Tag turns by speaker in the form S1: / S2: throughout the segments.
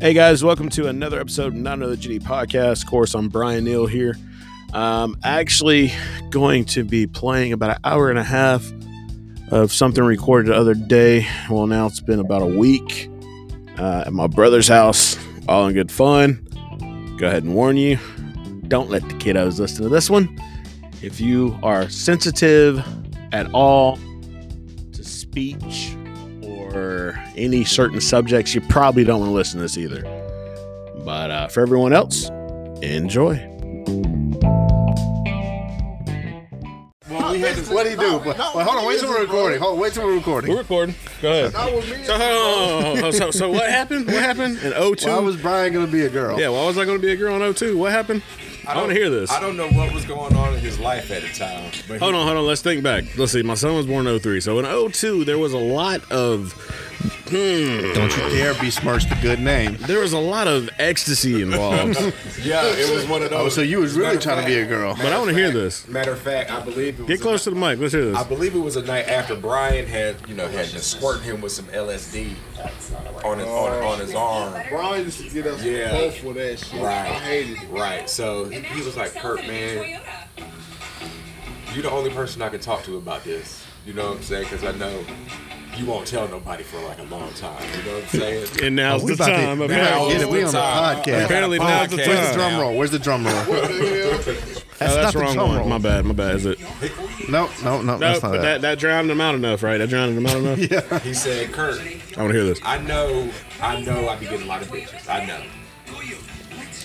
S1: Hey guys, welcome to another episode of Not Another GD Podcast. Of course, I'm Brian Neal here. Um, actually, going to be playing about an hour and a half of something recorded the other day. Well, now it's been about a week uh, at my brother's house. All in good fun. Go ahead and warn you: don't let the kiddos listen to this one. If you are sensitive at all to speech or any certain subjects, you probably don't want to listen to this either. But uh, for everyone else, enjoy.
S2: Well, we had to,
S3: What do you do?
S2: No,
S3: but,
S2: no,
S3: but hold on, wait
S2: it
S3: till we're
S2: isn't,
S3: recording. Hold on, wait till we're recording.
S1: We're recording. Go ahead.
S2: bro. That was me.
S1: So, hold on. so, so what happened? What happened in 02?
S3: Why was Brian gonna be a girl?
S1: yeah, why was I going to be a girl in 02? What happened? I, want to hear this.
S2: I don't know what was going on in his life at the time. But
S1: Hold on, hold on. Let's think back. Let's see. My son was born in 03. So in 02, there was a lot of hmm,
S3: Don't you dare besmirch the good name.
S1: there was a lot of ecstasy involved.
S2: Yeah, it was one of those.
S3: Oh, so you was really trying to be a girl.
S1: but I want to hear this.
S2: Matter of fact, I believe it was
S1: Get close to the mic. Let's hear
S2: I
S1: this.
S2: believe it was a night after Brian had, you know, had been squirting him with some LSD on his on, on his arm.
S3: Brian used to get us
S2: Yeah. both
S3: for that shit.
S2: Right. Right. So he he was like, Kurt, man, you're the only person I can talk to about this. You know what I'm saying? Because I know you won't tell nobody for like a long time. You know what I'm saying?
S1: And now's
S3: We
S1: the
S3: about to-
S1: time.
S3: we
S1: apparently.
S3: about to get it. We on the
S2: Time.
S3: podcast.
S1: Apparently now's the
S2: Podcast.
S3: Where's the
S1: time.
S3: drum roll? Where's the drum roll?
S1: Oh, that's
S3: not the
S1: wrong
S3: drum
S1: one.
S3: roll.
S1: My bad. My bad. Is it?
S3: No, no, no,
S1: No,
S3: that's
S1: but
S3: not
S1: that,
S3: that.
S1: that drowned him out enough, right? That drowned him out enough.
S2: He said, Kurt,
S1: I want to hear this.
S2: I know, I know I be getting a lot of bitches. I know.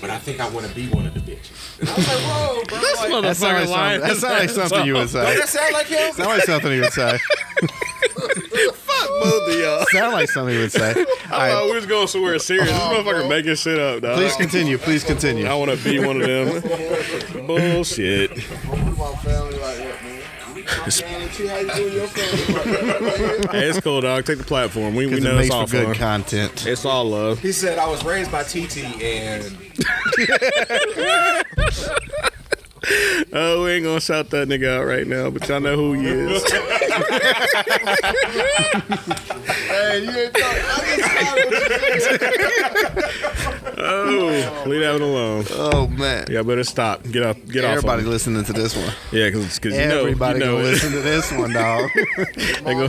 S2: But I think I want to be one of the bitches. And I was like, whoa, bro. like,
S3: That sounds like, something, that sound like something you would say.
S2: Don't that sound like him?
S3: Sound like something you would say.
S1: both of y'all.
S3: Sound like something you would say. All
S1: Oh,
S3: right,
S1: we was going somewhere serious. This motherfucker making shit up, dog.
S3: Oh. please continue. Please continue.
S1: I want to be one of them. Bullshit. Hey, it's cool, dog. Take the platform. We, we
S3: Because it
S1: know it's
S3: makes
S1: all
S3: for good
S1: fun.
S3: content.
S1: it's all love.
S2: He said, I was raised by TT and
S1: Oh, we ain't gonna shout that nigga out right now, but y'all know who he is.
S3: Hey, you ain't
S1: Oh, leave that one alone.
S3: Oh man.
S1: Y'all better stop. Get off. Get
S3: Everybody
S1: off.
S3: listening to this one.
S1: Everybody. Yeah, because you know,
S3: Everybody
S1: you know
S3: gonna
S1: it.
S3: listen to this one, dog.
S1: They go-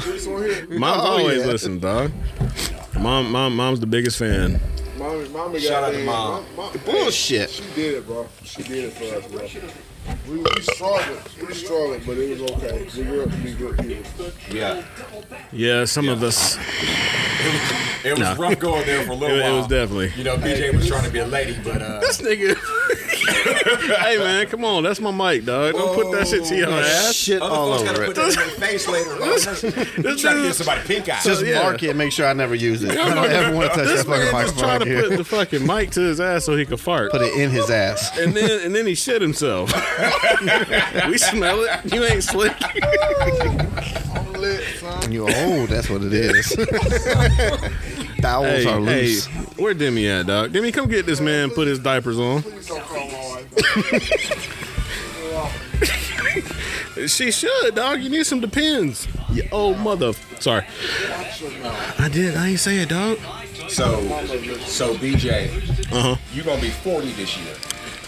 S1: Mom's
S3: Oh,
S1: always
S3: yeah.
S1: listens, dog. Mom, mom, mom's the biggest fan.
S4: Mommy, mommy got
S2: Shout out to
S4: things.
S2: mom.
S4: Mom- mom-
S3: Bullshit.
S4: She did it, bro. She did it for us, bro. We, we struggled. We struggled, but it was okay. We grew up to be good people.
S2: yeah.
S1: Yeah, some of us.
S2: It was rough going there for a
S1: It,
S2: little
S1: it
S2: while.
S1: was definitely.
S2: You know, BJ was trying to be a lady, but uh,
S1: Oh, This nigga. hey man, come on, that's my mic, dog. Don't put that shit to your ass.
S3: Oh, Shit
S2: other
S3: all
S2: folks gotta
S3: over
S2: put
S3: it.
S2: that in their face later. You trying to give somebody pink eye.
S3: Just
S1: Yeah.
S3: mark it and make sure I never use it. I don't ever want to touch
S1: This
S3: that fucking
S1: man just
S3: microphone
S1: trying
S3: right
S1: to
S3: here.
S1: put the fucking mic to his ass so he could fart.
S3: Put it in his ass.
S1: and then and then he shit himself. we smell it. You ain't slick.
S3: You oh, that's what it is. Dowels
S1: Hey,
S3: are
S1: hey,
S3: loose.
S1: where Demi at, dog? Demi, come get this man. Put his diapers on.
S4: Please don't call my wife.
S1: She should, dog. You need some depends. You old mother. Sorry. I did. I ain't say it, dog.
S2: So, so BJ,
S1: Uh huh.
S2: you're gonna be 40 this year.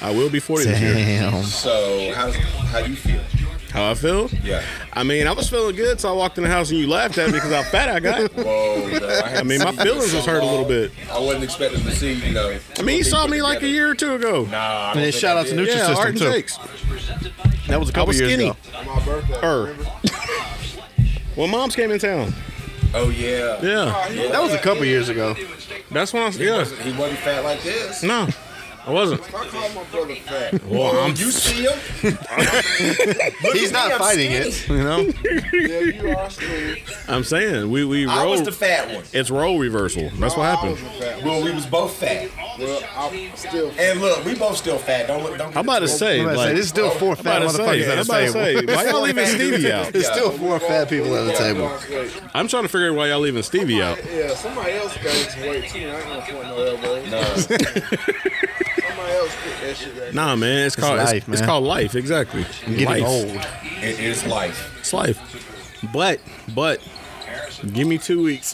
S1: I will be 40 this year.
S3: Damn.
S2: So, how how you feel?
S1: How I feel?
S2: Yeah.
S1: I mean, I was feeling good, so I walked in the house and you laughed at me because how fat I got.
S2: Whoa, bro, uh, I,
S1: I mean, my feelings was hurt a little bit.
S2: I wasn't expecting to see you know.
S1: I mean, you saw me like a year or two ago.
S2: Nah, I don't
S3: And then
S2: think
S3: shout
S2: I
S3: out to
S2: did.
S3: New-
S1: Yeah,
S3: System
S1: Art and
S3: too.
S1: Jake's.
S3: That was a
S1: I
S3: couple
S1: was
S3: years
S1: skinny.
S3: ago.
S4: My birthday.
S1: Er.
S4: remember?
S1: When moms came in town.
S2: Oh yeah.
S1: Yeah.
S3: That was a couple years ago.
S1: That's when I. Yeah.
S2: He wasn't fat like this.
S1: No, I wasn't.
S4: I called my brother fat.
S1: Well, I'm
S2: You see him?
S3: He's not
S2: I'm
S3: fighting it, you know.
S4: yeah, you are skinny.
S1: I'm saying we we
S2: I
S1: roll.
S2: was the fat one.
S1: It's role reversal. That's what
S4: I
S1: happened.
S4: was a fat.
S2: Well, we was both fat.
S4: Well, I'm still
S2: And look, we both still fat. Don't look. Don't.
S1: I'm about to say
S3: I'm about to say,
S1: like.
S3: there's still four
S1: I'm
S3: fat
S1: about to say, I'm
S3: motherfuckers at
S1: about to
S3: the
S1: say,
S3: table.
S1: why y'all leaving Stevie out?
S3: There's still four fat people at the table.
S4: lost weight.
S1: I'm trying to figure out why y'all leaving Stevie out.
S4: Yeah, somebody else gained some weight too. I ain't gonna point no elbows. Somebody else put that shit back.
S1: Nah, man, it's called it's,
S3: life,
S1: it's
S3: man.
S1: called life. Exactly.
S3: I'm getting
S1: life.
S3: old.
S2: It is life.
S1: It's life. But but give me two weeks.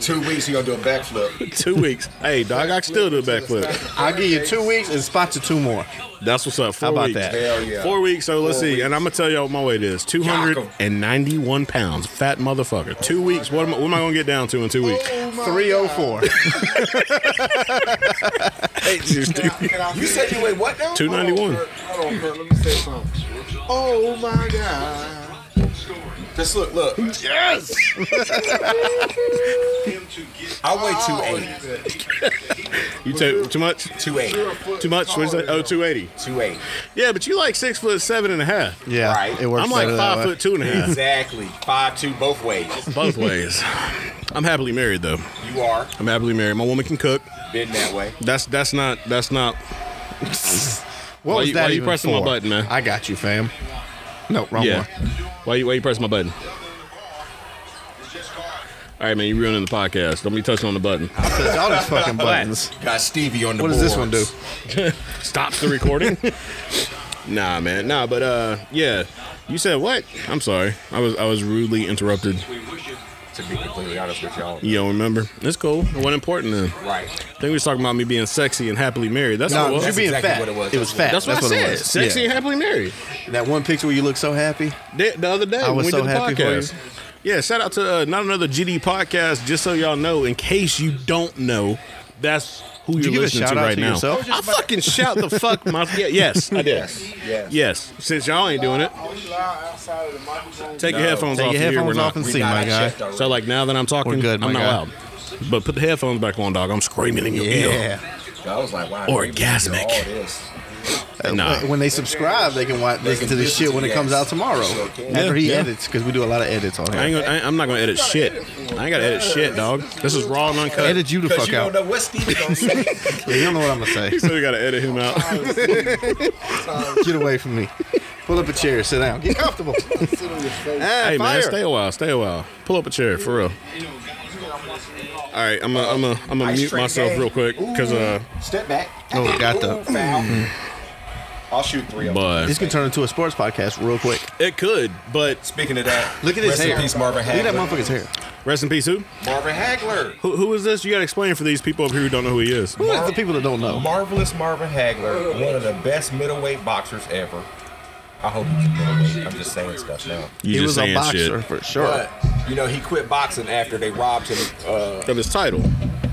S5: Two weeks, you gonna do a backflip.
S1: Two weeks. Hey, dog, I can still do a backflip.
S3: I'll give you two weeks and spot you two more.
S1: That's what's up. Four
S3: How about
S1: weeks.
S3: that?
S5: Hell yeah.
S1: Four weeks. So let's
S5: Four
S1: see.
S5: weeks.
S1: And I'm gonna tell y'all what my weight is. Two hundred and ninety-one pounds. Fat motherfucker. Two weeks. What am, I, what am I gonna get down to in two weeks?
S4: Oh,
S3: 304.
S5: You said you weigh what now?
S1: Two ninety-one.
S4: Hold on, Kurt, let me say something. Oh my God.
S5: Just look, look.
S1: Yes.
S5: I weigh 280.
S1: You took too much.
S5: 280.
S1: Too much. What is that? Oh, 280.
S5: 280.
S1: Yeah, but you like six foot seven and a half.
S3: Yeah,
S5: Right.
S3: it works.
S1: I'm like
S3: better that
S1: five
S3: way.
S1: foot two and a half.
S5: Exactly. Five two both ways.
S1: Both ways. I'm happily married though.
S5: You are.
S1: I'm happily married. My woman can cook.
S5: Been that way.
S1: That's that's not that's not.
S3: Oh,
S1: Why
S3: What was
S1: you-
S3: that
S1: why you
S3: even
S1: pressing my
S3: for?
S1: button, man?
S3: I got you, fam. No, wrong
S1: Yeah.
S3: one.
S1: Why you why you pressing my button? All right, man, you ruining the podcast. Don't be touching on the button.
S3: I touched all these fucking buttons.
S5: Got Stevie on the
S3: What does this one do?
S5: boards.
S1: Stops the recording. nah, man, nah, but uh, yeah. You said what? I'm sorry. I was I was rudely interrupted.
S5: To be completely honest with y'all.
S1: You don't remember? It's cool. It wasn't important then. I
S5: Right.
S1: think we was talking about me being sexy and happily married. That's
S3: No,
S1: what it was.
S3: you
S5: that's
S3: being
S5: exactly
S3: fat.
S5: what it was.
S3: fat.
S1: That's what, I said.
S3: it was.
S1: Sexy
S3: Yeah.
S1: and happily married.
S3: That one picture where you look so happy.
S1: The, the other day
S3: I
S1: when
S3: was
S1: we
S3: so
S1: did the
S3: happy for you.
S1: podcast. Yeah, shout out to uh, not another GD podcast. Just so y'all know, in case you don't know, that's who
S3: you
S1: you're
S3: give a
S1: listening to
S3: shout-out
S1: right
S3: to
S1: now.
S3: yourself?
S1: I fucking shout the fuck my yeah, yes, I did.
S5: Yes.
S1: Yes, since y'all ain't doing it,
S4: Are we loud outside of the microphone?
S1: take your
S5: No.
S1: headphones
S3: Take
S1: off. if
S3: your
S1: you hear
S3: headphones
S1: we're
S3: off
S1: not.
S3: and
S5: We
S3: see,
S5: not
S3: my
S5: at
S3: guy.
S5: shift already.
S1: So like now that I'm talking,
S3: We're good,
S1: I'm not
S3: my guy.
S1: loud. But put the headphones back on, dog. I'm screaming in your ear.
S3: Yeah.
S5: I was like, wow.
S1: Orgasmic.
S5: they really do All this.
S1: Nah.
S3: When they subscribe, they can watch listen
S5: can
S3: to this
S5: listen
S3: shit
S5: to
S3: when it
S5: the
S3: comes out
S5: edits.
S3: tomorrow.
S5: Sure can.
S3: After he
S1: Yeah.
S3: edits, because we do a lot of edits on
S1: I
S3: here.
S1: ain't gonna, I, ain't- I'm not gonna edit shit. I ain't gotta edit shit, dog. This is raw and uncut.
S3: Edit you the
S5: Because
S3: fuck
S5: you
S3: out.
S5: don't know what Stevie gonna say.
S3: Yeah, you don't know what I'm gonna say.
S1: So we gotta edit him out.
S3: Get away from me. Pull up a chair, sit down, get comfortable.
S4: Sit on your face.
S1: Hey man,
S3: Ah, fire.
S1: stay a while, stay a while. Pull up a chair for real. All right, I'm gonna I'm gonna I'm gonna
S5: Ice
S1: mute
S5: tray
S1: myself
S5: game.
S1: real quick because uh,
S5: Step back.
S3: Oh, got the- Mm-hmm.
S5: Ooh, foul. I'll shoot three of them.
S1: but
S3: This can turn into a sports podcast real quick.
S1: it could. But
S5: Speaking of that,
S3: Look at his
S5: rest in
S3: hair.
S5: peace, Marvin
S3: Look at that
S5: Hagler.
S3: motherfucker's hair.
S1: rest in peace. Who?
S5: Marvin Hagler.
S1: who? Who is this? You gotta explain for these people up here who don't know who he is.
S3: Who is the people that don't know?
S5: Marvelous Marvin Hagler, one of the best middleweight boxers ever. I hope he's a middleweight. I'm just saying stuff now.
S1: You
S3: he was
S1: just
S3: a
S1: saying
S3: boxer
S1: shit
S3: for sure.
S5: But you know, he quit boxing after they robbed him uh,
S1: from his title.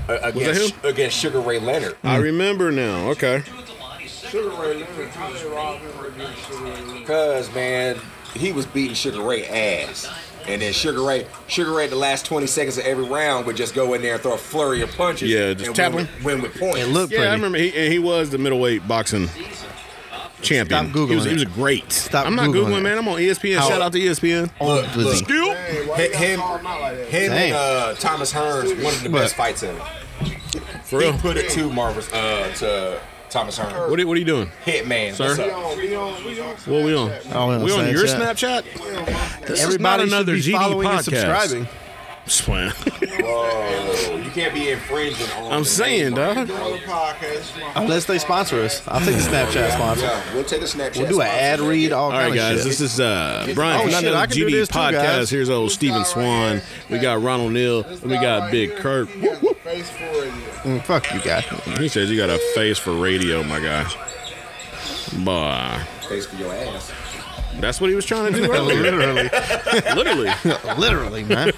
S5: a- against
S1: him?
S5: against Sugar Ray Leonard.
S1: I
S3: Mm.
S1: remember now. Okay.
S4: Sugar Ray Leonard. How they robbed him or did Sugar Ray Leonard?
S5: Cause man, he was beating Sugar Ray ass. And then Sugar Ray, Sugar Ray, the last 20 seconds of every round would just go in there and throw a flurry of punches.
S1: Yeah, just
S5: and
S1: tap
S5: win,
S1: him.
S5: with- win with points.
S3: it looked
S1: Yeah,
S3: pretty.
S1: I remember. He and he was the middleweight boxing champion.
S3: Stop Googling
S1: he was, he
S3: it.
S1: was great.
S3: Stop
S1: I'm not
S3: Googling
S1: googling,
S3: it.
S1: man. I'm on E ESPN.
S3: How-
S1: Shout out to ESPN.
S5: look,
S3: Lizzie.
S5: look.
S1: Still.
S4: Hey, why
S5: Hi-
S4: you gotta
S5: him-
S4: call him out like that?
S5: Him
S3: Dang.
S5: and uh, Thomas Hearns, one of the
S3: But-
S5: best fights ever.
S1: For
S5: He
S1: real.
S5: put it to Marvelous uh, to Thomas Hearns.
S1: What are, what are you doing?
S5: Hitman,
S1: Sir?
S5: what's
S4: We
S5: up?
S4: on, we on, we on.
S1: What we on?
S3: Oh, on
S1: we on your
S3: Snapchat?
S1: Snapchat? This
S3: Everybody should be following and subscribing.
S1: subscribing.
S5: Whoa, you can't be infringing on.
S1: I'm
S5: the
S1: saying,
S5: name.
S1: dog.
S4: Doing the podcast. My
S3: Unless they sponsor us. I'll take the Snapchat sponsor.
S5: Yeah, we'll take a Snapchat.
S3: We'll do an ad read, all,
S1: All right,
S3: kind of
S1: guys.
S3: shit.
S1: This is uh, Brian
S3: Oh,
S1: from
S3: shit, I
S1: Another
S3: can do
S1: GD
S3: this too,
S1: podcast.
S3: guys.
S1: Here's old Steven
S4: guy right
S1: Swan.
S4: here.
S1: We got Ronald Neal.
S4: This
S1: And we
S4: guy
S1: got
S4: right
S1: Big
S4: here,
S1: Kurt.
S4: He has a face for it.
S3: Mm, fuck you, guy.
S1: He says you got a face for radio, my guy. Bah.
S5: Face for your ass.
S1: That's what he was trying to do earlier.
S3: literally,
S1: Literally.
S3: literally, man.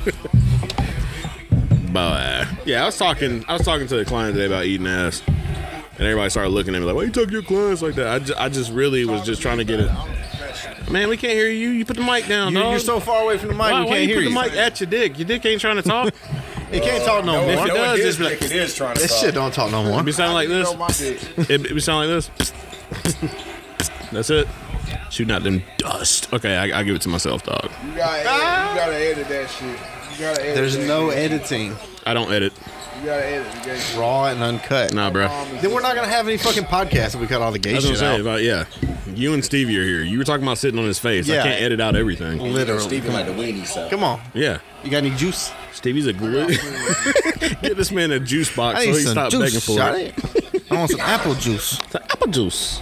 S1: Bah. Yeah, I was talking. I was talking to a client today about eating ass, and everybody started looking at me like, "Why you talking to your clients like that?" I ju- I just really was just trying to get it. Man, we can't hear you. You put the mic down,
S3: You,
S1: dog.
S3: are so far away from the mic,
S1: Why,
S3: we
S1: why
S3: can't
S1: you
S3: hear
S1: put
S3: you.
S1: the mic at your dick? Your dick ain't trying to talk.
S3: It can't talk no,
S1: if
S3: more.
S1: it does, it's like-
S5: it is trying to
S3: This
S5: talk.
S3: shit don't talk no more.
S1: It be sounding like
S4: You know my
S1: this.
S4: dick.
S1: It, it be sounding like this. That's it. Shooting out them dust. Okay, I, I give it to myself, dog.
S4: You gotta, edit, you gotta edit that shit. You gotta edit
S3: There's
S4: that
S3: no
S4: shit.
S3: editing,
S1: I don't edit.
S4: You gotta edit. You gotta
S3: raw and uncut.
S1: Nah, bro.
S3: Then we're not gonna have any fucking podcast if we cut all the gay
S1: That's what I'm
S3: shit
S1: saying.
S3: out.
S1: About, yeah, you and Stevie are here. You were talking about sitting on his face. I
S3: Yeah.
S1: can't edit out everything.
S3: Literally.
S5: Stevie like the weenie, so.
S3: Come on.
S1: Yeah,
S3: You got any juice?
S1: Stevie's a glue. Get this man a juice box
S3: I
S1: so
S3: need
S1: he
S3: some
S1: stop begging
S3: juice.
S1: for it.
S3: shawty. I want some apple juice.
S1: It's like apple juice.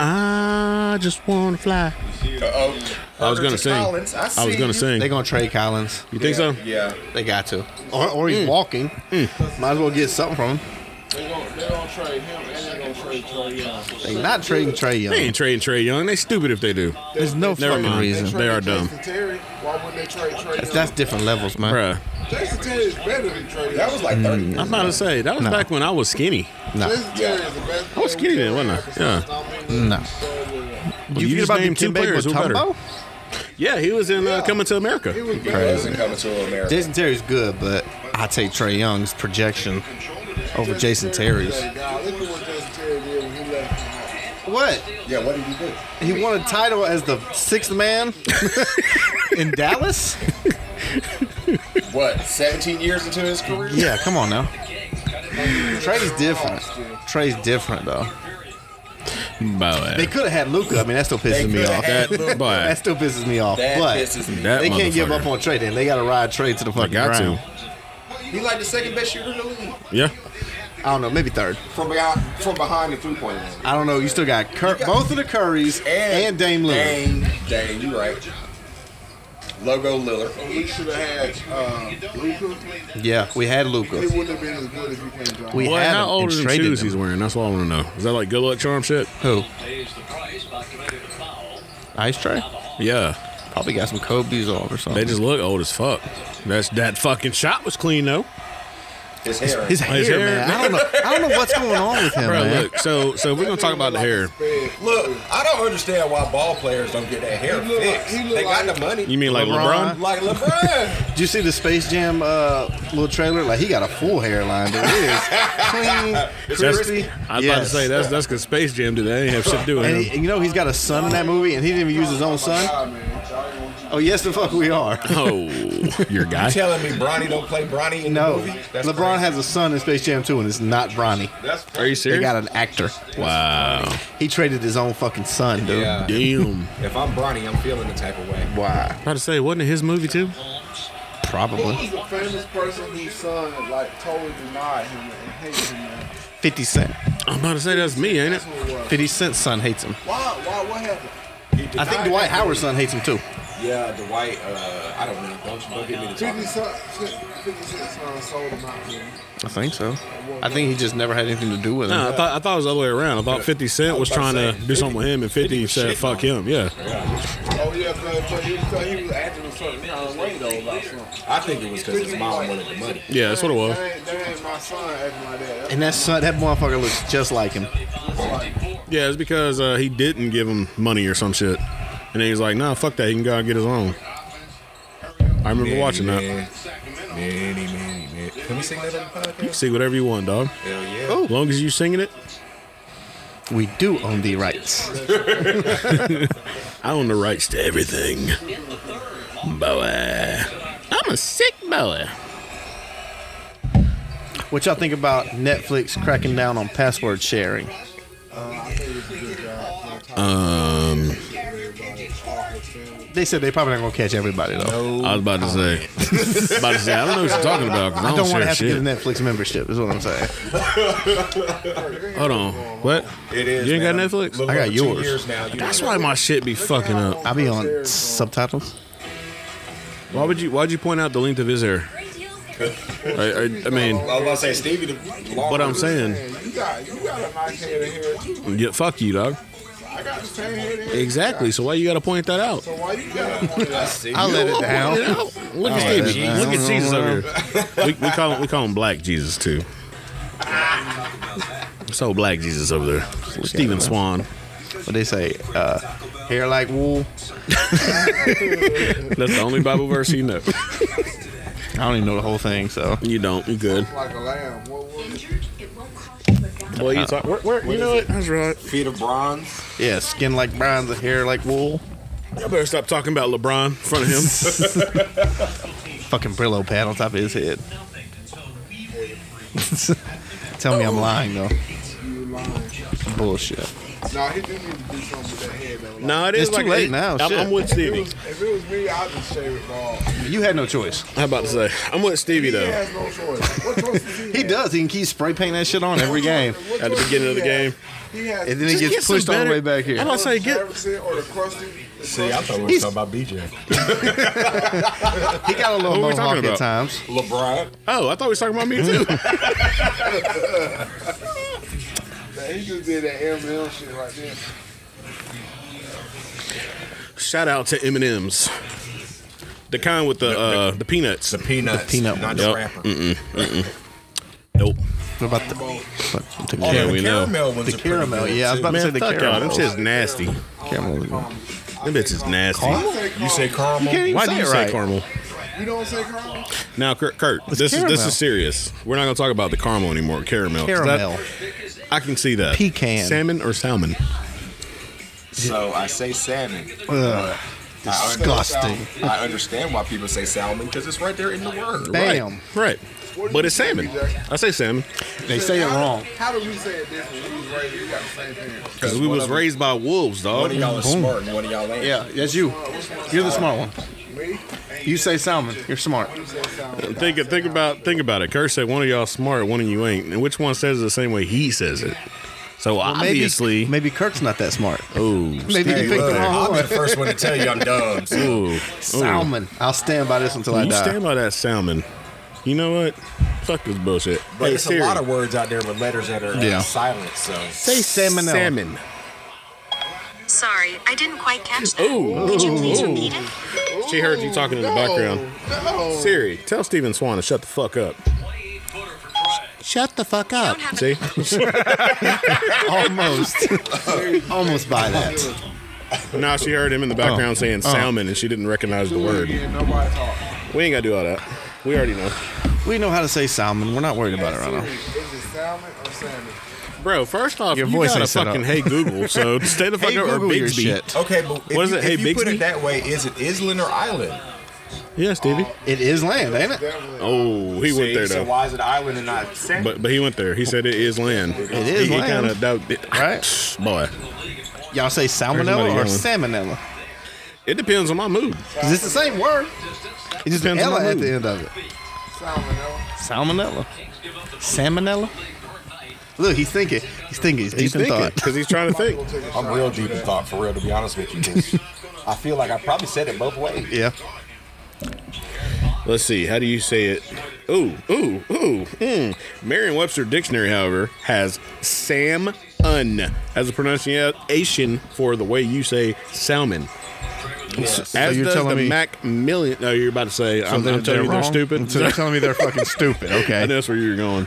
S1: I just wanna fly.
S6: Uh-oh.
S1: I was gonna
S6: Heard to
S1: sing.
S6: Collins. I,
S1: I was
S6: seen
S1: gonna
S6: you.
S1: sing.
S3: They gonna trade Collins.
S1: You think so?
S6: Yeah.
S3: They got to. Or, or
S1: Mm.
S3: he's walking. Might as well get something from him.
S6: They're going to trade him and they're going to trade Trey Young.
S3: They not trading Trey
S1: They
S3: Young.
S1: ain't trading Trey Young. They stupid if they do.
S3: There's no
S1: Never
S3: fucking
S1: mind.
S4: They
S3: reason.
S1: They are
S4: traded
S1: dumb.
S4: Jason Terry. Why wouldn't they trade Trey?
S3: That's,
S4: Young?
S3: that's different levels, man.
S1: Bruh.
S4: Jason Terry is better than Trey.
S6: That was like 30
S1: Mm. I'm about to say, that was
S3: No.
S1: back when I was skinny.
S3: No.
S4: Jason Terry is the best.
S1: I was
S4: player
S1: skinny then,
S4: we've
S1: wasn't I?
S4: ever seen.
S3: No.
S1: Well, you just named two
S3: Dikembe
S1: players who are better.
S3: Mutombo?
S1: Yeah, he was in uh, Coming to America.
S4: He was better.
S6: Crazy. coming to America.
S3: Jason Terry's good, but I take Trey Young's projection over Jason Terry's.
S4: Like, nah, look at what Jason Terry did when he left.
S3: What?
S6: yeah, what did he do?
S3: He won a title as the sixth man in Dallas?
S6: What, 17 years into his career?
S3: Yeah, come on now. Trey's different. Trey's different though. They
S1: Boy,
S3: could have had Luca. I mean, that still pisses me
S6: coulda
S3: off.
S6: had
S1: Luka.
S3: that still pisses me off.
S6: That
S3: but
S6: pisses me.
S1: That
S3: they can't give
S1: motherfucker.
S3: up on Trey. Then they got to ride Trey to the
S1: I
S3: fucking
S1: got
S3: ground.
S1: to.
S6: He like the second best shooter in the league.
S1: Yeah.
S3: I don't know, maybe third.
S5: From behind, from behind the three point line.
S3: I don't know. You still got, Cur- both of the Currys and, Dame Lillard.
S5: Dame, Dame, you right. Logo Lillard.
S4: We should have had uh, Luka.
S3: Yeah, we had
S4: He
S3: Luca.
S4: wouldn't have been as good as he came down.
S3: We
S1: Boy,
S3: had
S1: how
S3: him
S1: old
S3: and
S1: are the
S3: traded
S1: shoes
S3: him.
S1: he's wearing? That's what I want to know. Is that like good luck charm shit?
S3: Who? Ice Trey.
S1: Yeah.
S3: Probably got some Kobe's off or something.
S1: They just look old as fuck. That's that fucking shot was clean though.
S5: His hair.
S3: his hair,
S1: hair,
S3: man. I don't know. I don't know what's going on with him,
S1: Bro,
S3: man.
S1: look. So so we're gonna talk about the hair.
S5: Look, I don't understand why ball players don't get that hair
S4: He look like-
S5: fixed.
S4: he look
S5: they got
S4: like-
S5: the money.
S1: You mean like LeBron?
S3: LeBron?
S5: like LeBron.
S3: Did you see the Space Jam uh, little trailer? Like he got a full hairline, but it is clean,
S1: That's,
S3: crispy.
S1: I was about to say that's that's because Space Jam did that. They ain't have shit to do with
S3: And,
S1: him.
S3: he, and you know he's got a son in that movie, and he didn't even use his own son.
S4: Nah, man. Y'all ain't want you.
S3: Oh yes, the fuck we are.
S1: Oh, your guy.
S5: Telling me Bronny don't play Bronny in
S3: No,
S5: the movie? That's
S3: LeBron has a son in Space Jam 2, and it's not Bronny.
S1: Are you
S3: They
S1: serious?
S3: got an actor.
S1: wow.
S3: He traded his own fucking son, dude.
S5: Yeah.
S1: Damn.
S5: If I'm Bronny, I'm feeling the type of way.
S3: Why?
S1: About to say, wasn't it his movie too?
S4: Who
S3: Probably.
S4: was the famous person whose son like totally denied him and hated him? Man?
S3: 50 Cent.
S1: I'm about to say that's me, ain't it?
S4: That's who it was.
S3: 50 Cent's son hates him.
S4: Why? Why? What happened?
S3: I think Dwight Howard's son hates him too.
S5: Yeah, Dwight. Uh, I don't know. Don't you don't get me to talk.
S4: Fifty cent. Fifty cent son sold him out. Man.
S3: I think so. I think he just never had anything to do with him.
S1: No, I thought I thought it was the other way around. I thought 50 Cent was trying to do something with him, and 50 said, "Fuck him." Yeah.
S4: Oh yeah, but, but he, was, he was acting a certain kind of way though about something.
S5: I think it was because his mom wanted the money.
S1: Yeah, that's what it was.
S4: That ain't, that ain't my son acting like that.
S3: And that son, that motherfucker looks just like him.
S1: Yeah, it's because uh, he didn't give him money or some shit, and then he's like, "Nah, fuck that. He can go out and get his own." I remember watching that.
S5: man. Many, many, many. Can we sing that on the podcast?
S1: You can see whatever you want, dog.
S5: Hell yeah.
S1: As long as you singing it,
S3: We do own the rights.
S1: I own the rights to everything. Boy, I'm a sick boy.
S3: What y'all think about Netflix cracking down on password sharing?
S1: Um,
S3: They said they probably not gonna catch everybody though.
S1: I was about to say, about to say, I don't know what you're talking about because I
S3: I
S1: don't,
S3: don't
S1: share
S3: want to have
S1: shit.
S3: to get a Netflix membership. Is what I'm saying.
S1: Hold on, what?
S5: It is.
S1: You ain't got
S5: man. I'm
S1: Netflix?
S5: little
S3: I got
S5: over two
S3: yours.
S5: years now. You
S1: That's
S5: know.
S1: why my shit be fucking up.
S3: I be on subtitles.
S1: Why would you? Why'd you point out the length of his hair? I, I, I mean,
S5: I was about to say Stevie. The long
S1: what I'm saying,
S4: Man, you got you got a nice head of hair too.
S1: yeah, fuck you, dog.
S4: I got the same head of hair.
S1: Exactly. So why you got to point that out?
S4: So why you got one of
S5: I
S4: that?
S5: see.
S3: I let it
S1: Point it
S3: down.
S1: out. Look at
S3: Oh, yeah,
S1: Stevie.
S3: man.
S1: Look at Jesus over here. We, we call him, we call him Black Jesus too. So Black Jesus over there, Stephen Swan.
S3: What they say? Uh, hair like wool.
S1: That's the only Bible verse you know.
S3: I don't even know the whole thing. So
S1: You don't. You good.
S4: Like a lamb. What was it?
S1: Boy, you talk. Where, where, you know it. That's right.
S5: Feet of bronze.
S3: yeah, skin like bronze, hair like wool.
S1: I better stop talking about LeBron in front of him.
S3: Fucking Brillo pad on top of his head. Tell me I'm lying though.
S4: You lying.
S3: Bullshit.
S4: Nah, he do need to do something with that head though. Like,
S1: no, it is
S3: It's too
S1: like
S3: late now,
S1: I'm,
S3: shit.
S1: I'm with
S4: If it,
S1: Stevie.
S4: was, if it was me, I'd just shave it ball.
S3: You had no choice.
S1: I'm about to say I'm with Stevie
S4: He
S1: though.
S4: has no choice. What choice does he have?
S3: He does. He can keep spray painting that shit on every game.
S4: What
S1: At the
S4: choice
S1: beginning
S4: does
S1: of the
S4: he
S1: game.
S4: have? He has
S3: And then he
S1: Just
S3: gets
S1: get some
S3: pushed all the
S1: better-
S3: way back here.
S1: I'm about to say get
S4: Jefferson or the crusty.
S2: See, I thought we were
S3: He's-
S2: talking about BJ.
S3: He got a little
S1: Who are we
S3: mohawk
S1: talking
S3: at
S1: about?
S3: times.
S5: LeBron.
S1: Oh, I thought we was talking about me too.
S4: Man, he just did that Eminem shit right there.
S1: Shout out to M and M's, the kind with the uh, the peanuts.
S2: The peanuts. The
S3: peanut
S2: Not
S3: one.
S2: the
S1: Yep.
S2: rapper.
S1: Nope.
S3: What about the, what, the
S2: Oh,
S1: Yeah,
S2: the
S3: caramel?
S1: we know.
S2: caramel ones
S3: The
S2: are pretty
S3: caramel,
S2: good,
S3: yeah, I was
S2: too.
S3: about to say
S1: Man,
S3: the
S1: fuck y'all. Them
S3: caramel.
S1: shit's nasty. Them
S3: Caramel.
S1: bitches nasty.
S2: You say caramel?
S3: can't even
S1: Why do you
S3: it
S1: say
S3: right.
S1: caramel?
S4: You don't say caramel?
S1: Now, Kurt, Kurt
S3: It's
S1: this is this
S3: caramel.
S1: is serious. We're not gonna talk about the caramel anymore. Caramel. 'Cause that-
S3: Caramel.
S1: I can see that.
S3: Pecan.
S1: Salmon or salmon?
S5: So I say salmon.
S3: Ugh,
S5: I under-
S3: disgusting.
S5: I understand why people say salmon because it's right there in the word.
S3: Bam.
S1: Right.
S4: What do
S1: But
S4: you
S1: it's
S4: say,
S1: salmon.
S4: Jack?
S1: I say salmon
S3: They say it
S4: How-
S3: wrong.
S4: How do we say it differently? We was raised, we got the same parents.
S1: because we
S5: one
S1: was
S5: of 'em-
S1: raised by wolves,
S5: One
S1: dog.
S5: of y'all is smart and one of y'all ain't.
S3: Yeah, that's you. You're the smart one.
S4: Me?
S3: You say salmon. You're smart.
S4: You say salmon.
S1: Think think about think about it. Kurt said one of y'all smart, one of you ain't, and which one says it the same way he says it? So obviously,
S3: maybe, maybe Kurt's not that smart.
S1: oh,
S3: Maybe
S5: Hey,
S3: he picked
S5: look,
S3: the wrong
S5: I'll be
S3: one.
S5: the first one to tell you I'm dumb. so-
S1: ooh, ooh.
S3: Salmon. I'll stand by this until I
S1: You
S3: die.
S1: stand by that salmon. You know what? Fuck this bullshit.
S5: But
S1: Hey,
S5: it's
S1: Siri,
S5: a lot of words out there with letters that are uh,
S3: Yeah.
S5: silent. So
S3: say salmon.
S1: salmon.
S7: Sorry, I didn't quite catch that.
S1: Ooh.
S7: Could you please
S1: Ooh.
S7: repeat it?
S1: She heard you talking in the
S4: No,
S1: background.
S4: No.
S1: Siri, tell Steven Swan to shut the fuck up. Shut the fuck up.
S7: Don't have
S1: See?
S3: Almost. Almost by that.
S1: nah, she heard him in the
S3: Oh.
S1: background saying salmon and she didn't recognize the word.
S4: Yeah, nobody talk.
S1: We ain't gotta do all that. We already know.
S3: We know how to say salmon. We're not worried about it
S4: Siri,
S3: right now.
S4: Is it salmon or salmon?
S1: Bro, first off,
S3: Your
S1: you
S3: voice
S1: gotta
S3: ain't set
S1: fucking
S3: up.
S1: hey Google, so stay the fuck up or Bigsby.
S5: okay, but if
S1: What is
S5: you,
S1: it? Hey,
S5: if you put
S1: Bixby?
S5: it that way, is it island or island?
S1: Yeah, Stevie.
S3: It is land, ain't it?
S4: Definitely.
S1: Oh, he went
S5: See,
S1: there
S5: so
S1: though.
S5: why is it island and not sand?
S1: But but he went there. He said it is land. It
S3: is
S1: he,
S3: land.
S1: He kind of that
S3: Right.
S1: boy.
S3: Y'all say
S1: another
S3: salmonella or
S1: good one.
S3: salmonella?
S1: It depends on my mood.
S3: Because it's the same word. It's just an
S1: Depends on
S3: Ella
S1: my
S3: at
S1: mood.
S3: the end of it.
S4: Salmon, no.
S3: Salmonella. Salmonella. Look, he's thinking. He's thinking. He's deep
S1: He's
S3: in
S1: thinking
S3: thought.
S1: because he's trying to think.
S5: I'm real deep in thought, for real, to be honest with you. 'cause I feel like I probably said it both ways.
S3: Yeah.
S1: Let's see. How do you say it? Ooh, ooh, ooh. Mm. Merriam-Webster Dictionary, however, has Sam Un as a pronunciation for the way you say salmon.
S5: Yes.
S1: As
S3: you're
S1: does
S3: telling
S1: the
S3: me-
S1: Macmillan. No, you're about to say I'm, I'm telling you they're stupid.
S3: So they're telling me they're fucking stupid.
S1: I know
S3: Okay.
S1: that's where you're going.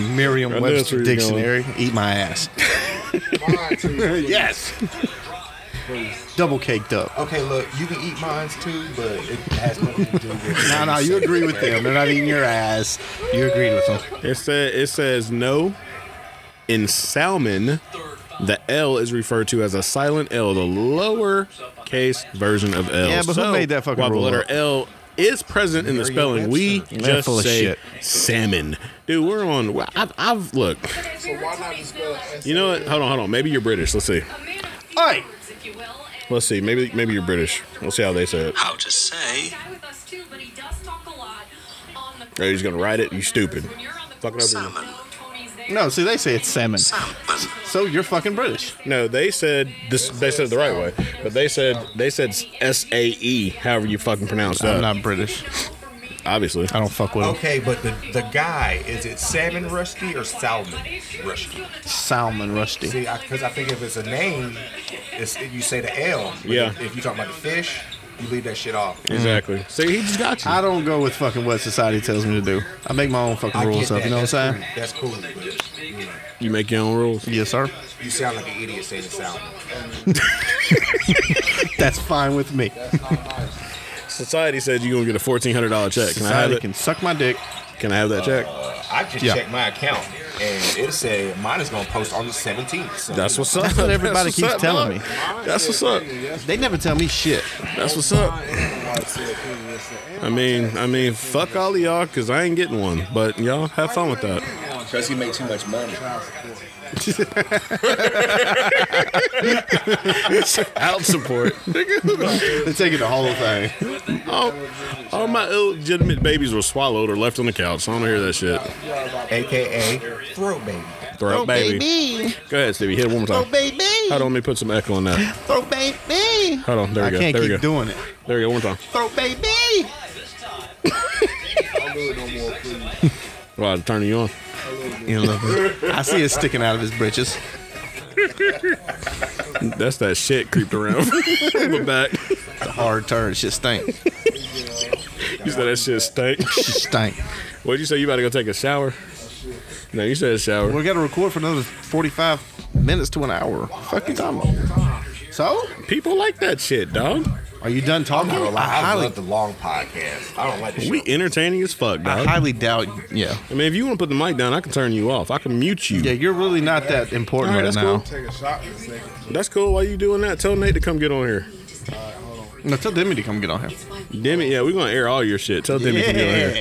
S1: I know that's where
S3: Merriam-Webster
S1: you're
S3: dictionary. Eat my ass.
S4: Mine too.
S3: yes. Double caked up.
S5: Okay, look, you can eat mine too, but it has nothing to do with.
S3: No, no, you agree with them. They're not eating your ass. You agreed with them.
S1: It says it says no. In salmon, the L is referred to as a silent L, the lower case version of L.
S3: Yeah, but who
S1: So,
S3: made that fucking
S1: While
S3: rule
S1: the letter
S3: up?
S1: L is present in the spelling, we just
S3: full of
S1: say
S3: shit.
S1: salmon. Dude, we're on. I've, I've look.
S4: So why not just spell it?
S1: You know what? Hold on, hold on. Maybe you're British. Let's see.
S3: Oi!
S1: Let's see. Maybe maybe you're British. Let's see how they say it.
S8: How to say
S1: Or he's gonna write it. You stupid. Fucking over.
S8: salmon.
S3: No, see, they say it's salmon.
S8: Salmon.
S3: So you're fucking British.
S1: No, they said this. They said it the right way, but they said they said S A E. However you fucking pronounce that.
S3: I'm not British.
S1: Obviously.
S3: I don't fuck with them.
S5: Okay, but the, the guy, is it salmon rusty or salmon rusty?
S3: Salmon rusty.
S5: See, because I, think if it's a name, it's, you say the L. But
S1: Yeah.
S5: If you talk about the fish, you leave that shit off.
S1: Exactly. See, he just got you.
S3: Mm. I don't go with fucking what society tells me to do. I make my own fucking
S5: I
S3: rules
S5: get
S3: up. You know what
S5: that.
S3: I'm saying?
S5: That's cool. That's cool. But, you, know,
S1: You make your own rules.
S3: Yes, sir.
S5: you sound like an idiot saying salmon.
S3: That's fine with me.
S1: Society says you're gonna get a fourteen hundred dollar check. Can I have
S3: Society
S1: it?
S3: can suck my dick.
S1: Can I have that check?
S5: I just
S3: Yeah.
S5: checked my account, and it said mine is gonna post on the 17th. So
S1: That's what's up.
S3: That's what everybody
S1: what's
S3: keeps
S1: up,
S3: telling
S1: dog.
S3: me.
S1: That's what's up.
S3: They never tell me shit.
S1: That's what's up. I mean, I mean, fuck all of y'all, cause I ain't getting one. But y'all have fun with that.
S5: because he made too much money.
S1: Out support.
S3: They take it the whole thing.
S1: all, all my illegitimate babies were swallowed or left on the couch. So I don't hear that shit.
S5: AKA throat baby.
S1: Throw baby. Go ahead, Stevie. Hit it one more time.
S3: baby.
S1: Hold on, let me put some echo on that.
S3: Oh, baby. baby.
S1: Hold on, there we
S3: I
S1: go,
S3: can't
S1: there we
S3: keep
S1: go.
S3: doing it.
S1: There you go, one time.
S3: Throw baby.
S4: I'll do it no more, please.
S1: Well, I'm turning you on.
S3: You know, I see it sticking out of his britches.
S1: That's that shit creeped around my back.
S3: The hard turn. Shit stink.
S1: You said that shit stank.
S3: Shit stink.
S1: What'd you say? You about to go take a shower? No, you said a shower.
S3: We got to record for another 45 minutes to an hour. Fuck you talking about? So,
S1: People like that shit, dog.
S3: are you done talking?
S5: I,
S3: I highly,
S5: love the long podcast. I don't like the
S1: We
S5: short.
S1: entertaining as fuck,
S3: I
S1: dog. I
S3: highly doubt. Yeah,
S1: mean, if you want to put the mic down, I can turn you off. I can mute you.
S3: yeah, you're really not that important
S1: All right,
S3: right,
S1: that's
S3: now.
S1: cool.
S4: Take a shot in a second.
S1: That's cool. Why you doing that? Tell Nate to come get on here.
S3: No, tell Demi to come get on here.
S1: Demi, yeah, we're gonna air all your shit. Tell Demi to get on here.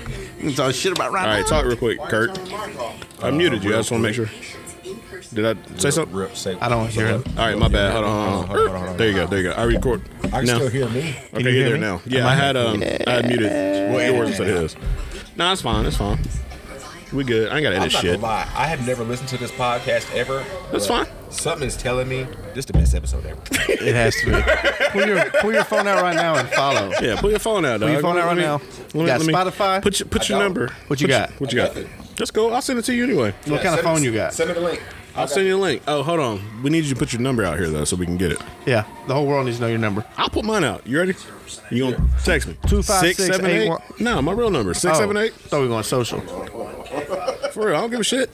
S3: yeah, it's all shit about right.
S1: All right, talk real quick, Kurt.
S4: Turn my car.
S1: I muted you. I just want to make sure. Did I say something?
S5: Rip, say,
S3: I don't hear him.
S1: All right, my bad. Hold on, hold on, hold on, hold on. There you go. There you go. I record.
S5: I can
S1: now.
S5: still hear me.
S1: Okay,
S3: you
S1: you're
S3: hear
S1: there
S3: me?
S1: now. Yeah, I had um, I had muted well, yours instead of his. No, it's fine. It's fine. We good. I ain't got to
S5: I'm
S1: edit
S5: not
S1: shit.
S5: gonna lie. I have never listened to this podcast ever.
S1: That's
S5: but
S1: fine.
S5: Something is telling me this the best episode ever.
S3: It has to be. pull your pull your phone out right now and follow.
S1: Yeah, pull your phone out. Dog.
S3: your phone out
S1: Let
S3: right
S1: me-
S3: now.
S1: let
S3: You
S1: me-
S3: got
S1: let me-
S3: Spotify?
S1: Put your, put your
S5: don't.
S1: number.
S3: What you
S1: Put your-
S3: got?
S1: What you got?
S5: Nothing.
S1: That's cool. I'll send it to you anyway.
S3: What kind of phone you got?
S5: Send me the link.
S1: I'll send you a link. Oh, hold on. We need you to put your number out here though, so we can get it.
S3: Yeah, the whole world needs to know your number.
S1: I'll put mine out. You ready? You gonna text me?
S3: Two, five,
S1: Six,
S3: six,
S1: seven,
S3: eight,
S1: eight?
S3: one-
S1: No, my real number. Six seven eight.
S3: Oh. Thought we were going social.
S1: For real, I don't give a shit.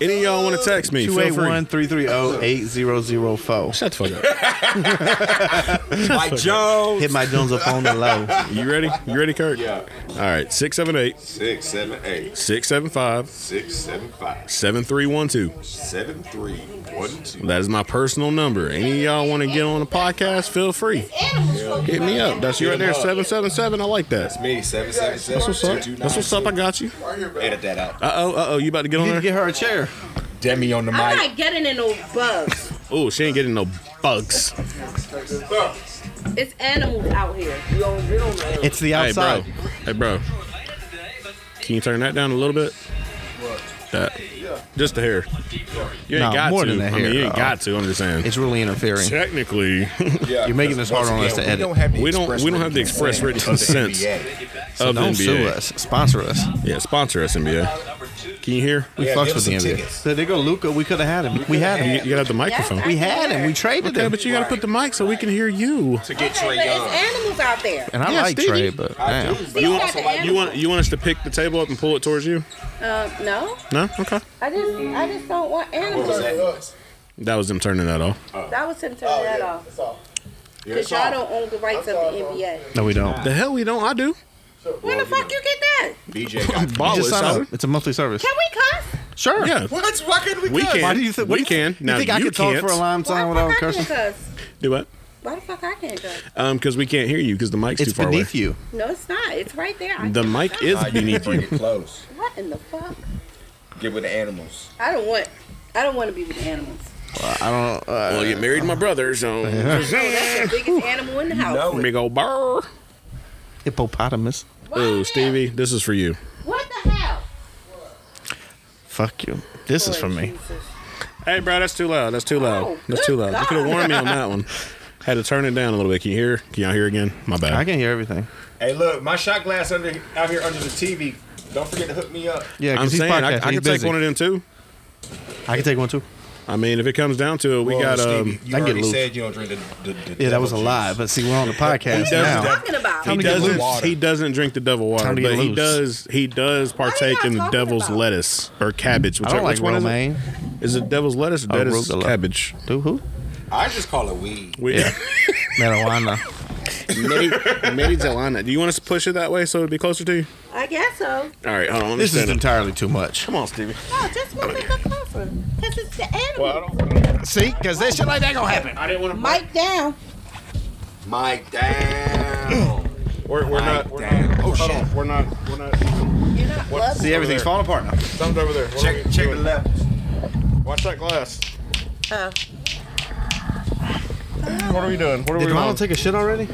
S1: Any of y'all want to text me?
S3: Two
S1: Feel
S3: eight
S1: free.
S3: one three three zero eight zero zero four.
S1: Shut the fuck up.
S5: Mike Jones.
S3: Hit my Jones up on the low.
S1: You ready? You ready, Kurt?
S2: Yeah.
S1: All right. 678
S2: Six, seven, eight,
S1: 675
S2: six, seven, five,
S1: 7312.
S2: seven, three, one, two.
S1: That is my personal number. Any of y'all want to get on the podcast, feel free. Hit me up. That's you right there, 777. I like that.
S5: Me seven seven seven.
S1: That's what's up. That's what's up. I got you.
S5: Edit that out.
S1: Uh oh, uh oh. You about to get on
S3: You need to
S1: there?
S3: get her a chair.
S5: Demi on the
S8: I'm
S5: mic.
S8: not getting in no bugs.
S1: Oh, she ain't getting no bugs.
S8: It's animals out here.
S3: It's the
S1: Hey, bro.
S3: outside.
S1: Hey, bro. Can you turn that down a little bit? That. Just the hair. You ain't
S3: No,
S1: got
S3: more
S1: to.
S3: than the
S1: I mean,
S3: hair,
S1: you ain't
S3: uh,
S1: got to. I'm just saying.
S3: It's really interfering.
S1: Technically,
S5: Yeah,
S3: You're making
S5: 'cause
S3: this harder
S5: once
S3: on us
S5: again,
S3: to
S5: we don't
S3: edit.
S5: have the
S1: We don't-
S5: express
S1: we don't have the
S5: written
S1: express written
S5: consent of the
S1: consent.
S5: NBA.
S1: of the
S3: Don't sue
S1: NBA.
S3: us. Sponsor us.
S1: Yeah, sponsor us, NBA. Can you hear?
S3: We
S5: Yeah,
S3: fucks
S5: give
S3: with
S5: us
S3: the
S5: some
S3: NBA.
S5: tickets.
S3: So there go Luca. We could have had him. We had
S1: You,
S3: him.
S1: you got the microphone.
S8: Yes,
S3: We had him. We traded
S1: yeah,
S3: him.
S1: but you got to put the mic so we can hear you.
S5: To get
S8: Okay, but
S5: Trey Young.
S8: it's animals out there.
S3: And I
S1: Yeah,
S3: like
S1: Stevie.
S3: Trey, but damn.
S1: You
S8: See, you
S1: want,
S8: got the
S1: you want you want us to pick the table up and pull it towards you?
S8: Uh, no,
S1: No, okay.
S8: I just, I just don't want animals.
S4: Hey, us.
S1: That was them turning that off.
S8: That was him turning that off.
S4: That's all.
S8: Cause y'all don't own the rights of the NBA.
S3: No, we don't.
S1: The hell we don't. I do.
S8: Where the fuck you get that?
S5: BJ got
S1: Ball
S3: Just
S1: is
S3: sign
S1: solid.
S3: up. It's a monthly service.
S8: Can we cuss?
S3: Sure.
S1: Oh, Yeah,
S5: What's fucking
S1: we can.
S3: Why do you think?
S1: we can?
S3: You
S1: now
S3: think I
S1: you
S3: could
S1: can't.
S3: talk for a long
S8: Why
S3: time
S8: the
S3: without
S8: fuck I
S3: cursing?
S8: can't cuss?
S1: Do what?
S8: Why the fuck I can't cuss?
S1: Um, because we can't hear you because the mic's
S3: It's
S1: too far away.
S3: beneath you.
S8: No, it's not. It's right there. I
S1: The
S8: can't
S1: mic
S8: cuss.
S1: is
S5: need
S1: beneath
S5: to
S1: you.
S5: get close.
S8: What in the fuck?
S5: Get with the animals.
S8: I don't want. I don't want to be with animals.
S3: I don't. Uh,
S1: Well, you married my brother, so
S8: No, that's the biggest animal in the house.
S5: No,
S1: big old bar.
S3: hippopotamus.
S8: Why
S1: Oh,
S8: the-
S1: Stevie, this is for you.
S8: What the hell?
S3: Fuck you. This is
S8: Boy,
S3: for me.
S8: Jesus.
S1: Hey, bro, that's too loud. That's too loud.
S8: Oh,
S1: that's too
S8: good
S1: loud. You could have
S8: God.
S1: warned me on that one. Had to turn it down a little bit. Can you hear? Can y'all hear again? My bad.
S3: I can hear everything.
S5: Hey, look, my shot glass under out here under the TV. Don't forget to hook me up.
S3: Yeah,
S1: I'm
S3: because he's
S1: saying I, I
S3: podcasting.
S1: can
S3: He's
S1: take
S3: busy.
S1: one of them too.
S3: I can take one too.
S1: I mean, if it comes down to it, we
S5: Well,
S1: got
S5: Stevie,
S1: um.
S3: I
S5: you
S3: can get
S5: already
S3: loose.
S5: said you don't drink the. the, the
S3: Yeah, that
S5: devil
S3: was a
S5: juice.
S3: lie. But see, we're on the podcast
S1: doesn't-
S3: now.
S8: Talking about.
S1: He
S3: to get
S1: doesn't.
S5: loose.
S1: He doesn't drink the devil water,
S3: Time to get
S1: but he
S3: loose.
S1: does. He does partake
S8: y'all
S1: in the
S8: talking
S1: devil's
S8: about?
S1: lettuce or cabbage. Which,
S3: I don't like
S1: which one is it?
S3: romaine.
S1: Is it devil's lettuce or devil's
S3: Arugula.
S1: cabbage?
S3: Do who?
S5: I just call it weed.
S1: We,
S3: Yeah. Marijuana.
S1: Medi- Medijalana. Do you want us to push it that way so it'd be closer to you?
S8: I guess so.
S1: All right, hold on. Let me
S3: This is
S1: stand up.
S3: entirely too much.
S1: Come on, Stevie.
S8: No, just one little closer. Because it's the animal.
S3: See, because that shit like that gonna happen.
S1: I didn't want to.
S8: Mic down.
S5: Mike down.
S1: We're, we're not. We're not.
S5: Down. Oh,
S1: hold
S5: shit.
S1: on. We're not. We're not.
S8: You're not loving
S3: See, everything's falling apart now.
S1: Something's over there. Hold
S5: check
S1: on.
S5: check the left.
S1: Watch that glass.
S8: her.
S1: What are we doing? What are
S3: Did
S1: we
S3: Milo
S1: doing?
S3: take a shit already?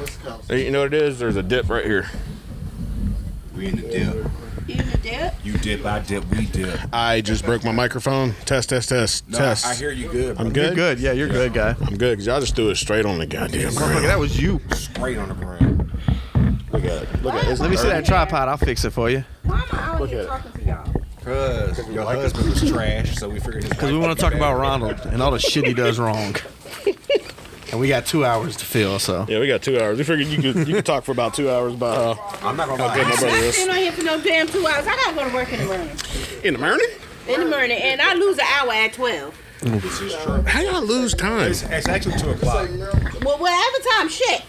S1: you know what it is? There's a dip right here.
S5: We in the dip.
S8: You in the dip?
S5: You dip, I dip, we dip.
S1: I just broke my microphone. Test, test, test,
S5: No,
S1: test.
S5: I, I hear you good.
S1: I'm
S5: bro.
S1: good.
S3: You're good. Yeah, you're good, guy.
S1: I'm good because y'all just threw it straight on the goddamn
S3: Look,
S1: ground.
S3: that was you.
S5: Straight on the ground.
S1: Look at it. Look at it.
S3: Let me see that tripod. I'll fix it for you.
S8: Why am I out
S1: Look
S8: here
S1: at
S8: talking to y'all?
S5: Cause your husband was trash, so we figured his
S3: Because we want to talk about Ronald and all the shit he does wrong. And we got two hours to fill, so.
S1: Yeah, we got two hours. We figured you could you could talk for about two hours about how
S5: I'm not gonna
S1: good my
S5: lie.
S1: brother
S8: I'm
S1: is.
S8: sitting on here for no damn two hours. I gotta go to work in the morning.
S1: In the morning?
S8: In the morning, and I lose an hour at twelve.
S5: This is true.
S1: How y'all lose time?
S5: It's, it's actually two o'clock.
S8: Well, whatever time, shit.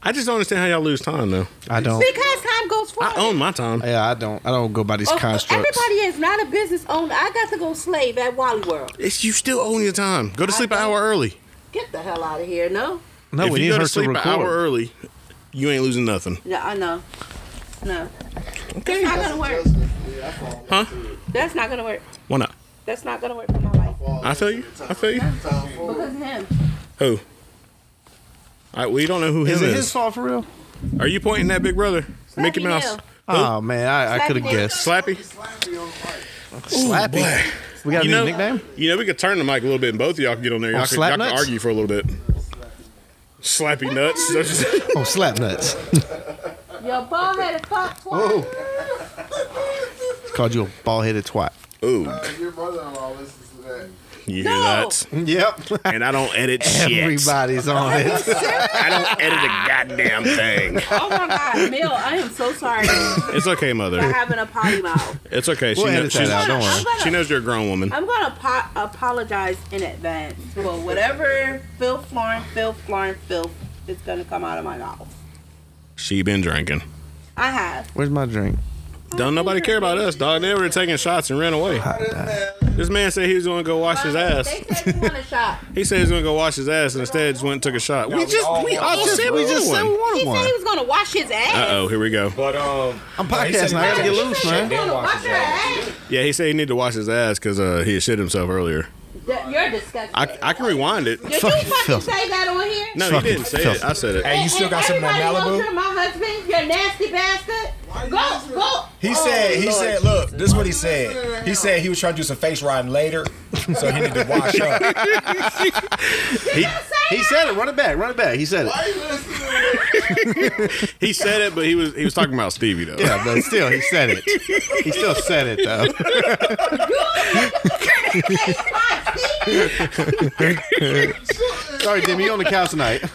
S1: I just don't understand how y'all lose time though.
S3: I don't.
S8: Because time goes
S1: I
S8: forward.
S1: own my time.
S3: Yeah, I don't. I don't go by these
S8: Oh,
S3: constructs.
S8: Everybody is not a business owner. I got to go slave at Wally World.
S1: It's you still own your time. Go to sleep an hour early.
S8: Get the hell out of here. No,
S3: No,
S1: if
S3: we
S1: you
S3: need
S1: go
S3: her
S1: to
S3: to
S1: sleep an hour
S3: record.
S1: early, you ain't losing nothing.
S8: no, I know. No, that's not gonna work.
S1: Huh?
S8: That's not gonna work.
S1: Why not?
S8: That's not gonna work for my life.
S1: I feel you. I feel you.
S8: Because of him.
S1: Who? I, we don't know who him
S3: Is
S1: is.
S3: it his fault for real?
S1: Are you pointing at Big Brother? Mickey Mouse.
S8: Hill.
S3: Oh man, I, I could have guessed.
S1: Slappy?
S3: Slappy.
S1: Boy.
S3: We got a
S1: You
S3: new
S1: know-
S3: nickname.
S1: You know, we could turn the mic a little bit and both of y'all can get on there. Y'all,
S3: Oh,
S1: could,
S3: slap
S1: y'all can
S3: nuts?
S1: argue for a little bit. Slappy nuts. That's just-
S3: Oh, slap nuts.
S8: Your bald headed fuck.
S3: Whoa. Called you a ball-headed twat.
S1: Ooh,
S4: uh, Your brother-in-law listens to that.
S1: you hear
S8: No.
S1: that?
S3: Yep.
S1: And I don't edit shit.
S3: Everybody's on it.
S1: I don't edit a goddamn thing.
S8: Oh my god, Mill, I am so sorry for
S1: It's okay, mother.
S8: having a potty mouth.
S1: It's okay. She,
S3: We'll
S1: kno-
S3: edit that
S1: she's-
S3: out, don't
S8: I'm
S3: worry.
S8: gonna-
S1: she knows you're a grown woman.
S8: I'm gonna apo- apologize in advance for whatever filth, Lauren, filth, Lauren, filth is gonna come out of my mouth.
S1: She been drinking.
S8: I have.
S3: Where's my drink?
S1: Don't nobody care about us, dog. They were taking shots and ran away. This man said he was gonna go wash his ass.
S8: They said you want a shot.
S1: He said he was gonna go wash his ass and instead just went and took a shot. We just, we all
S3: just-
S1: said
S3: we
S1: we
S3: just
S1: just
S3: said we
S1: one.
S8: He
S3: wanted
S8: said he
S3: one.
S8: was gonna wash his ass.
S1: Uh oh, here we go.
S5: But um,
S3: I'm
S5: he said
S3: podcasting. I gotta
S5: he
S3: get
S5: said-
S3: loose,
S5: he
S3: man.
S5: said Damn
S8: He was gonna
S5: watch
S8: wash
S5: his
S8: your
S5: ass.
S8: ass.
S1: Yeah, he said he needed to wash his ass because uh, he had shit himself earlier.
S8: That- You're disgusting.
S1: I, I can rewind it.
S8: Did
S3: Fucking
S8: you fucking
S3: filth.
S8: say that on here?
S1: No,
S3: Fucking
S1: he didn't say
S3: filth.
S1: it. I said it.
S5: Hey, you still got some more
S8: everybody goes to
S5: Malibu?
S8: my husband, you nasty bastard. Go, go. Oh,
S5: He said, he said, look, this is what he said. He said he was trying to do some face riding later, so he needed to wash up.
S1: He,
S3: He said it. Run it back. Run it back. He said it.
S1: he said it, but he was he was talking about Stevie though.
S3: Yeah, but still, he said it. He still said it though. Sorry, Demi, you on the couch tonight.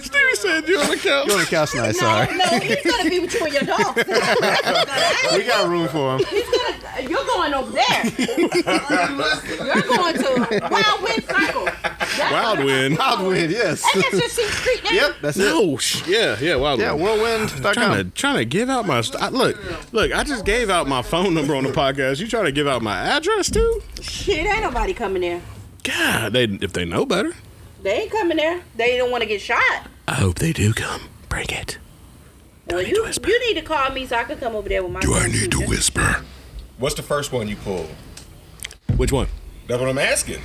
S1: Stevie said you on the couch.
S3: You on the couch tonight.
S8: No,
S3: Sorry,
S8: no, he's gonna be with you and your dog.
S3: we got room for him.
S8: He's gonna, you're going over there. you're going to Wild Wind Circle. That's
S1: Wild
S8: what-
S1: wind.
S3: Wildwood, yes.
S8: And that's just his street name.
S3: Yep, that's it.
S1: No, sh- yeah, yeah, wild
S3: Yeah,
S1: wind. Trying to,
S3: whirlwind.com.
S1: trying to give out my st- I, look, look. I just gave out my phone number on the podcast. You trying to give out my address too?
S8: Shit, ain't nobody coming there.
S1: God, they if they know better.
S8: They ain't coming there. They don't want to get shot.
S1: I hope they do come. Bring it.
S8: Well,
S1: need to
S8: you,
S1: whisper.
S8: you need to call me so I can come over there with my.
S1: Do I need to whisper?
S5: What's the first one you pull?
S1: Which one?
S5: That's what I'm asking.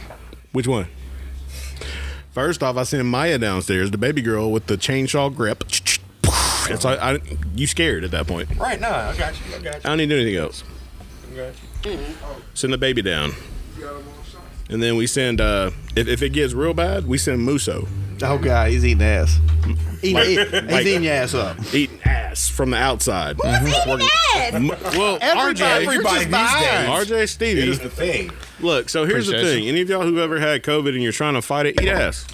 S1: Which one? First off, I sent Maya downstairs, the baby girl with the chainsaw grip. That's I, I, you scared at that point.
S5: Right now, I got you. I got
S1: I don't need to do anything else.
S5: you. I got you.
S1: Send the baby down, and then we send. Uh, if, if it gets real bad, we send Muso
S3: Oh god, he's eating ass. Eating, he's
S1: Mike.
S3: eating your ass up.
S1: eating ass from the outside.
S8: Yes.
S1: M- Well,
S3: Everybody-
S1: RJ,
S5: Everybody these days.
S1: RJ,
S5: It is
S1: Stevie.
S5: the thing.
S1: Look, so here's the
S3: Appreciate
S1: thing: any of y'all who've ever had COVID and you're trying to fight it, eat ass.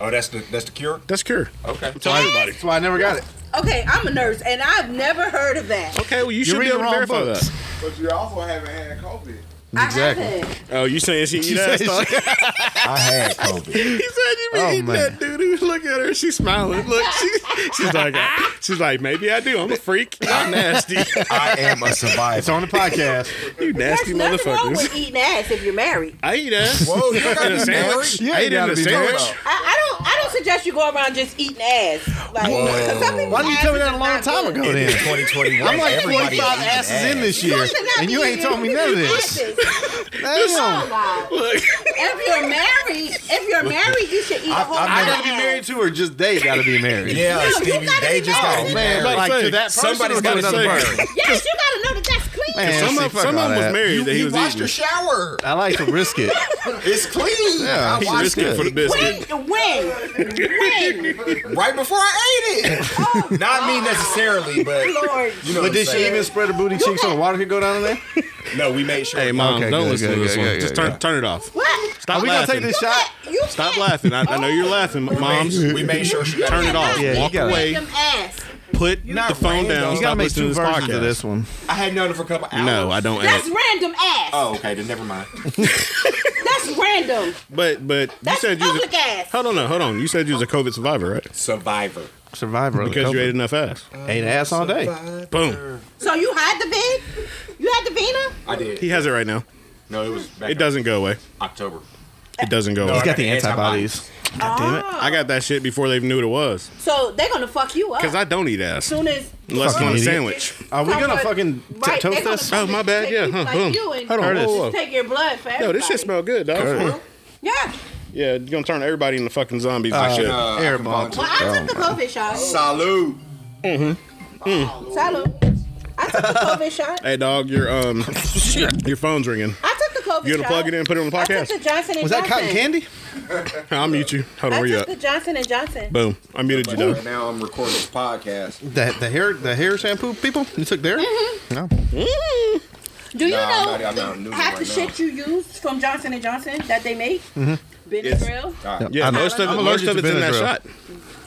S5: Oh, that's the that's the cure.
S1: That's cure.
S5: Okay.
S1: Tell everybody.
S3: That's why I never got it.
S8: Okay, I'm a nurse and I've never heard of that.
S1: Okay, well you
S3: You're
S1: should be
S3: reading
S1: able
S3: the
S1: to
S3: wrong
S1: verify
S3: books.
S1: that.
S4: But you also haven't had COVID.
S3: Exactly.
S8: I haven't.
S1: Oh, you saying she eat ass? dog?
S5: I had
S1: He
S5: COVID.
S1: said you be
S3: Oh,
S1: eating
S3: man.
S1: that dude. Look at her. She's smiling. Look, she, she's like, uh, she's like, maybe I do. I'm a freak. I'm nasty.
S5: I am a
S3: It's
S5: survivor.
S3: on the podcast.
S1: you
S8: That's
S1: nasty
S8: nothing wrong
S1: motherfuckers.
S8: with eating ass if you're married.
S1: I eat ass.
S5: Whoa, Oh, you got
S1: in a
S5: me married?
S1: sandwich.
S3: You
S1: I
S3: ain't
S1: ate it in
S3: gotta
S1: a
S3: be married.
S1: sandwich.
S8: I, I don't. I don't suggest you go around just eating ass. Like, because some people's
S3: Why didn't you tell me that
S8: asses
S3: a
S8: is
S3: long
S8: not
S3: time
S8: good.
S3: ago
S9: In
S3: then?
S9: 2021,
S3: I'm like
S9: everybody
S3: 45 asses in this year,
S8: should not
S3: and
S8: be
S3: you ain't
S8: in
S3: told me none of this.
S8: Asses.
S3: Damn.
S1: Look,
S8: If you're married, if you're married, you should eat a
S3: I,
S8: whole.
S3: I
S8: lot
S3: gotta
S8: of
S3: be
S8: ass.
S3: married to, or just they gotta be married.
S9: Yeah,
S8: you
S9: Stevie,
S8: gotta
S9: they
S8: be
S9: just got
S8: married.
S9: to
S3: man,
S9: married.
S3: like
S1: Like,
S3: to that person
S9: somebody's
S3: or to
S9: gotta
S3: another
S9: say-
S3: person.
S8: Yes, you gotta know that that's clean.
S3: Man,
S1: some
S3: see,
S1: of
S3: fuck
S1: some
S3: all
S1: of them was
S3: that.
S1: married that he
S5: You
S1: was
S5: washed
S1: eating.
S5: your shower.
S3: I like to risk it.
S5: It's clean.
S3: Yeah,
S5: I
S3: he
S5: washed
S1: Risk it for the
S8: When,
S1: biscuit.
S8: when, when?
S5: right before I ate it.
S8: Oh,
S5: Not me necessarily, but
S8: Lord.
S5: you know.
S3: But
S5: what I'm
S3: did she
S5: saying.
S3: even spread her booty cheeks so the water could go down in there?
S5: No, we made sure.
S1: Hey, mom,
S3: Okay,
S1: don't
S3: good,
S1: listen
S3: good,
S1: to this
S3: good,
S1: one.
S3: good,
S1: Just
S3: good,
S1: turn
S3: good.
S1: turn it off.
S8: What?
S1: Stop
S3: Are we gonna
S1: laughing.
S3: take this shot?
S8: You
S1: Stop
S8: can't Oh.
S1: laughing. I, I know you're laughing, moms.
S5: we made sure she got
S1: Turn it off.
S3: Yeah, you
S1: Walk
S3: gotta-
S1: away.
S8: Them ass.
S1: Put
S5: You're not
S1: the phone
S5: random.
S1: down.
S3: You
S1: Stop
S3: gotta make
S1: listening
S3: two
S1: to this
S3: versions
S1: podcast.
S3: of this one.
S5: I had known it for a couple hours.
S1: No, I don't.
S8: That's
S1: act.
S8: random ass.
S5: Oh, okay, then never mind.
S8: That's random.
S1: But but you
S8: That's
S1: said you. Was
S8: public ass.
S1: a, hold on, no, hold on. You said you was a COVID survivor, right?
S5: Survivor.
S3: Survivor. of the
S1: Because you
S3: COVID.
S1: ate enough ass.
S3: ate ass all day.
S1: Boom.
S8: So you had the vein? You had the vena?
S5: I
S1: He
S5: did.
S1: has it right now.
S5: No, it was back
S1: It doesn't go away.
S5: in October.
S1: It doesn't go
S3: He's
S1: away.
S3: got the antibodies. God damn it.
S1: I got that shit before they even knew what it was.
S8: Ah. So they're gonna fuck you up.
S1: Because I don't eat ass.
S8: soon as
S1: Unless it's
S3: Fucking
S1: on a
S3: idiot.
S1: sandwich.
S3: Are we gonna
S8: Someone-
S3: fucking t-
S8: right, they
S3: toast
S8: gonna
S3: this?
S8: come
S1: Oh, my
S8: and
S1: bad.
S8: take
S1: Yeah,
S8: you
S1: huh,
S8: like
S1: boom.
S8: you and
S3: Hold on,
S8: just
S3: whoa, whoa.
S8: Take your blood for everybody.
S1: Yo, this shit smell good, dog.
S3: Curtis.
S8: Yeah.
S1: Yeah, you're gonna turn everybody into fucking zombies and shit.
S5: Uh,
S3: Air Oh.
S5: I can
S3: ball.
S8: Well,
S5: volunteer.
S8: I took the COVID shot.
S5: Salute.
S8: Salud. I took the COVID shot.
S1: Hey, dog, your um, your phone's ringing.
S8: I took the COVID shot.
S1: You gonna plug it in and put it on the
S8: I
S1: podcast?
S8: took the Johnson and
S3: Was
S8: Johnson.
S3: that cotton candy?
S1: I'll mute you. Hold on,
S8: I
S1: where you
S8: took
S1: at?
S8: the Johnson and Johnson.
S1: Boom. I muted you,
S5: Right
S1: dog.
S5: uh, now I'm recording this podcast.
S3: The, the hair the hair shampoo people you took there? No.
S8: Mm. Do you
S5: Nah, I'm not-
S8: know
S5: I'm not new to
S8: half
S5: it
S8: the
S5: right
S8: shit you use from Johnson and Johnson that they make?
S3: Mm-hmm.
S8: Benadryl,
S1: Yeah,
S3: I'm-
S1: most of
S3: I'm
S1: it, most
S3: allergic
S1: of
S3: to
S1: it's in that
S3: Benadryl.
S1: shot.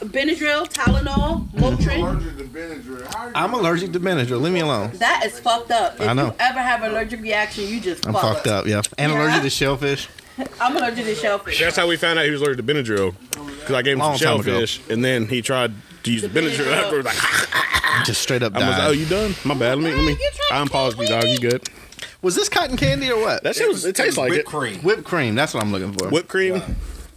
S8: Benadryl, Tylenol, Motrin.
S4: Allergic to Benadryl. How are you-
S3: I'm allergic to Benadryl. Leave me alone.
S8: That is fucked up. If
S3: I know.
S8: you ever have an allergic reaction, you just
S3: I'm
S8: fucked.
S3: fucked up, yeah. And
S8: Yeah.
S3: allergic to shellfish.
S8: I'm allergic to shellfish.
S1: That's how we found out he was allergic to Benadryl. Because I gave him
S3: Long
S1: some
S3: time ago.
S1: shellfish, and then he tried to use the
S8: The
S1: Benadryl.
S8: Benadryl.
S1: afterwards, like,
S3: Just straight up
S1: I was like,
S3: died.
S1: oh, you done? My bad. Let me, let me.
S8: God, you trying to
S1: I'm paused you,
S8: kill
S1: dog.
S8: me.
S1: You good?
S3: was this cotton candy or what?
S1: That shit was, it tastes like
S5: whipped
S1: it.
S5: cream.
S3: Whipped cream. That's what I'm looking for.
S1: Whipped cream.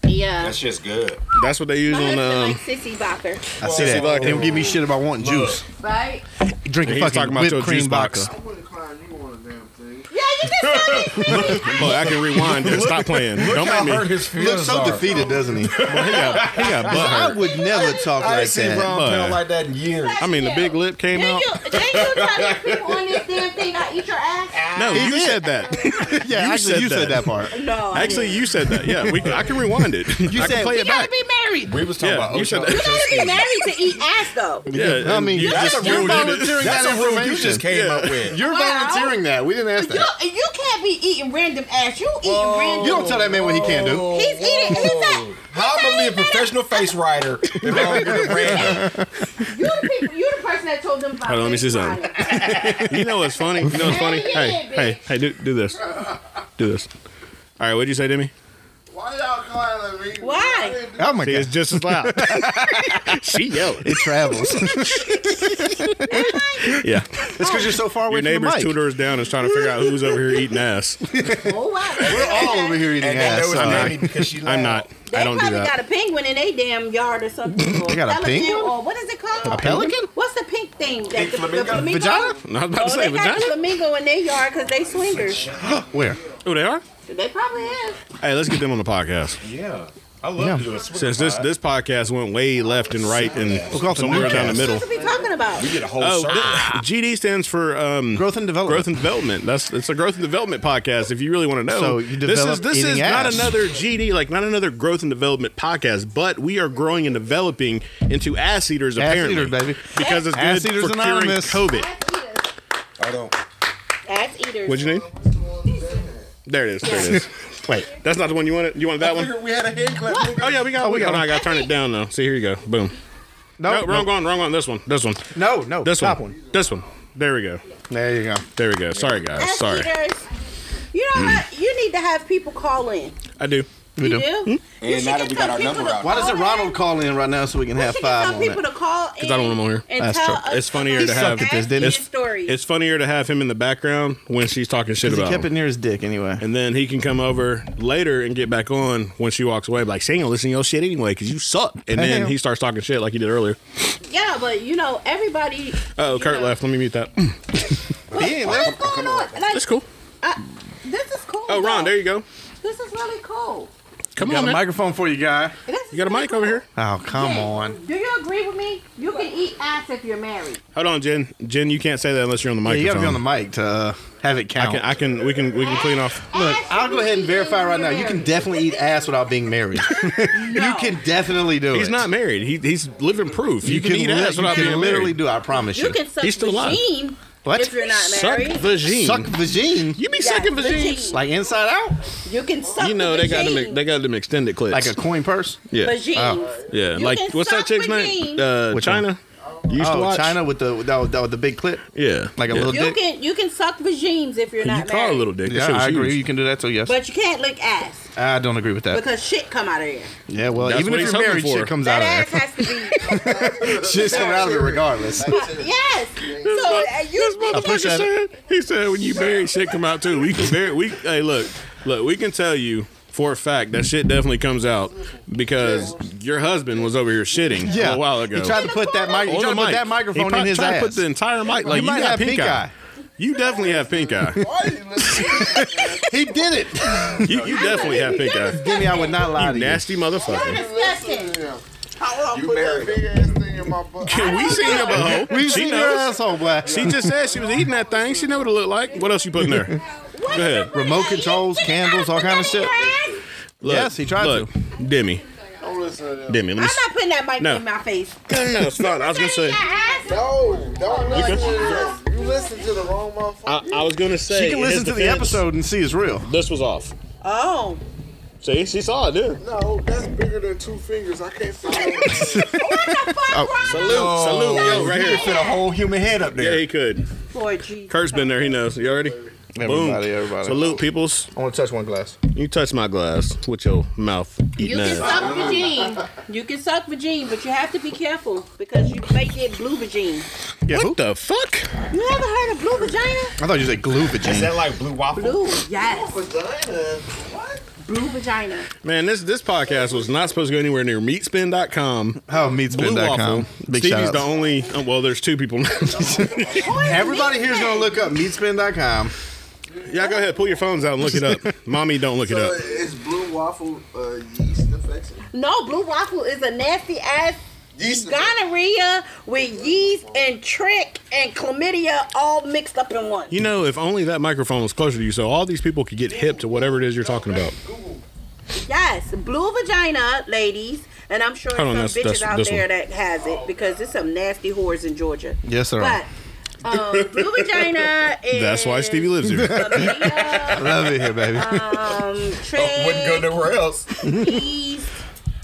S8: Yeah.
S5: That's just good.
S1: That's what they use
S8: My
S1: on,
S8: husband
S1: um,
S8: likes sissy bocker,
S3: I see that.
S1: Whoa.
S3: They don't give me shit about wanting juice.
S8: right?
S3: Drinking
S1: He's talking
S3: fucking
S1: about your
S3: whipped
S1: juice
S3: cream
S1: box.
S3: box.
S4: I wouldn't climb you on a damn thing.
S8: Yeah, you just said it.
S1: Look, I can rewind it. Stop playing. Don't
S5: I
S1: make
S5: hurt
S1: me.
S5: his
S3: Looks
S5: feelings.
S3: so
S5: are.
S3: defeated, doesn't he?
S1: He got, he got butt
S3: I
S1: hurt.
S3: would never talk
S5: I ain't
S3: like
S5: seen
S3: that.
S5: Brown Pill
S1: But-
S5: like that in years.
S1: I mean, the big lip came
S8: Then
S1: out.
S8: you, then you try to get people on this damn thing not eat your ass?
S1: No, you said that.
S3: Yeah,
S1: You
S3: actually,
S1: said
S3: you
S1: that.
S3: said that part.
S8: No. I
S1: Actually,
S8: didn't.
S1: you said that. Yeah, we can, I can rewind it. I
S3: said-
S1: can play
S3: We
S1: it
S8: You gotta
S1: back.
S8: be married.
S5: We was talking
S1: Yeah,
S5: about
S1: you
S5: Ocho
S1: said that.
S8: You
S5: Ocho
S8: gotta be
S5: Steve.
S8: married to eat ass though.
S1: Yeah,
S3: I mean,
S1: you
S3: that's
S1: just
S3: a rule.
S1: you did it.
S3: Volunteering
S5: That's
S3: that
S5: a rule you
S3: information.
S5: just came
S1: Yeah.
S5: up with.
S3: You're
S8: Wow.
S3: volunteering that. We didn't ask
S8: You,
S3: that.
S8: you can't be eating random ass. You eating random.
S3: You don't tell that man what he can't do.
S8: He's eating. He's not.
S5: How am I gonna be a professional face writer if I don't get a brand?
S8: You the people. You the person that told them about.
S1: Hold on, let me see
S8: this
S1: something.
S8: product.
S1: You know what's funny? You know what's funny?
S8: Hell
S1: Hey,
S8: yeah,
S1: hey, hey, do, do this. Do this. All right, what'd you say, Demi?
S4: Why y'all climbing me?
S8: Why?
S4: I didn't do
S3: Oh my
S1: See,
S3: god,
S1: it's just as loud. she yelled.
S3: it travels.
S1: Yeah.
S3: That's because you're so far away
S1: Your
S3: from the
S1: neighbor's
S3: mic.
S1: two doors down is trying to figure out who's over here eating ass.
S8: Oh wow.
S3: We're all over here eating
S5: And then
S3: ass.
S5: there was
S3: so-
S5: Mammy because she
S1: I'm
S5: laughed.
S1: not.
S8: They
S1: I don't do
S8: probably
S1: that.
S8: got a penguin in their damn yard or something. They
S3: got a penguin?
S8: Or what is it called?
S3: A pelican?
S8: What's the pink thing? That
S5: Pink
S8: the, the
S5: flamingo?
S8: flamingo?
S3: Vagina?
S1: No, I was about
S8: Oh,
S1: to say
S8: they got a
S1: vagina.
S8: flamingo in their yard because they swingers.
S3: Where?
S1: Oh, they are.
S8: They probably have.
S1: Hey, let's get them on the podcast.
S5: Yeah. I love
S3: Yeah.
S5: to do a swing
S1: Since this
S5: pod.
S1: this podcast went way left and right and
S3: off the
S1: somewhere down the
S3: newcast.
S1: middle.
S8: What are we talking about?
S5: we get a whole
S1: Oh,
S5: circle.
S1: th- GD stands for um,
S3: Growth and development.
S1: growth and development. That's it's a growth and development podcast. If you really want to know,
S3: So you
S1: this is
S3: develop
S1: this is
S3: eating
S1: not
S3: ass.
S1: another GD like not another growth and development podcast, but we are growing and developing into ass eaters
S3: Ass
S1: apparently,
S3: eaters, baby.
S1: because it's
S3: Ass
S1: good
S3: Eaters
S1: for curing
S3: Anonymous.
S1: COVID.
S8: Ass eaters.
S5: I don't.
S8: Ass eaters.
S1: What'd you need? There it is. There it is.
S3: Wait.
S1: That's not the one you wanted. You wanted that one?
S5: We had a hand clap.
S1: Oh yeah, we got.
S3: Oh,
S1: we
S3: we
S1: got.
S3: got
S1: no,
S3: one.
S1: I got to turn it down though. See here you go. Boom. No,
S3: No,
S1: wrong
S3: no,
S1: one. Wrong one. This one. This one.
S3: no, no.
S1: This
S3: Top
S1: one. This one. There we go.
S3: There you go.
S1: There we go. Sorry guys.
S8: Ass
S1: Sorry.
S8: eaters. You know what? You need to have people call in.
S1: I do. Hmm?
S8: You do? You
S5: And
S8: should
S5: now
S8: get
S5: that we got
S8: some
S5: our
S8: people
S5: number
S8: to
S5: out.
S3: Why doesn't
S8: call in.
S3: Ronald call in right now so we can
S8: We
S3: have
S8: should get
S3: five
S8: some
S3: on
S8: people to
S3: that?
S8: call in.
S1: 'Cause I don't want 'em on here.
S8: And
S3: That's
S8: tell
S3: true.
S8: us
S1: It's funnier
S8: about
S1: to have-
S8: their
S3: Suck at this, didn't
S8: actual
S3: he?
S8: stories.
S1: It's funnier to have him in the background when she's talking shit
S3: Because he
S1: about
S3: kept
S1: him.
S3: it near his dick anyway.
S1: and then he can come over later and get back on when she walks away. Like, she ain't gonna listen to your shit anyway because you suck. And then
S3: Damn.
S1: he starts talking shit like he did earlier.
S8: yeah, but you know everybody.
S1: Oh,
S8: you
S1: Kurt
S8: know,
S1: left. Let me mute that.
S8: What,
S3: ain't
S8: what's
S3: left.
S8: going on? Like,
S1: That's cool.
S8: I, this is cool.
S1: Oh, Ron,
S8: though.
S1: there you go.
S8: This is really cool.
S1: Come
S3: Got
S1: on,
S3: a
S1: man.
S3: microphone for you, guy.
S8: This is
S1: You got a
S8: really
S1: mic over
S8: cool.
S1: here.
S3: Oh, come
S8: Yeah.
S3: on.
S8: Do you agree with me? You can eat ass if you're married.
S1: Hold on, Jen. Jen, you can't say that unless you're on the
S3: Yeah,
S1: microphone.
S3: you gotta be on the mic to uh, have it
S1: I
S3: count.
S1: can. I can. We can. We can clean off.
S3: Look,
S8: Ass
S3: I'll
S8: if
S3: go ahead and
S8: eat
S3: verify
S8: if
S3: right now.
S8: you're
S3: You can
S8: married.
S3: definitely eat ass without being married. You
S8: No.
S3: can definitely do it.
S1: He's not married. He, he's living proof. You, can, eat
S3: li-
S1: ass without
S3: you can
S1: being
S3: literally
S1: married.
S3: do. it, I promise you.
S8: You can suck
S1: He's still alive.
S8: vagine
S3: What?
S8: if you're not
S1: Suck
S8: married.
S1: vagine.
S3: Suck vagine.
S1: You be
S8: Yeah,
S1: sucking
S8: vagine.
S1: vagines.
S3: Like inside out,
S8: You can suck.
S1: You know
S8: the
S1: they got
S8: vagine.
S1: them. They got them extended clips.
S3: like a coin purse.
S1: yeah.
S8: Vagines.
S3: Oh.
S1: Yeah,
S8: You
S1: like
S8: can
S1: what's that
S8: suck
S1: chick's
S8: vagine.
S1: name? Uh,
S3: Which
S1: China. You used to
S3: Oh,
S1: watch
S3: China with the with the, with the, with the big clip.
S1: Yeah,
S3: Like a
S1: yeah.
S3: little
S8: You
S3: dick.
S8: can you can suck vagines if you're
S1: You
S8: not
S1: call
S8: married.
S1: a little dick. That
S3: yeah,
S1: shit was
S3: I agree.
S1: huge.
S3: You can do that too. Yes,
S8: But you can't lick ass
S3: I don't agree with that.
S8: because shit come out of there.
S3: yeah, well,
S1: That's
S3: even
S1: what
S3: if
S1: he's
S3: you're married,
S1: hoping for.
S3: shit comes
S8: That
S3: out
S8: ass
S3: of there.
S8: has to be
S3: Shit's coming out of it regardless.
S8: yes. So uh, you
S1: I
S8: think
S1: push that.
S3: motherfucker
S1: He said, "When you bury shit, come out too." We can bury. We hey, look, look. We can tell you for a fact that shit definitely comes out because your husband was over here shitting
S3: Yeah,
S1: a while ago.
S3: He tried to put that mic. He
S1: On
S3: tried to
S1: the
S3: put
S1: mic.
S3: that
S1: He
S3: microphone in
S1: probably
S3: his
S1: tried to put
S3: ass.
S1: the entire mic. Like
S3: You
S1: you,
S3: might
S1: got
S3: have
S1: pink,
S3: pink
S1: eye.
S3: eye.
S1: You definitely have pink eye.
S4: Why are you listening?
S3: He did it.
S1: you you definitely have pink eye.
S3: Give me, I would not lie to you.
S1: Nasty motherfucker.
S4: Listen to him. How long put that big ass thing in my butt?
S1: We seen your butthole.
S3: We've
S1: She
S3: seen your
S1: knows.
S3: asshole, black.
S1: She just said she was eating that thing. She know what it looked like. What else you put in there? Go ahead.
S3: Remote controls, candles, all kind of shit.
S1: Look,
S3: Yes, he tried
S1: look,
S3: to.
S1: Demi,
S4: Don't listen to them.
S1: Demi, let me.
S8: I'm
S1: s-
S8: not putting that mic
S1: No.
S8: in my face.
S1: No, no, no, it's fine. I was gonna say.
S4: No, don't listen to them. You listen to the wrong motherfucker.
S3: Uh,
S1: I, I was gonna say.
S3: She can
S1: in his
S3: listen to the
S1: defense,
S3: episode and see it's real.
S1: This was off.
S8: Oh,
S1: See, she saw it, dude.
S4: No, that's bigger than two fingers. I can't feel it.
S3: Oh,
S1: Salute, salute, Oh, yo, right
S5: You
S1: here.
S5: fit a whole human head up
S1: Yeah,
S5: there.
S1: he could.
S8: boy, Jesus.
S1: Kurt's been there. He knows. You already.
S3: Everybody, everybody.
S1: Salute, peoples.
S3: I want to touch one glass.
S1: You touch my glass with your mouth.
S8: You
S1: Eating
S8: can
S1: ass.
S8: suck vagine. You can suck vagine, but you have to be careful because you may get blue vagine.
S1: What the fuck?
S8: You ever heard of blue vagina?
S3: I thought you said glue
S5: Is
S3: vagina.
S5: that like blue waffle?
S8: Blue, yes,
S4: Vagina.
S8: blue vagina.
S1: Man, this this podcast was not supposed to go anywhere near meatspin.com.
S3: Oh,
S1: Blue
S3: meatspin.com.
S1: Waffle.
S3: Big
S1: Stevie's
S3: shout
S1: the
S3: outs.
S1: only. oh, well, there's two people.
S3: Everybody here's gonna look up meatspin.com.
S1: yeah, go ahead. Pull your phones out and look it up. Mommy, don't look it
S4: So
S1: up.
S4: it's blue waffle uh, yeast infection.
S8: No, blue waffle is a nasty ass
S4: Yeast
S8: gonorrhea with yeast and trick and chlamydia all mixed up in one.
S1: You know, if only that microphone was closer to you, so all these people could get hip to whatever it is you're talking about.
S8: Yes, blue vagina, ladies. And I'm sure
S1: Hold on,
S8: some
S1: that's-
S8: bitches
S1: that's-
S8: out
S1: this
S8: there
S1: one.
S8: that has it because there's some nasty whores in Georgia.
S3: Yes, there
S8: But
S3: are.
S8: um, blue vagina is
S1: That's why Stevie lives here.
S8: chlamydia,
S3: Love it here, baby.
S8: um,
S5: Oh, wouldn't go
S8: trick,
S5: nowhere else.
S8: yeast,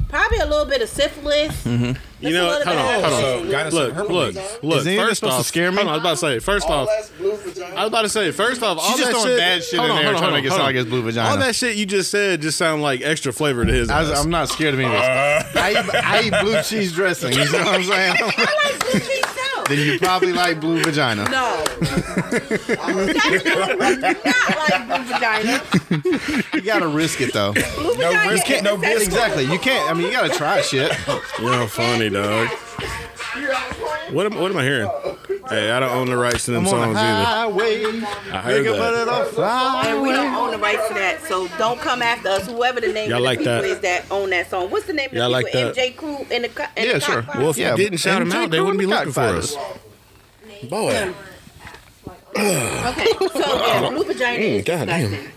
S8: probably a little bit of syphilis.
S1: Mm-hmm. You know,
S8: That's
S1: what?
S8: a
S1: hold on,
S8: little bit
S1: hold on.
S5: of- So,
S1: Look,
S5: got us
S1: look,
S5: some
S1: look.
S3: Is any of this
S1: First
S3: supposed to
S1: off,
S3: scare me?
S1: Hold on, I was about to say. First
S4: All
S1: off,
S4: that's blue
S1: I was
S4: vagina.
S1: about to say. First off, all
S3: just
S1: that
S3: throwing
S1: shit.
S3: bad shit
S1: hold
S3: in
S1: on,
S3: there,
S1: hold on,
S3: trying to
S1: hold on,
S3: make it
S1: hold on.
S3: sound like it's blue vagina.
S1: All that shit you just said just sound like extra flavor to his.
S3: I was,
S1: ass.
S3: I'm not scared of any of this.
S1: Uh.
S3: I, eat, I eat blue cheese dressing. You know what I'm saying?
S8: I like blue cheese too.
S3: then you probably like blue vagina.
S8: No. Definitely not like blue vagina.
S3: You gotta risk it though.
S8: Blue vagina
S5: risk
S8: is
S5: it, no
S8: sexual.
S5: risk.
S3: Exactly. You can't. I mean, you gotta try shit.
S1: You're funny, dog. What am, what am I hearing?
S4: Oh.
S1: Hey, I don't own the rights to them
S3: I'm
S1: songs
S3: on the
S1: either.
S3: highway.
S1: I heard
S3: Nigga, uh,
S1: that.
S3: put it on
S8: And we
S3: fire.
S8: don't own the rights to that, so don't come after us. Whoever the name
S1: Y'all
S8: of the
S1: like
S8: people
S1: that?
S8: is that own that song. What's the name of the
S1: Y'all
S8: people?
S1: like that?
S8: MJ Crew in the co- in
S3: Yeah,
S8: the
S3: sure.
S8: cockfight?
S1: Well, if
S3: Yeah,
S1: you didn't shout
S3: and
S1: them out,
S3: drink
S1: they wouldn't be
S3: Corona
S1: looking for us.
S3: cockfighters.
S1: Boy,
S8: okay. So yeah, blue vagina. is
S1: Mm, goddamn.
S8: disgusting.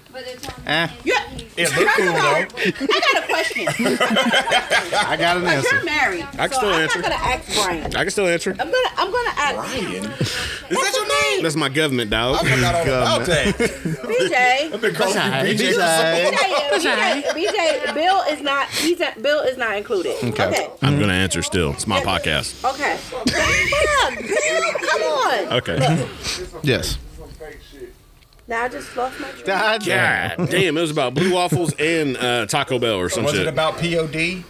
S3: Eh,
S8: Yeah.
S5: It look
S8: First
S5: cool
S8: of all,
S5: though.
S8: I got a question.
S3: I got an
S8: Like,
S3: answer.
S8: you're married,
S1: I can
S8: so
S1: still
S8: I'm
S1: answer.
S8: not gonna ask Brian.
S1: I can still answer.
S8: I'm gonna I'm gonna ask
S5: Brian?
S8: Is that your
S1: That's my government, dog.
S5: I forgot all about that.
S8: BJ?
S5: Been calling you DJ.
S8: BJ, BJ, BJ, Bill is not he's a, Bill is not included.
S3: Okay.
S8: Okay.
S1: I'm gonna answer still. It's my podcast.
S8: Okay. Damn, Bill, come on.
S1: Okay.
S3: Yes.
S4: Some fake shit.
S8: Now I just lost my train.
S3: God
S1: God damn, it was about blue waffles and uh, Taco Bell or some
S5: Was
S1: shit.
S5: it about POD?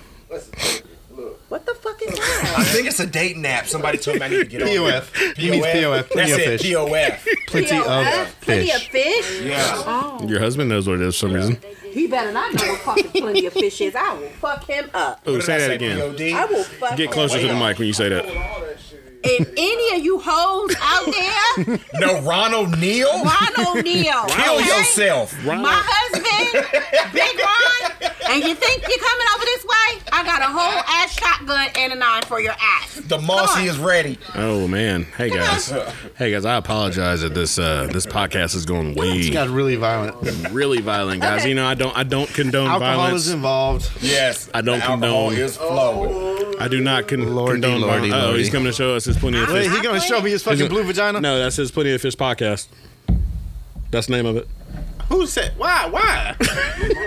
S8: What the fuck is
S5: I
S8: that?
S5: think it's a date nap. Somebody told me I need to get on.
S3: POF. He means POF. Plenty
S5: That's
S3: of
S5: it.
S3: fish.
S5: POF.
S3: Plenty
S8: POF?
S3: of
S8: Plenty of
S3: fish.
S8: fish?
S5: Yeah.
S8: Oh,
S1: Your husband knows what it is for some reason.
S8: he better not know what fucking plenty of fish is. I will fuck him up.
S1: Oh,
S5: What did I
S1: say that
S5: say,
S1: again.
S8: I
S5: POD.
S8: will fuck
S1: Get closer to the mic when you say that.
S4: All that shit is.
S8: If any of you hoes out there,
S5: No, Ronald Neal.
S8: Ron O'Neal.
S5: Kill
S8: okay?
S5: yourself.
S8: My husband, Big Ron, and you think you're coming over this way? I got a whole ass shotgun and a nine for your ass.
S5: The Mossy
S8: Come on.
S5: is ready.
S1: Oh man, hey guys, hey guys, I apologize that this uh, this podcast is going
S3: It
S1: way
S3: got really violent.
S1: really violent, guys.
S8: Okay.
S1: You know, I don't I don't condone
S3: Alcohol
S1: violence.
S3: is involved.
S5: Yes.
S1: I don't
S5: the alcohol
S1: condone-
S5: is flowing.
S1: I do not con-
S3: Lordy,
S1: condone
S3: lordy,
S1: violence. Oh,
S3: lordy.
S1: he's coming to show us his plenty of
S3: Wait,
S1: fish.
S3: he gonna show me his fucking blue vagina?
S1: No, that's his plenty of fish podcast. That's the name of it.
S3: Who said? Why? Ah, Why?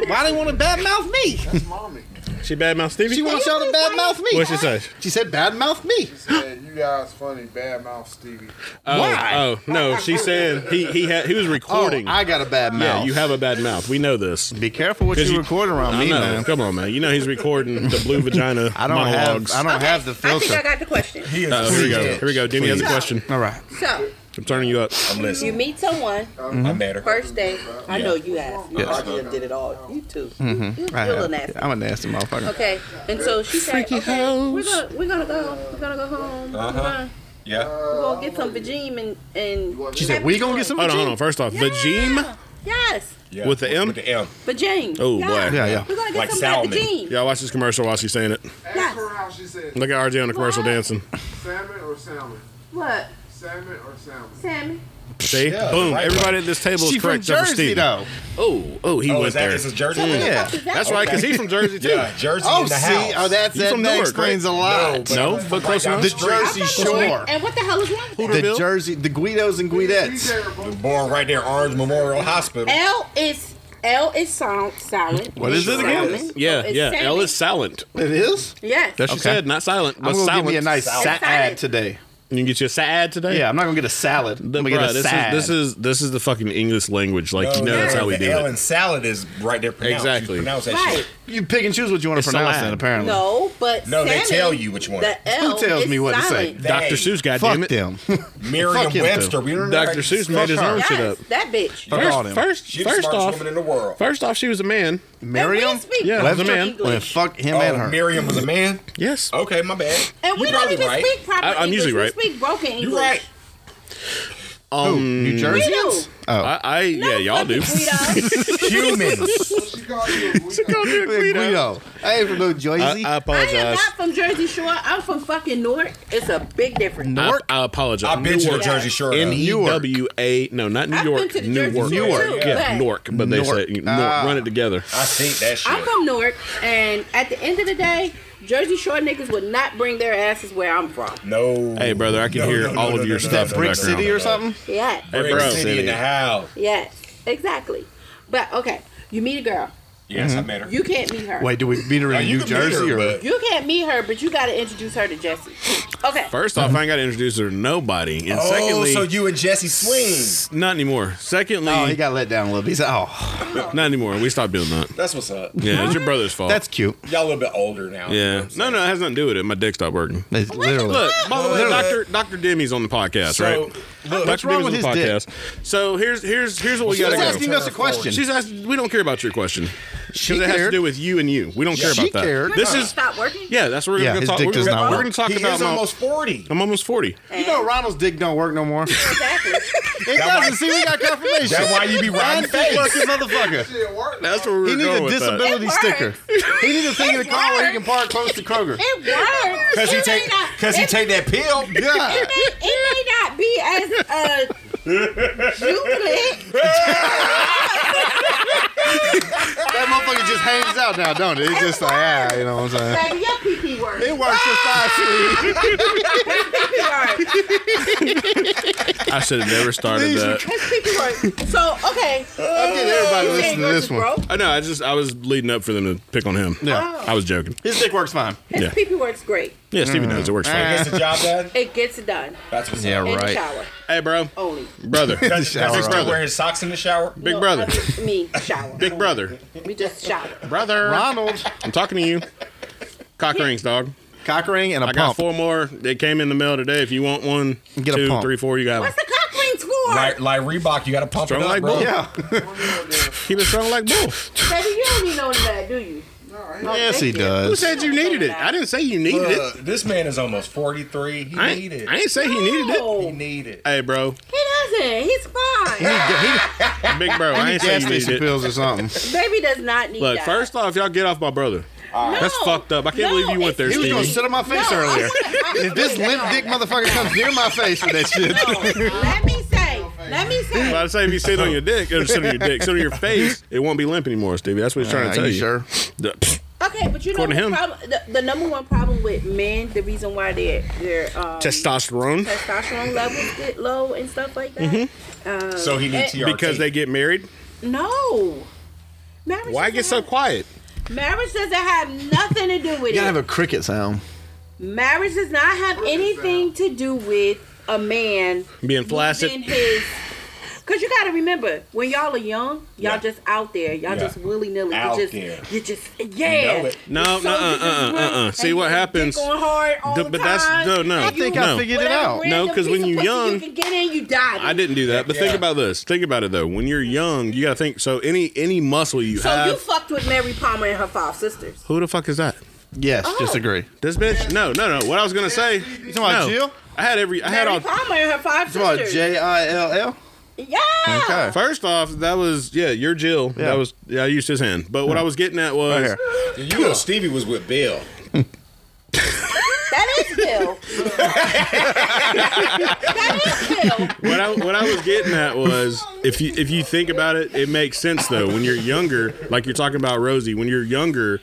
S3: why they want to badmouth me?
S4: Mommy
S1: She badmouth Stevie.
S3: She wants y'all to badmouth me.
S1: What'd she say?
S3: She said badmouth me.
S4: said, "You guys funny, bad mouth Stevie."
S1: Oh,
S3: Why?
S1: Oh no, she said he he had he was
S3: Oh,
S1: recording.
S3: I got a bad mouth.
S1: yeah, you have a bad mouth. We know this.
S3: Be careful what
S1: 'Cause
S3: you,
S1: you-
S3: record around
S1: I
S3: me,
S1: know.
S3: man.
S1: Come on, man. You know he's recording the blue vagina
S3: I don't
S1: monologues.
S3: have. I don't have the
S8: I think I
S3: filter.
S8: got the question.
S5: He is
S1: Oh, here we go.
S5: pleased.
S1: Here we go. Demi has a
S3: Please.
S1: question.
S3: All right.
S8: So,
S1: I'm turning you up.
S5: I'm listening.
S8: you meet someone,
S5: I met her.
S8: first date. I know you asked. You
S3: Yes.
S8: probably done did it all. You too. You,
S3: Mm-hmm. I
S8: you're a little
S3: have.
S8: nasty.
S3: I'm a nasty motherfucker.
S8: Okay, and so she said, okay, we're gonna, we're gonna go. We're gonna go home. We're gonna-
S5: Yeah.
S8: We're gonna get some vagine and. and
S3: She said we gonna get some.
S1: Hold on, hold
S3: vagina?
S1: on. First off, Vagim.
S8: Yes.
S5: yeah.
S1: With the M?
S5: With the M.
S8: Vagine.
S1: Oh,
S8: yeah.
S1: boy.
S3: Yeah, yeah.
S8: We're gonna get
S5: Like
S8: some
S5: salmon.
S8: vagine.
S1: Y'all watch this commercial while she's saying it.
S4: Ask her how she said
S1: Look at RJ on the commercial dancing.
S4: salmon or salmon,
S8: What?
S4: salmon or salmon.
S8: Salmon.
S1: See?
S5: Yeah,
S1: Boom.
S5: right.
S1: Everybody at this table is
S3: She from
S1: correct. except for
S3: Jersey
S1: Steve.
S3: though.
S1: Oh, oh, he
S5: Oh,
S1: went
S5: is that
S1: there.
S5: is this Jersey?
S3: Yeah.
S8: What the fuck is that?
S1: That's right, because he's from Jersey too.
S5: Yeah. Jersey
S3: Oh,
S5: in the
S3: see,
S5: house.
S3: oh, that's
S1: You
S3: that,
S1: from
S3: that
S1: Newark,
S3: explains a lot.
S1: No, but close
S5: down
S1: enough.
S3: the
S5: street.
S3: Jersey Shore,
S8: And what the hell is wrong with
S3: the
S8: that?
S1: Hooterville?
S3: Jersey, the Guidos and
S4: He's
S3: Guidettes.
S4: terrible.
S5: Born right there, Orange Memorial Hospital.
S8: L is L is sound silent.
S3: What is it again?
S8: Salmon.
S1: Yeah,
S8: So it's
S1: yeah.
S8: salmon.
S1: L is silent.
S3: It is.
S8: Yes.
S1: That's what she
S3: Okay.
S1: said, not silent. But
S3: I'm gonna
S1: silent.
S3: give me a nice
S5: Salad.
S3: sad
S8: Salad.
S3: today.
S1: You can get you a sad today.
S3: Yeah, I'm not gonna get a salad. I'm
S1: The,
S3: gonna get
S1: bruh,
S3: a
S1: this
S3: sad.
S1: is this is this is the fucking English language. Like you know, that's how we
S5: Oh, the
S1: do
S5: L
S1: it.
S5: and salad is right there pronounced.
S1: Exactly.
S5: You pronounce that
S8: right.
S5: shit.
S3: you pick and choose what you want
S1: It's
S3: to pronounce.
S1: salad.
S3: Then apparently,
S8: No, but
S5: No, they
S8: salmon,
S5: tell you which one.
S8: The L
S3: tells
S8: is
S3: me what to say?
S8: silent.
S1: Dr.
S5: Hey,
S1: Seuss, goddamn
S3: fuck
S1: it.
S3: them.
S5: Merriam
S3: Fuck him,
S5: Webster.
S3: though.
S5: We don't know.
S1: Dr. Seuss made his own
S8: Yes,
S1: shit up.
S8: that bitch.
S3: Fuck all them.
S1: First, first,
S5: She's the
S1: first
S5: smartest
S1: off,
S5: woman in the world.
S1: first off, she was a man.
S3: Miriam.
S8: And we speak
S1: Yeah, it was a
S8: proper
S1: man.
S8: English.
S3: Well, then fuck him and
S5: Oh,
S3: her.
S5: Miriam was a man.
S1: Yes.
S5: Okay, my bad.
S8: And we
S5: you
S8: don't
S5: probably
S8: even
S5: right.
S8: speak proper
S1: I- I'm
S8: English.
S1: usually
S8: we
S1: right.
S8: speak broken English.
S5: You're right.
S3: Who? Oh, New
S8: We
S3: Jersey.
S8: do.
S1: I, I yeah, y'all do.
S8: Guido.
S5: Humans.
S4: She called you a weirdo.
S3: Big Guido. I ain't from New
S1: I,
S3: Jersey.
S1: I
S8: I am
S1: apologize.
S8: not from Jersey Shore. I'm from fucking Newark. It's a big difference.
S1: I, I apologize.
S5: I've been to the
S1: Newark.
S5: Jersey Shore.
S1: N
S5: though.
S1: E W A. No, not New
S8: I've been
S1: York.
S8: to the
S1: Newark.
S8: Jersey Shore,
S5: Newark,
S8: too,
S5: yeah.
S8: but-
S1: Newark, but they
S3: Newark.
S1: say Newark,
S3: Ah.
S1: run it together.
S5: I think that shit.
S8: I'm from Newark, and at the end of the day, Jersey Shore niggas would not bring their asses where I'm from.
S5: no.
S1: Hey, brother, I can
S5: No,
S1: hear
S5: no, no,
S1: all
S5: no,
S1: of
S5: no,
S1: your
S5: no,
S1: stuff.
S5: no,
S1: in the
S3: Brick
S1: background.
S3: City or something.
S8: Yeah.
S1: Hey,
S5: Brick
S1: bro.
S5: City in the house.
S8: Yes. Exactly. But okay, you meet a girl.
S5: Yes,
S1: Mm-hmm.
S5: I met her.
S8: You can't meet her.
S3: Wait, do we meet her
S5: Now,
S3: in
S5: you
S3: New
S5: can meet her,
S3: Jersey or?
S5: but-
S8: You can't meet her, but you got to introduce her to Jesse. Okay.
S1: First off, I ain't got to introduce her to nobody, and
S5: Oh,
S1: secondly,
S5: so you and Jesse swing.
S1: not anymore. Secondly,
S3: Oh, he got let down a little bit. He said, "Oh,
S1: not anymore. We stopped doing that.
S5: That's what's up.
S1: Yeah, it's your brother's fault.
S3: that's cute."
S5: Y'all a little bit older now. you know what
S1: yeah.
S5: I'm
S1: No,
S5: saying?
S1: no, it has nothing to do with it. My dick stopped working.
S3: It's literally.
S1: Look, by the way, Doctor
S5: Literally.
S1: Doctor Demi's on the podcast,
S5: So,
S1: right?
S5: look,
S1: Dr.
S3: wrong
S1: Demi's
S3: with
S1: on the
S3: his
S1: podcast. So here's here's here's what we
S3: She
S1: got
S3: was
S1: to go.
S3: asking us a question.
S1: She's asked. We don't care about your question
S3: She
S1: because it has to
S3: cared.
S1: do with you and you. We don't care
S3: She
S1: about that.
S3: cared.
S1: This
S8: Remember,
S1: is
S8: stop working.
S1: yeah. That's what we're
S3: Yeah,
S1: gonna
S3: his
S1: talk.
S3: dick
S1: we're
S3: does
S1: gonna,
S3: not
S1: we're
S3: work.
S1: gonna talk
S5: He
S1: about.
S5: is
S1: my-
S5: almost 40.
S1: I'm almost forty.
S3: You know, Ronald's dick don't work no more. it
S8: Exactly.
S3: doesn't. See, we got confirmation.
S5: That's why you be riding
S3: Dick
S5: face.
S3: working motherfucker.
S4: It worked.
S1: That's where we're
S3: He needs
S1: going
S3: a
S1: with that.
S3: disability
S8: It
S3: sticker. He needs a thing in the
S8: It
S3: car where he can
S8: works.
S3: park close to Kroger.
S8: It works.
S5: Cause he
S8: It
S5: take,
S8: may not-
S5: cause he
S8: it-
S5: take that pill.
S3: Yeah.
S8: It may, it may not be uh, as uh, jubilant.
S3: That motherfucker just hangs out now, don't it? It's just like, ah, you know what I'm saying?
S8: Baby, your PP works.
S3: It works for five feet.
S8: right.
S1: I should have never started that.
S8: Let's pick your word. So okay.
S3: I get everybody
S8: You
S3: listening
S8: ain't
S3: to this
S8: versus
S3: one.
S8: Bro.
S1: I know. I just I was leading up for them to pick on him.
S3: Yeah.
S1: I was joking.
S3: His dick works fine.
S8: His
S1: Yeah.
S8: PP work's great.
S1: Yeah, Stevie knows it works fine.
S5: Gets the job done.
S8: It gets it done.
S5: That's what's
S3: Yeah,
S5: up.
S8: In the
S3: right.
S8: shower
S1: Hey, bro,
S8: only.
S1: brother,
S3: The
S5: Does he
S3: shower
S5: still
S3: on.
S5: wear his socks in the shower?
S1: big
S8: No,
S1: brother,
S8: I just- me shower.
S1: big brother,
S8: We just shower.
S1: brother.
S3: Ronald.
S1: I'm talking to you. Cock rings, dog.
S3: Cock ring and a
S1: I got
S3: pump.
S1: four more. They came in the mail today. If you want one,
S3: Get a
S1: two,
S3: pump.
S1: three, four, you got one.
S8: What's the cock ring score?
S5: Like, like Reebok, you gotta pump
S1: Strong
S5: it up,
S1: like
S5: bro.
S1: bull.
S3: Yeah.
S1: Keep it strong like bull.
S8: Baby, you don't need none of that, do you? No,
S3: Yes,
S8: thank
S3: he
S8: you.
S1: Who
S3: does.
S1: said you needed it? I didn't say you needed it.
S5: Uh, this man is almost 43. He
S1: I ain't,
S5: needed.
S1: I ain't say he needed it.
S8: No,
S5: He needed.
S1: Hey, bro,
S8: he doesn't. He's fine.
S1: big bro. I ain't say
S3: Gas
S1: you
S3: station
S1: needed it.
S3: pills or something.
S8: Baby does not need
S1: Look,
S8: that.
S1: first off, y'all get off my brother.
S8: No,
S1: That's fucked up. I can't
S8: no,
S1: believe you went there,
S3: He was
S1: Stevie.
S3: gonna sit on my face
S8: No, I
S3: earlier.
S8: wanna- I-
S3: If this limp dick motherfucker comes near my face with that shit,
S8: No, let me say. Let me
S1: But
S8: say.
S1: I'd say if you sit on your dick, or sit on your dick, sit on your face, it won't be limp anymore, Stevie. That's what he's trying
S3: Uh,
S1: to tell
S3: you
S1: you.
S3: sure?
S1: The- pfft,
S8: Okay, but you know
S1: According to
S8: the,
S1: him.
S8: problem, the, the number one problem with men, the reason why they're they're um,
S1: testosterone
S8: testosterone levels get low and stuff like that.
S3: Mm-hmm.
S8: Uh,
S5: So he needs TRT.
S1: because they get married.
S8: No, marriage.
S1: Why get so
S8: doesn't
S1: quiet?
S8: have- Marriage doesn't have nothing to do with
S3: you
S8: it.
S3: gotta have a cricket sound.
S8: marriage does not have anything to do with a man
S1: Being flaccid.
S8: losing his. Cause you gotta remember, when y'all are young, y'all
S5: Yeah.
S8: just out there, y'all
S5: Yeah.
S8: just willy nilly, you
S5: Out
S8: just,
S5: there.
S8: you just, yeah.
S5: know it.
S1: No,
S8: You're so
S1: no, uh,
S8: just
S1: uh, uh,
S8: running
S1: uh, uh.
S8: and
S1: See what
S8: you're
S1: happens-
S8: Going hard all
S1: D-
S8: the
S1: but that's-
S8: time,
S1: no, no.
S8: and
S1: I
S3: think
S8: you-
S3: I figured it
S8: whatever
S3: out.
S8: random
S1: No, 'cause
S8: piece
S1: when
S8: of
S1: you
S8: pussy
S1: young-
S8: you can get in, you die.
S1: I didn't do that, but think
S5: Yeah.
S1: about this. Think about it though. When you're young, you gotta think. So any any muscle you
S8: So you
S1: have,
S8: fucked with Mary Palmer and her five sisters.
S1: who the fuck is that?
S3: Yes,
S8: Oh.
S3: disagree.
S1: This bitch? No, no, no. What I was gonna say? You
S3: talking about
S1: no.
S3: Jill?
S1: I had every. I had
S8: Mary
S1: all.
S8: Palmer and her five
S3: Come on,
S8: sisters.
S3: J I L L.
S8: yeah.
S3: Okay.
S1: First off, that was yeah. You're Jill.
S3: Yeah.
S1: That was yeah. I used his hand, but what I was getting at
S3: Right
S1: was
S3: here.
S5: You know, Stevie was with Bill.
S8: That is Bill. that is Bill.
S1: what I what I was getting at was if you if you think about it, it makes sense though. When you're younger, like you're talking about Rosie, when you're younger,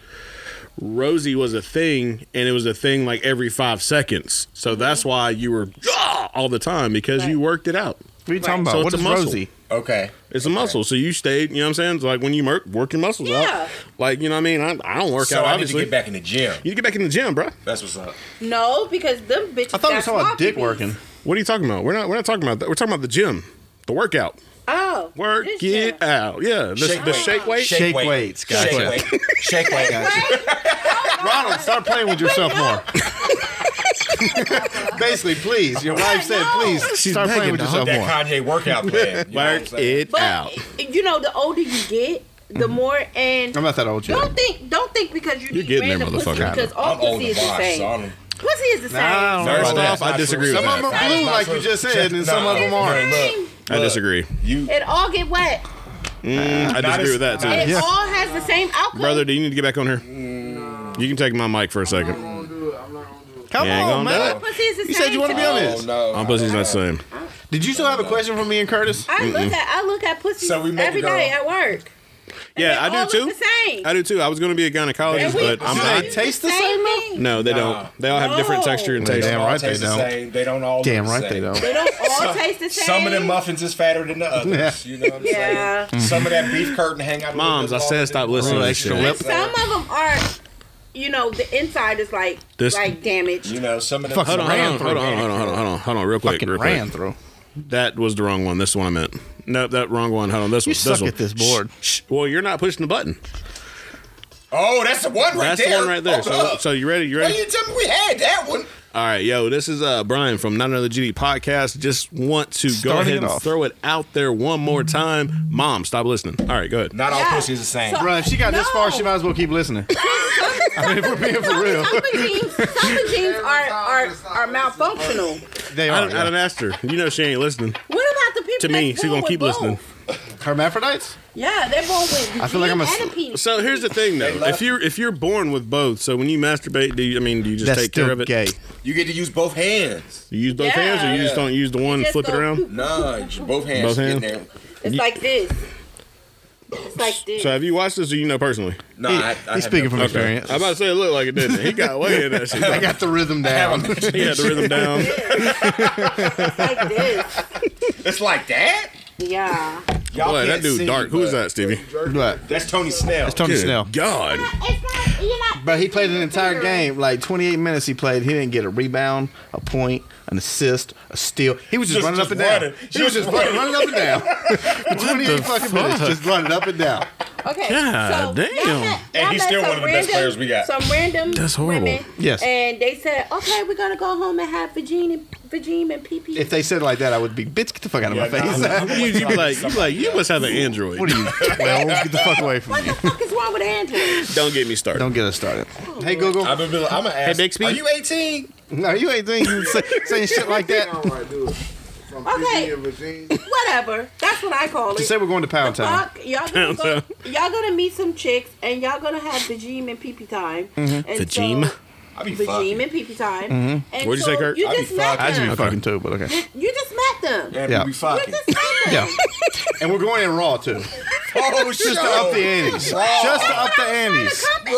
S1: Rosie was a thing, and it was a thing like every five seconds. So that's why you were "Ah!" all the time because you worked it out.
S3: What are you talking
S1: Right.
S3: about?
S1: So it's
S3: what
S1: a
S3: is
S1: muscle.
S3: Rosie?
S5: Okay.
S1: It's a muscle, so you stayed. You know what I'm saying? It's like when you work, work your muscles
S8: Yeah.
S1: out. Like you know what I mean? I, I don't work
S5: So
S1: out.
S5: I need to
S1: obviously,
S5: get back in the
S1: you
S5: gym.
S1: need to get back in the gym, bro.
S5: That's what's up.
S8: No, because them bitches.
S3: I thought we were
S8: got
S3: talking about
S8: sloppy
S3: dick
S8: bees.
S3: working.
S1: What are you talking about? We're not. We're not talking about that. We're talking about the gym, the workout.
S8: Oh,
S1: Work
S8: this
S1: it
S8: shit.
S1: out. Yeah, the shake, the
S5: weight.
S1: shake weight.
S3: Shake weights, gotcha.
S5: Shake weight. Shake weight.
S3: Ronald, start playing with yourself more. Basically, please. Your wife said, please
S1: She's
S3: start
S1: begging,
S3: playing with
S1: dog.
S3: yourself more.
S5: That Kanye workout plan. You know what I'm
S1: Work
S5: saying?
S1: it
S8: But
S1: out.
S8: you know, the older you get, the more and
S3: Mm-hmm. I'm not that old yet.
S8: don't think don't think because you
S1: You're
S8: need
S1: getting there,
S8: random pussy
S1: motherfucker.
S8: because all
S5: I'm old
S8: pussy
S5: and
S8: is the
S5: washed, so I
S8: same.
S5: don't
S8: Pussy is the same.
S3: Nah, I don't
S1: First
S3: know about
S1: off, I disagree with
S3: Some of
S1: that.
S3: them uh, are blue,
S5: That's
S3: like
S5: not
S3: you
S5: true.
S3: just said, and
S5: Check-
S3: some
S5: nah.
S3: of them aren't.
S5: Look,
S1: I disagree.
S5: you
S8: It all get wet.
S1: I disagree
S5: as-
S1: with that too.
S8: It
S3: Uh, Yeah.
S8: all has the same outcome.
S1: Brother, do you need to get back on her? You can take my mic for a second.
S3: Come
S1: You ain't gonna
S3: on, man.
S1: do
S8: Pussy is the
S3: You
S8: same.
S3: said you want to be on
S5: Oh
S3: this.
S5: no.
S1: My pussy's not the same.
S3: Did you still have a question for me and Curtis?
S8: I look at I look at pussy
S5: So we
S8: every
S5: met
S8: day
S5: the girl.
S8: at work.
S1: Yeah, I
S8: all
S1: do too.
S8: Look the same.
S1: I do too. I was going to be a gynecologist,
S8: And we-
S1: but I'm
S3: Do they
S1: not.
S8: do
S3: taste the same, though?
S8: thing.
S1: No, they don't. They all have different
S8: No.
S1: texture and
S3: They
S1: taste.
S3: Damn
S5: All
S3: right they
S5: taste the
S3: don't.
S5: same. They don't all.
S3: Damn
S5: look the
S3: right they
S5: same.
S3: don't.
S8: They don't all taste the same.
S5: Some of them muffins is fatter than the others. You know what I'm
S8: Yeah.
S5: saying? Some of that beef curtain hang out. a little
S1: Moms,
S5: bit
S1: I
S5: longer
S1: said stop
S5: than-
S1: listening to this
S3: Extra
S1: shit.
S3: lip.
S8: Some of them are, you know, the inside is like
S1: This-
S8: like damaged.
S5: You know, some of them.
S3: Fuck,
S1: Hold on, hold
S3: Ran
S1: on,
S3: through
S1: hold on, hold on, hold on, hold on, hold on, real quick,
S3: Fucking
S1: real
S3: ran
S1: quick.
S3: through.
S1: That was the wrong one. This is the one I meant. Nope, that wrong one. Hold on, this
S3: You
S1: one.
S3: suck
S1: one.
S3: at this board.
S1: Shh, shh. Well, you're not pushing the button.
S5: Oh, that's the one right
S1: That's
S5: there.
S1: the one right there.
S5: Hold
S1: So,
S5: up.
S1: so you ready? You
S5: Why
S1: ready?
S5: you tell me we had that one?
S1: All right, yo, this is uh Brian from Not Another GD Podcast. Just want to go
S3: Starting
S1: ahead
S3: it
S1: and
S3: off.
S1: throw it out there one more time. Mom, stop listening. All right, go ahead.
S5: Not all
S8: Yeah.
S5: pussy is the same.
S8: So-
S3: Bro, if she got this far, she
S8: No.
S3: might as well keep listening. I mean, if we're being for real,
S8: Some jeans, some jeans are are are malfunctional.
S3: they
S1: I
S3: are.
S1: done, I done
S3: yeah.
S1: asked her. You know she ain't listening
S8: What about the
S1: to
S8: people
S1: me.
S8: that's
S1: She
S8: born
S1: gonna
S8: with
S1: keep
S8: both?
S1: listening.
S3: Hermaphrodites?
S8: Yeah, they're born with.
S3: I feel like I'm a-
S8: and penis.
S1: So here's the thing, though.
S5: love-
S1: If you're if you're born with both, so when you masturbate, do you, I mean, do you just
S3: That's
S1: take care
S3: still
S1: of it?
S3: gay.
S5: You get to use both hands.
S1: Do you use both
S8: Yeah.
S1: hands, or you just don't use the one,
S8: Just
S1: flip it
S8: go-
S1: around?
S5: Nah, you- both hands.
S1: Both
S5: Both
S1: hands?
S5: hands. There.
S8: It's like this. It's like this.
S1: So have you watched this or you know personally?
S5: No,
S3: He-
S5: I, I
S3: he's
S5: have
S3: speaking
S5: no-
S3: from experience.
S1: I about to say it looked like it didn't. it? He got way in that shit.
S3: I got the rhythm down.
S1: He had the rhythm down.
S8: It's like this.
S5: It's like that.
S8: Yeah.
S5: Y'all
S1: Boy, that
S5: can't
S1: dude
S5: see,
S1: dark. Who
S5: but
S1: is that, Stevie?
S3: Right.
S5: That's Tony Snell.
S3: That's Tony
S1: Good
S3: Snell.
S1: God.
S9: It's not, you're not.
S3: But he played an entire game, like 28 minutes. He played. He didn't get a rebound, a point, an assist, a steal. He was just,
S5: Just-
S3: running
S5: just
S3: up and
S5: running.
S3: down. He was just running, running up and down. For 28 fucking minutes, just running up and down.
S8: Okay.
S1: God
S8: so
S1: damn.
S8: y'all met-
S5: And
S8: y'all
S5: he's
S8: met
S5: still
S8: some
S5: one of the best
S8: random-
S5: players we got.
S8: Some random
S1: That's horrible.
S8: women,
S3: Yes.
S8: And they said, okay, we're gonna go home and have Virginia, Virginia and PP.
S3: If they said it like that, I would be bitch. Get the fuck out of my face.
S1: You, you be like, you be like, you must have an Android.
S3: what are you? Well, get the fuck away from
S8: what
S3: me.
S8: the fuck is wrong with Andrew?
S1: Don't get me started.
S3: Don't get us started. Hey Google,
S5: I'm gonna, be like, I'm gonna ask.
S1: Bixby?
S5: Are you 18?
S3: no, you ain't doing you say, saying shit like that.
S4: All right, dude. From
S8: Okay.
S4: okay. and Virginia.
S8: Whatever. That's what I call it.
S3: Just say we're going to Pound Town.
S8: Fuck, y'all gonna go, y'all gonna meet some chicks and y'all gonna have Vajim and PP time.
S3: Mm-hmm.
S8: And
S1: Vajim?
S8: So,
S5: I be
S8: Vajim
S5: fucking.
S8: and PP time. And
S1: What'd you
S8: so
S1: say, Kurt?
S8: You
S5: I be
S8: just met
S5: fucking. I
S3: I should be
S8: them.
S3: fucking too, but okay.
S8: You just met them.
S5: And
S3: Yeah.
S5: we be
S8: You
S5: fucking.
S8: just met them.
S3: Yeah. And we're going in raw too.
S5: Oh, shit.
S3: Just to up the antes. Just to up the antes.
S5: Bro.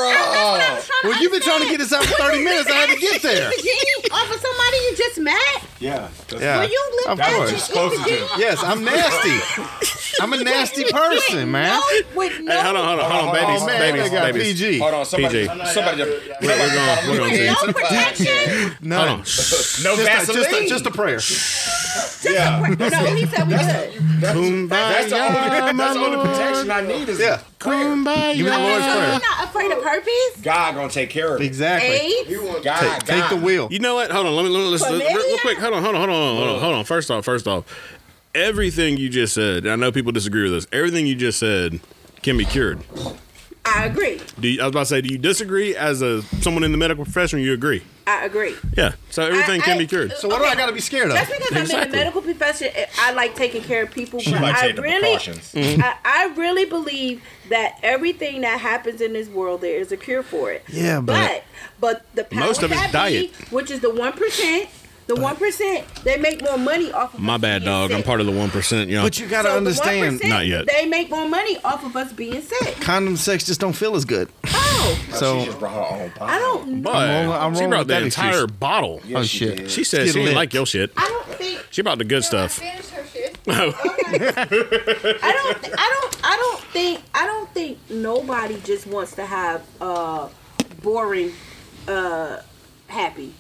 S3: Well, you've been trying to get this out for 30 minutes. I had to get there.
S8: Vajim off of somebody you just met?
S5: Yeah. that's-
S3: Yeah.
S8: Well, you live
S3: Of
S8: out
S3: course.
S8: in
S5: Supposed to do.
S3: Yes, I'm nasty. I'm a nasty person, man.
S8: No, with no,
S1: Hey, hold on, hold on, hold on, babies,
S3: Oh man,
S1: babies,
S3: they got
S1: babies.
S3: PG.
S5: Hold on, somebody,
S1: PG.
S5: somebody,
S1: We're, we're going, we're going
S8: no
S1: to.
S8: protection.
S3: No,
S1: Hold on. Shh.
S5: no
S3: just, a,
S5: Vaseline.
S3: just, a, just a prayer.
S8: no, he said we good.
S5: that's, the only, that's the only
S1: Kumbaya,
S5: protection I need is
S3: Yeah, give me the Lord's
S1: Kumbaya.
S3: prayer.
S8: You're not afraid of herpes,
S5: God gonna take care of it.
S3: Exactly.
S8: AIDS.
S5: God,
S3: Take, take
S5: God.
S3: the wheel.
S1: You know what? Hold on. Let me let me let's, let- real, real quick. Hold on. Hold on. Hold on. Hold on. Hold on. First off, first off, everything you just said. and I know people disagree with this. Everything you just said can be cured.
S8: I agree.
S1: Do you, I was about to say, do you disagree as a someone in the medical profession? You agree?
S8: I agree.
S1: Yeah. So everything
S8: I-
S1: can
S8: I-
S1: be cured.
S3: So what do I got to be scared of?
S8: That's because I'm in
S1: Exactly.
S8: the medical profession. and I like taking care of people.
S5: She
S8: but
S5: might
S8: I
S5: take the
S8: really,
S5: precautions.
S3: Mm-hmm.
S8: I, I really believe that everything that happens in this world, there is a cure for it.
S3: Yeah, but-
S8: but but, the powers
S1: Most of it's
S8: that be,
S1: diet.
S8: which is the one percent. The one percent they make more money off. of
S1: My
S8: us
S1: bad,
S8: being
S1: dog. I'm
S8: sick.
S1: part of the one percent, y'all.
S3: But you got to
S8: So the
S3: understand,
S8: 1%,
S1: Not yet.
S8: They make more money off of us being sick.
S3: condom sex just don't feel as good.
S8: Oh,
S5: She
S3: So,
S5: just brought her own
S8: I
S5: pot.
S8: don't.
S1: But
S3: I'm wrong- I'm
S1: she
S3: wrong
S1: brought
S3: with
S1: the
S3: that
S1: entire
S3: excuse.
S1: bottle.
S3: oh shit.
S1: She said
S3: Get
S1: she didn't
S3: lit.
S1: like your shit.
S8: I don't think.
S1: She brought the good stuff.
S9: Finish her shit.
S8: I don't. I don't. I don't think. I don't think nobody just wants to have uh boring, uh happy.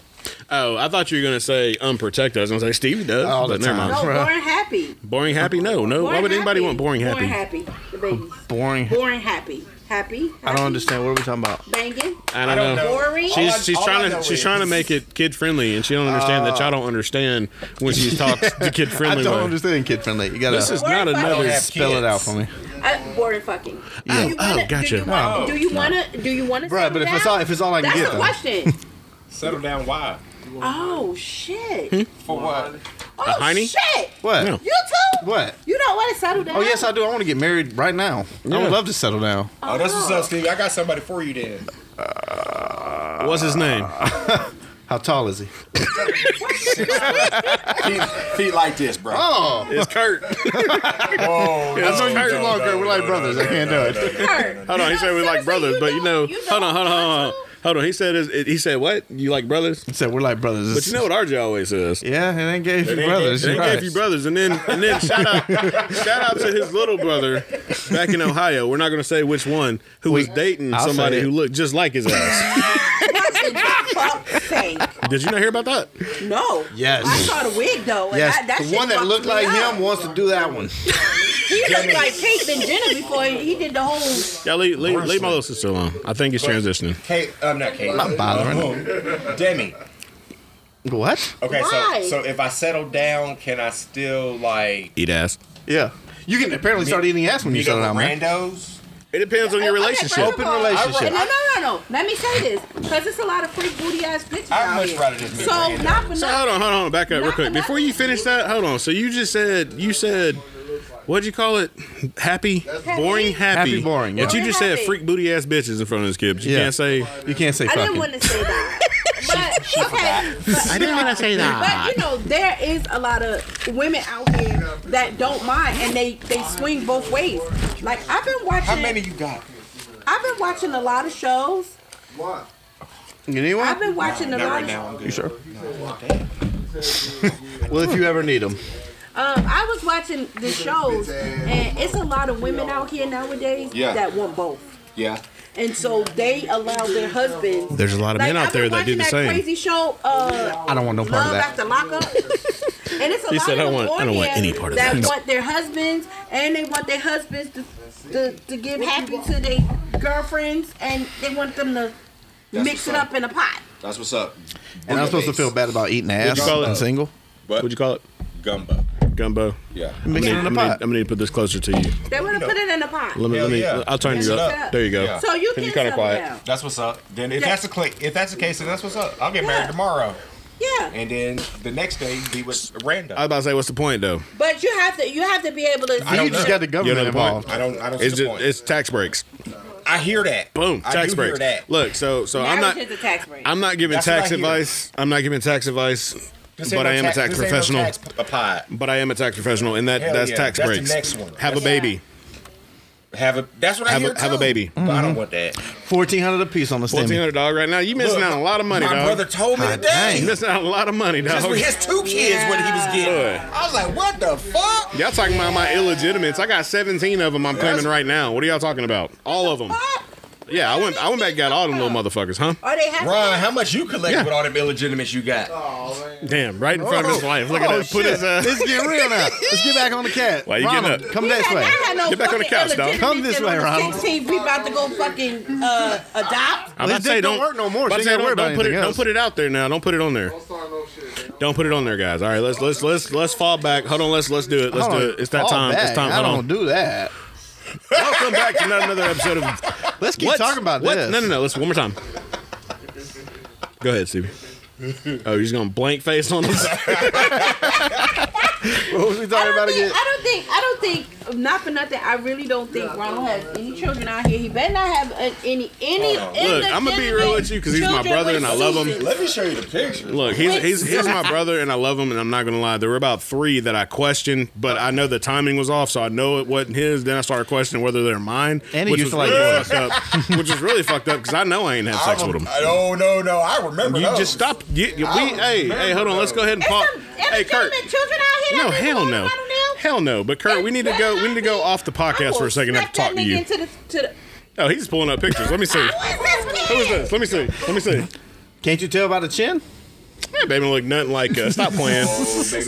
S1: Oh, I thought you were gonna say unprotected. I was gonna say Stevie does.
S3: All the
S1: but never
S3: time.
S1: mind.
S8: No,
S3: Bruh.
S8: boring happy.
S1: Boring happy? No, no.
S8: Boring
S1: Why would anybody
S8: happy.
S1: want boring happy?
S8: Boring happy. The babies.
S3: Boring.
S8: Boring happy. Happy.
S3: I
S8: happy,
S3: don't understand. What are we talking about?
S8: Banging.
S1: I don't, know.
S8: Boring.
S1: She's
S5: All I-
S1: she's
S5: all I
S1: trying
S5: know
S1: to she's
S5: is-
S1: trying to make it kid friendly, and she don't understand that y'all don't understand when she talks the kid
S3: Uh, I
S1: friendly
S3: don't
S1: way.
S3: understand kid friendly. You got
S1: This is
S3: to
S1: not
S8: Boring fucking.
S1: another.
S5: have
S3: spell it out for me.
S8: I, Uh, boring fucking.
S3: Yeah.
S8: Do you
S1: Oh,
S8: wanna,
S1: gotcha.
S8: Do you, wanna, do you wanna? Do you wanna?
S3: Bruh, but if
S8: settle
S3: it's all-
S8: down?
S3: if it's all I can
S8: That's
S3: get,
S8: a
S3: though. Hmm?
S8: question.
S5: Settle down. Why?
S8: oh
S1: Hmm?
S8: shit.
S5: For what?
S8: Oh
S1: hiney?
S8: shit.
S3: What?
S1: No.
S8: You too.
S3: What?
S8: You don't want to settle down.
S3: Oh yes, I do. I want to get married right now. I
S1: Yeah.
S3: would love to settle down.
S5: Oh, that's what's up, Steve. I got somebody for you then.
S1: What's his name?
S3: Uh, How tall is he?
S5: Feet, feet like this, bro.
S3: Oh,
S1: It's Kurt.
S5: Oh,
S1: That's what you
S3: too long, girl. We're like brothers. I can't do it.
S8: Kurt.
S1: Hold on, he said we like brothers, but you know, hold on, hold on, hold on, hold on. He said his, he said what? You like brothers?
S3: He said we're like brothers.
S1: But you know what RJ always says.
S3: Yeah, it ain't gay if you
S5: ain't
S3: brothers.
S1: It ain't
S3: you're
S1: gay
S3: right.
S1: if you brothers, and then and then shout out shout out to his little brother back in Ohio. We're not gonna say which one who was dating
S3: I'll say
S1: somebody
S3: it.
S1: who looked just like his ass.
S8: Fuck's sake.
S1: Did you not hear about that?
S8: No.
S3: Yes.
S8: I saw the wig though. and I-
S3: Yes,
S8: that
S3: the
S8: shit
S3: one that
S8: fucked
S3: looked
S8: me
S3: like
S8: up.
S3: him wants to do that one.
S8: He looked like Kate and Jenner before he, he did the whole.
S1: Yeah, leave, leave, leave my little sister alone. I think he's transitioning.
S5: Kate, I'm not Kate.
S3: Not bothering.
S5: Who? Demi.
S3: What?
S5: Okay,
S8: Why?
S5: so so if I settle down, can I still like
S1: Eat ass.
S3: Yeah, you can apparently start eating ass when you
S5: meet up
S3: settle down, man.
S5: with randos?
S1: It depends on your
S8: Okay,
S1: relationship.
S8: first of
S3: Open
S8: all-
S3: relationship.
S8: No, no, no, no. Let me say this because it's a lot of freak booty ass bitches
S5: I'd
S8: out
S5: much
S8: here.
S5: rather just be
S8: so
S5: random.
S8: not for
S1: So
S8: nothing.
S1: hold on, hold on, hold on, back up real
S8: Not
S1: quick.
S8: another-
S1: Before you finish that, hold on. So you just said you said what'd you call it? Happy, boring, happy,
S3: Happy, boring,
S1: But
S8: yeah.
S1: you just
S8: Boring,
S1: said
S8: happy.
S1: freak booty ass bitches in front of this kid. But you
S3: Yeah.
S1: can't say
S3: You can't say
S8: I didn't
S3: fucking.
S8: want to say that. But okay, but,
S1: I didn't want to say
S8: but you know there is a lot of women out here that don't mind and they they swing both ways. Like I've been watching.
S5: How many you got?
S8: I've been watching a lot of shows.
S4: Why?
S3: Anyone?
S8: I've been watching a
S5: Not
S8: lot.
S5: right
S8: of,
S5: now. I'm
S3: you
S5: good.
S3: sure? well, if you ever need them.
S8: Um, I was watching the shows, and it's a lot of women out here nowadays
S5: Yeah.
S8: that want both.
S5: Yeah.
S8: And so they allow their husbands.
S1: There's a lot of
S8: Like,
S1: men out
S8: I've been
S1: there that do
S8: watching
S1: the
S8: that
S1: same.
S8: Crazy show, uh,
S3: I don't want no part of
S8: Love
S3: that.
S8: After Lockup. and it's a
S1: He
S8: lot
S1: said,
S8: of
S1: "I
S8: them
S1: want-
S8: on
S1: I don't want
S8: there
S1: any part of
S8: that
S1: that."
S8: want their husbands, and they want their husbands to to, to give happy to their girlfriends, and they want them to
S5: That's
S8: mix
S5: what's
S8: it
S5: up.
S8: up in a pot.
S5: That's what's up.
S3: And I'm supposed to
S5: Gumbo
S3: feel bad about eating
S1: What'd
S3: ass
S1: you call it?
S3: and single.
S5: But
S1: What'd you call it?
S5: gumbo.
S1: Gumbo.
S5: Yeah.
S1: I'm
S3: Mix it
S1: gonna,
S3: in a
S1: I'm, gonna,
S3: pot.
S1: I'm gonna need to put this closer to you.
S8: They want to put it in a pot.
S1: Let me.
S5: Hell
S1: let me.
S5: yeah.
S1: I'll turn
S5: Mix
S1: you
S5: it
S1: up.
S5: up.
S1: There you go.
S5: Yeah.
S8: So you
S1: Can
S8: can
S1: you kinda
S8: settle
S1: quiet?
S8: down.
S5: That's what's up. Then if
S8: Yeah.
S5: that's the cl- if that's the case, then that's what's up. I'll get married
S8: Yeah.
S5: tomorrow,
S8: Yeah.
S5: and then the next day be with Randa.
S1: I was about to say, what's the point though?
S8: But you have to you have to be able to
S5: I
S3: You
S5: don't
S3: just
S5: know.
S3: got the
S1: You know
S3: government
S1: the point?
S3: involved.
S5: I don't. I don't see
S1: It's
S5: the
S1: just,
S5: point.
S1: it's tax breaks.
S5: I hear that.
S1: Boom.
S5: I
S1: tax
S5: do
S1: breaks.
S5: Hear that.
S1: Look, so so I'm not.
S8: a tax break.
S1: I'm not giving
S5: That's what
S1: tax
S5: I hear.
S1: advice. I'm not giving tax advice.
S5: This ain't
S1: But
S5: no
S1: I am a tax
S5: this ain't no
S1: professional.
S5: tax p- pod.
S1: But I am a tax professional, and that
S5: Hell
S1: that's
S5: yeah.
S1: tax
S5: That's the
S1: breaks.
S5: next one.
S1: Have a
S8: Yeah.
S1: baby.
S5: Have a. That's what
S1: Have
S5: I
S1: a-
S5: hear.
S1: have a
S5: too.
S1: baby.
S5: But I don't want that.
S3: Fourteen hundred apiece on the
S1: Fourteen
S3: stimmy.
S1: hundred dog right now. You missing
S5: Look,
S1: out on a lot of money,
S5: My
S1: dog.
S5: brother told me
S3: God
S5: today.
S1: you missing out on a lot of money,
S5: Just
S1: dog.
S5: with his two kids, what he was getting.
S1: Look.
S5: I was like, what the fuck?
S1: Y'all talking about my illegitimates? I got seventeen of them. I'm claiming
S5: That's-
S1: right now. What are y'all talking about? All of them. Yeah, I went. I went back and got all them little motherfuckers, huh?
S8: Or they have
S5: Ron, how much you collected
S1: Yeah.
S5: with all them illegitimates you got?
S1: Damn, right in front of his wife. Look at
S3: Oh,
S1: that. Put
S3: shit.
S1: his. Uh,
S3: Let's get real now. Let's get back on the cat.
S1: Why you getting
S3: Ronald,
S1: up?
S3: Come
S8: He
S3: this
S8: had-
S3: way.
S8: I had no
S1: Get back on the
S8: fucking
S1: couch, dog.
S8: illegitimate
S3: Come this
S8: kid
S3: way,
S8: on the
S3: Ronald.
S8: 16th, we about to go fucking uh, adopt.
S1: I'm
S3: Well,
S1: about
S3: his
S1: to say
S3: dick don't
S1: don't
S3: work no more,
S1: about
S3: so
S1: to
S3: you
S1: say
S3: gotta worry
S1: don't,
S3: about
S1: don't put it.
S3: anything
S1: Don't
S3: else.
S1: put it out there now. Don't put it on there.
S4: Don't start no shit, man.
S1: Don't put it on there, guys. All right, let's let's let's let's fall back. Hold on, let's let's do it. Let's
S3: Hold
S1: do
S3: on.
S1: it. It's that
S3: Fall
S1: time. It's
S3: back.
S1: time.
S3: I
S1: Hold
S3: don't
S1: on.
S3: do that.
S1: Welcome back to another episode of
S3: Let's keep
S1: What's-
S3: talking about
S1: what?
S3: this.
S1: No, no, no. Let's one more time. Go ahead, Stevie. Oh, you're just gonna blank face on us.
S3: What was we talking
S8: I don't,
S3: about again?
S8: think, I don't think, I don't think, not for nothing, I really don't think Ronald has any children out here. He better not have uh, any, any,
S1: Look, I'm gonna be real with you because he's my brother and I love him.
S5: Let me show you the picture.
S1: Look, he's, he's he's my brother and I love him and I'm not gonna lie. There were about three that I questioned, but I know the timing was off, so I know it wasn't his. Then I started questioning whether they're mine,
S3: And he
S1: which
S3: used
S1: was
S3: to
S1: really
S3: like
S1: fucked up, which was really fucked up because I know I ain't had sex with him.
S5: Oh no no! I remember.
S1: You
S5: those.
S1: just stop. You, you- we, hey, hey, hold on. Let's go ahead and
S8: It's
S1: pause.
S8: some
S1: Hey, Kurt.
S8: children out here.
S1: No,
S8: that
S1: hell
S8: people
S1: no.
S8: want Ronald now.
S1: Hell no. But Kurt, we need to go. We need to go off the
S8: I
S1: podcast
S8: will
S1: for a second. I have to
S8: smack
S1: talk to
S8: that nigga
S1: you.
S8: into the- to the-
S1: Oh, he's pulling up pictures. Let me see.
S8: Who is this
S1: Who
S8: kid?
S1: is this? Let me see. Let me see. Yeah,
S3: Can't you tell by the chin?
S1: baby, look nothing like. Uh, stop playing.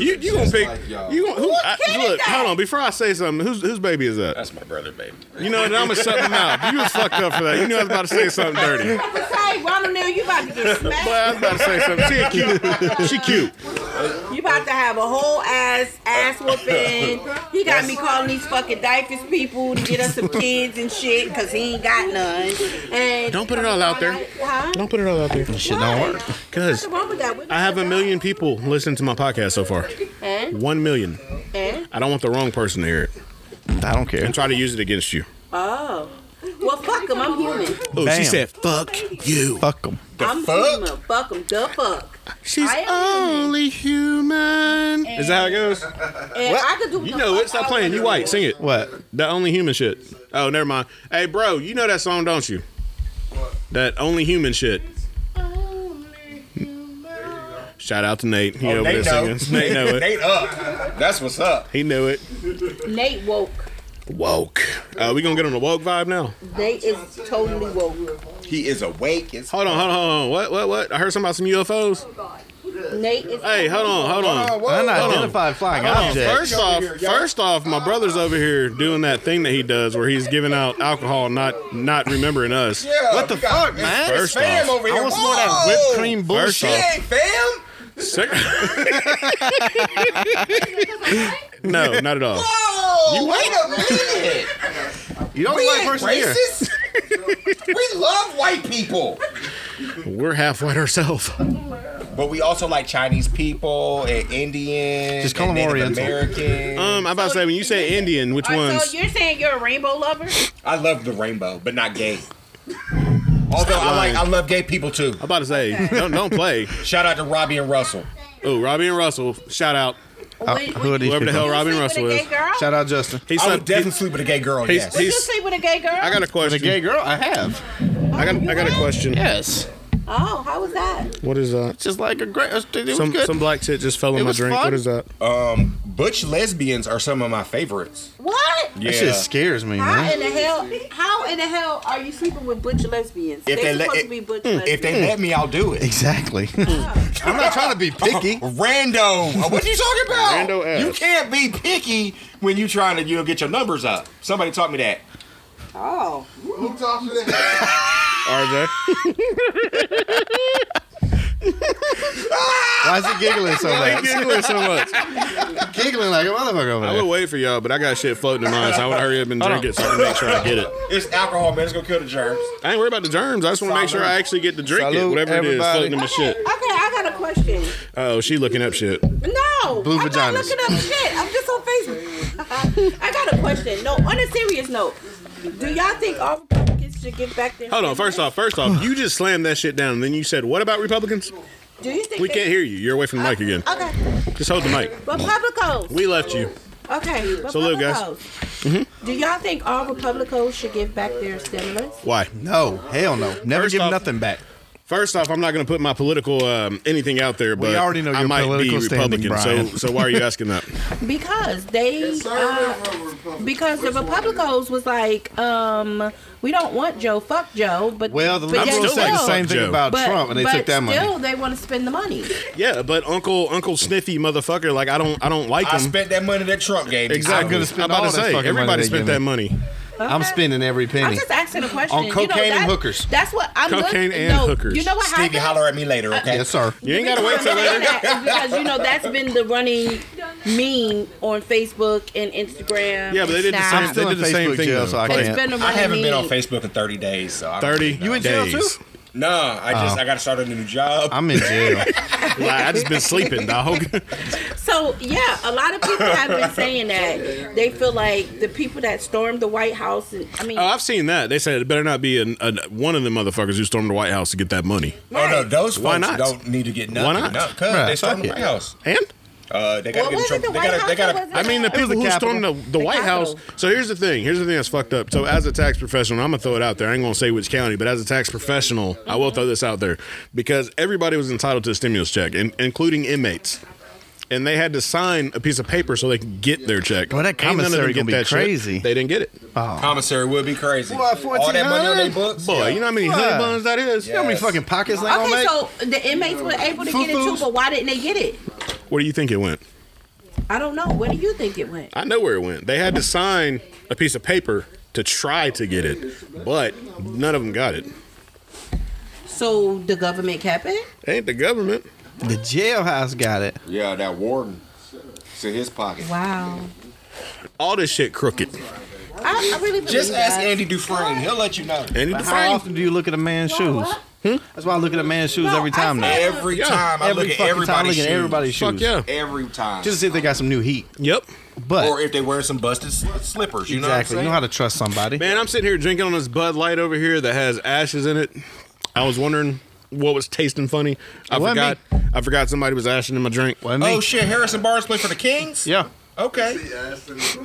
S1: you you gonna
S5: just
S1: pick?
S5: like y'all.
S1: you gonna, who, I,
S8: kid is
S1: look?
S8: that?
S1: Hold on. Before I say something, whose whose baby is that?
S5: That's my brother, baby.
S1: You know, what? I'm gonna shut my mouth. You was fucked up for that. You knew I was about to say something dirty.
S8: I'm gonna say, Ronald Neal, you about to get smacked.
S1: Well, I was about to say something. She cute. She cute.
S8: You about to have a whole ass ass whooping. He got me calling these fucking diapers people to get us some kids and shit because he ain't got none. And
S1: Don't put it all out there.
S8: Huh?
S1: Don't put it all out there.
S3: Shit don't
S8: Why?
S3: work.
S1: Cause
S8: What's wrong with that?
S1: I have a million people listening to my podcast so far.
S8: Eh?
S1: One million.
S8: Eh?
S1: I don't want the wrong person to hear it
S3: I don't care.
S1: and try to use it against you.
S8: Oh. Well, fuck him. I'm human.
S1: Oh,
S3: Bam.
S1: she said, "Fuck you."
S3: Fuck them.
S8: I'm
S5: fuck?
S8: human. Fuck him. The fuck.
S1: She's uh,
S8: I am
S1: only human. Is that how it goes?
S8: And I could do
S1: You
S8: the
S1: know
S8: fuck
S1: it. Stop
S8: I
S1: playing.
S8: wanna
S1: You white.
S8: do.
S1: Sing it.
S3: What?
S1: The only human shit. Oh, never mind. Hey, bro, you know that song, don't you? That only human shit. Shout out to Nate. He over there
S5: Oh, Nate know.
S1: singing. Nate know it.
S5: Nate up. That's what's up.
S1: He knew it.
S8: Nate woke.
S1: Woke. Uh, we gonna get on the woke vibe now.
S8: Nate is totally woke.
S5: He is awake. It's
S1: Hold on, hold on, hold on. What, what, what? I heard something about some UFOs.
S8: Nate is.
S1: Hey, hold on, hold on.
S3: Unidentified flying
S1: Hold on,
S3: object.
S1: First off, first off, my brother's over here doing that thing that he does where he's giving out alcohol, not not remembering us.
S5: Yeah,
S3: What the
S5: we got
S3: fuck,
S5: Miss-
S3: man?
S5: Miss
S1: First
S5: fam
S1: off,
S5: over here.
S3: I want some more of that
S5: Whoa!
S3: whipped cream
S1: First
S3: bullshit.
S5: Shit, fam.
S1: Second- no, not at all.
S5: Whoa! You wait a minute.
S3: You don't
S5: We
S3: like
S5: ain't
S3: person here.
S5: racist. we love white people,
S1: We're half white ourselves.
S5: but we also like Chinese people and Indians.
S3: Just call
S5: and
S3: them
S5: Native
S3: Oriental.
S5: Americans.
S1: Um, I'm about to say when you say Indian, which
S8: Alright,
S1: ones?
S8: So you're saying you're a rainbow lover?
S5: I love the rainbow, but not gay. Although I like, I love gay people too.
S1: I'm about to say don't don't play.
S5: Shout out to Robbie and Russell.
S1: Oh, Robbie and Russell, shout out.
S3: Uh,
S8: Wait,
S3: who are these
S1: Whoever the
S3: people?
S1: hell Robin
S8: sleep
S1: Russell
S8: with a
S1: is.
S8: gay girl?
S3: Shout out Justin.
S1: He
S5: I
S1: slept.
S5: would definitely sleep with a gay girl.
S1: He's-
S5: yes.
S8: Would you
S1: he's-
S8: sleep with a gay girl?
S1: I got a
S3: With a
S1: question.
S3: gay girl? I have.
S1: I got. I got a question.
S3: Yes.
S8: Oh, how was that?
S1: What is that?
S3: Just like a great. It was
S1: Some
S3: good.
S1: some black tit just fell
S3: It
S1: in my
S3: was
S1: drink.
S3: fun.
S1: What is that?
S5: um, butch lesbians are some of my favorites.
S8: What?
S5: Yeah.
S3: That shit scares me,
S8: How
S3: man.
S8: in the hell? How in the hell are you sleeping with butch lesbians?
S5: If
S8: They're
S5: they let-
S8: supposed to be butch
S1: hmm,
S8: lesbians.
S5: If they
S3: Hmm.
S5: let me, I'll do it.
S3: Exactly. I'm not trying to be picky.
S5: Rando, Uh, what you talking about?
S1: Rando ass.
S5: You can't be picky when you trying to you know, get your numbers up. Somebody taught me that.
S8: oh,
S4: Who talks to that?
S1: RJ.
S3: Why is he giggling so much?
S1: giggling so much.
S3: giggling like a motherfucker over
S1: I would
S3: there.
S1: wait for y'all, but I got shit floating in mine, so I would hurry up and drink it so I can make sure I get it.
S5: It's alcohol, man. It's gonna kill the germs.
S1: I ain't worried about the germs. I just want to make sure I actually get to drink it,
S3: Salute,
S1: whatever it is
S3: everybody.
S1: floating in my
S8: okay, okay.
S1: shit.
S8: I got a question.
S1: Oh, she looking up shit.
S8: No,
S3: Blue
S8: I'm not
S3: vaginas.
S8: looking up shit. I'm just on Facebook. I got a question. No, on a serious note, do y'all think all Republicans should give back their?
S1: Hold on. First off, first off, you just slammed that shit down, and then you said, "What about Republicans?"
S8: do you think
S1: We
S8: they-
S1: can't hear you. You're away from the mic again.
S8: Okay,
S1: Just hold the mic.
S8: Republicans.
S1: We left you.
S8: Okay,
S1: Salute, guys. Mm-hmm.
S8: Republicos. Do y'all think all Republicans should give back their stimulus?
S1: Why?
S3: No, hell no. Never
S1: First
S3: give
S1: off-
S3: nothing back.
S1: First off, I'm not going to put my political um, anything out there, but
S3: already know
S1: I
S3: your
S1: might be
S3: political standing,
S1: Republican.
S3: Brian.
S1: so, so why are you asking that?
S8: Because they, uh,
S4: Conservative or
S8: because
S4: Republican? Which one is
S8: the
S4: it?
S8: Republicans was like, um, we don't want Joe, fuck Joe, but
S3: Well, the
S8: but
S1: I'm
S8: yet
S3: liberals
S1: still
S3: say
S1: like,
S3: the
S1: fuck
S3: same
S1: Joe.
S3: thing about
S8: but-
S3: Trump, and they
S8: but
S3: took that
S8: Still,
S3: money.
S8: they want to spend the money.
S1: Yeah, but Uncle Uncle Sniffy motherfucker, like I don't I don't like
S5: I
S1: him.
S5: spent that money that Trump gave me.
S1: exactly.
S3: I'm gonna spend
S1: about
S3: all
S1: to
S3: that
S1: say
S3: fucking money
S1: everybody
S3: they
S1: spent
S3: give
S1: that
S3: me.
S1: money.
S3: I'm spending every
S8: I'm
S3: penny.
S8: just asking a question.
S3: On
S8: you know,
S3: cocaine and
S8: that-
S3: hookers.
S8: That's what I'm
S1: Cocaine
S8: looking,
S1: and
S8: no,
S1: hookers.
S8: You know what
S5: Stevie,
S8: happened?
S5: holler at me later, okay?
S3: Yes, sir.
S1: You ain't gotta wait till later.
S8: That is because you know that's been the running meme on Facebook and Instagram.
S1: Yeah, but they did the
S8: and
S1: same-
S3: I'm
S8: Snap.
S3: still
S1: They
S3: in
S1: did the same
S3: Facebook
S1: thing,
S3: jail,
S1: though.
S3: so I
S8: It's been
S3: can't.
S8: the running
S5: I haven't been on
S8: meme.
S5: Facebook in 30 days. So I don't
S1: Thirty
S5: really know.
S3: You in jail,
S1: days.
S3: too?
S5: Nah, I just I got to start a new job.
S3: Oh. I'm in jail.
S1: Like, I just been sleeping, dog. Oh,
S8: So yeah, a lot of people have been saying that they feel like the people that stormed the White House. And, I mean,
S1: oh, I've seen that. They said it better not be an, an, one of them motherfuckers who stormed the White House to get that money.
S5: oh no,
S8: right.
S5: those
S1: Why
S5: folks
S1: not?
S5: don't need to get nothing.
S1: Why not?
S5: No, cause
S3: Right,
S5: they stole
S3: fuck it.
S5: the White House.
S1: And
S5: Uh, they
S8: Well,
S5: got to get in
S8: was it the
S5: trouble. They
S8: White
S5: got to.
S8: House
S5: They
S8: or
S5: got
S8: was it-
S5: to.
S1: I mean, the
S8: It was
S1: people
S3: the
S1: who
S3: Capitol.
S1: stormed the, the, White
S8: Capitol.
S1: House. So here's the thing. Here's the thing that's fucked up. So as a tax professional, I'm gonna throw it out there. I ain't gonna say which county, but as a tax professional, I will throw this out there because everybody was entitled to a stimulus check, in, including inmates, and they had to sign a piece of paper so they could get their check.
S3: Well, that
S1: Ain't none of them
S3: commissary
S1: get
S3: gonna be
S1: that shit.
S3: crazy.
S1: They didn't get it.
S5: Commissary would be crazy.
S3: What,
S5: All that money
S3: 1400?
S5: on their books.
S1: Boy, you know how many honey
S3: Why?
S1: buns that is?
S3: You know how many fucking pockets they gonna
S5: oh,
S8: okay,
S3: make?
S8: so the inmates were able to get it too,
S3: Foo-foos.
S8: but why didn't they get it?
S1: Where do you think it went?
S8: I don't know. Where do you think it went?
S1: I know where it went. They had to sign a piece of paper to try to get it, but none of them got it.
S8: So the government kept it.
S1: Ain't the government?
S3: The jailhouse got it.
S5: Yeah, that warden. It's in his pocket.
S8: Wow.
S1: All this shit crooked.
S8: I, I really believe
S5: Just ask
S8: that.
S5: Andy Dufresne. He'll let you know.
S1: And
S3: But
S1: the
S3: How
S1: frame.
S3: often do you look at a man's shoes?
S8: what?
S3: That's why I look at a man's shoes
S8: No,
S3: every
S8: I
S3: time now.
S8: said-
S5: Every
S1: Yeah.
S5: time I
S3: Every
S5: look at
S3: fucking time I
S5: everybody's
S3: look at
S5: shoes.
S3: everybody's
S1: Fuck
S3: shoes.
S1: yeah.
S5: Every time.
S3: Just to see if they got some new heat.
S1: Yep.
S3: But
S5: or if they wear some busted s- slippers. You
S3: exactly, you
S5: know
S3: know
S5: what
S3: how to trust somebody.
S1: Man, I'm sitting here drinking on this Bud Light over here that has ashes in it. I was wondering what was tasting funny. I
S3: What,
S1: forgot. I forgot somebody was ashing in my drink.
S3: Well,
S5: I'm saying?
S3: me.
S5: Oh shit, Harrison Barnes played for the Kings?
S3: yeah.
S5: Okay.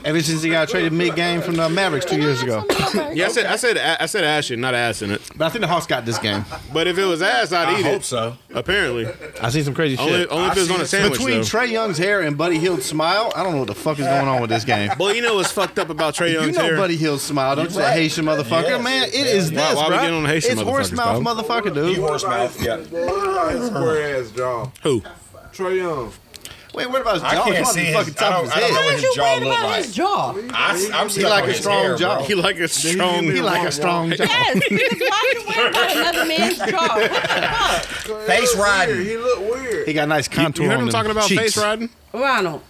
S3: Ever since he got traded mid game from the Mavericks two years ago.
S1: Yeah, I said I said a- I said ashing, not ass in it.
S3: But I think the Hawks got this game.
S1: But if it was ass, I'd
S5: I
S1: eat
S5: hope
S1: it.
S5: so.
S1: Apparently,
S3: I seen some crazy
S1: only,
S3: shit.
S1: only if it was
S5: I've
S1: on a
S5: seen
S1: sandwich.
S3: Between
S1: though.
S3: Trey Young's hair and Buddy Hield's smile, I don't know what the fuck is going on with this game.
S1: Boy, you know what's fucked up about Trey
S3: You
S1: Young's
S3: know
S1: hair?
S3: Buddy Hill's smile, don't you, that Haitian motherfucker?
S5: Yes.
S3: Man, it is
S1: Why-
S3: this,
S1: why we
S3: bro.
S1: getting on Haitian
S3: it's horse
S1: motherfuckers,
S3: mouth,
S1: dog?
S3: motherfucker,
S5: You
S3: dude.
S5: horse mouth. Yeah.
S4: His square ass jaw.
S1: Who?
S4: Trey Young.
S3: Wait, what about his
S5: I
S3: jaw?
S5: can't
S3: It's
S5: see
S3: on the
S5: his-
S3: fucking top
S5: I
S3: of his
S5: don't- I don't know
S3: head.
S5: what
S8: What
S5: his
S8: you
S5: jaw
S8: worried
S5: look
S8: about
S5: like.
S8: his jaw?
S5: I, I'm
S3: He
S5: stuck
S3: like
S5: on
S3: a
S5: his
S3: strong
S5: hair,
S3: jaw.
S5: bro.
S1: He like a strong.
S3: He like a strong jaw.
S8: Yes, because why you worried about another man's jaw? What the fuck?
S5: Face riding.
S4: He look weird.
S3: He got nice
S1: You,
S3: contour
S1: you heard
S3: on
S1: him
S3: them
S1: talking about
S3: cheeks.
S1: face riding?
S8: Ronald,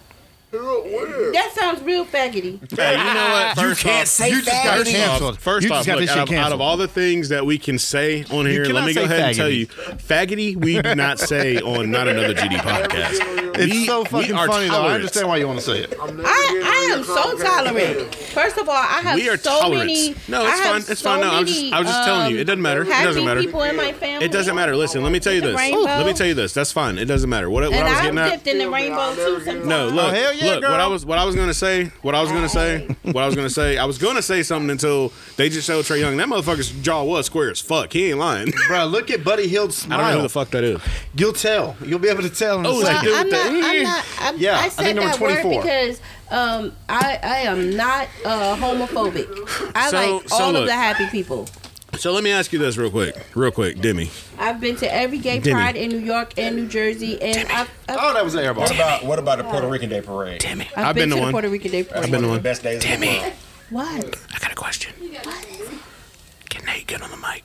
S4: He look weird.
S8: that sounds real faggoty.
S1: Hey, you know what?
S5: You
S1: First
S5: can't
S1: off-
S5: say
S3: You just got
S5: faggot.
S3: canceled.
S1: First
S3: you
S1: off,
S3: just got
S1: look,
S3: this
S1: out, of, out of
S3: shit canceled.
S1: all the things that we can say on here, let
S3: cannot
S1: me go
S3: say
S1: ahead and
S3: faggoty.
S1: tell you, faggoty, we do not say on not another GD podcast.
S3: It's
S1: We-
S3: so
S1: we
S3: fucking
S1: are
S3: funny though. I
S1: tolerant.
S3: understand why you want to say it.
S4: I'm never
S8: I,
S4: getting
S8: I I am so tolerant. First of all, I have
S1: We are
S8: so
S1: tolerant.
S8: many.
S1: No, it's
S8: I have
S1: fine. It's
S8: so
S1: fine. No, I was
S8: many,
S1: just- I was just telling you.
S8: um,
S1: It doesn't matter. It
S8: happy
S1: doesn't matter.
S8: People in my family.
S1: It doesn't matter. Listen, let me tell you
S8: With
S1: this.
S8: the rainbow.
S1: Let me tell you this. That's fine. It doesn't matter. What, what
S8: And
S1: I was
S8: I'm
S1: getting at.
S8: dipped in the rainbow too. Sometimes.
S1: No, look,
S3: Oh, hell yeah,
S1: look. What
S3: girl.
S1: I was, what I was gonna say, what I was gonna say, what I was gonna say, I was gonna say something until they just showed Trey Young. That motherfucker's jaw was square as fuck. He ain't lying.
S3: Bro, look at Buddy Hield's
S1: I
S3: smile.
S1: don't know who the fuck that is.
S3: You'll tell. You'll be able to tell. In a
S1: Oh, it's
S3: second.
S1: like dude
S8: I'm
S1: with the-
S8: not, I'm not, I'm,
S3: Yeah, I
S8: I
S3: think
S8: said
S3: number
S8: that
S3: 24.
S8: word because um, I, I am not uh, homophobic. I
S1: So-
S8: like
S1: so
S8: all
S1: look.
S8: of the happy people.
S1: So let me ask you this real quick, real quick, Demi.
S8: I've been to every gay
S1: Demi.
S8: pride in New York and New Jersey, and I've, I've,
S3: Oh, that was an airball.
S5: What about what about the Puerto Rican Day Parade? Damn
S8: I've,
S1: I've been
S8: been,
S1: to
S8: to
S1: one.
S8: the Puerto Rican Day Parade.
S1: been to
S5: the
S1: one.
S5: best days of the world.
S8: What?
S1: I got a question. Can Nate get on the mic?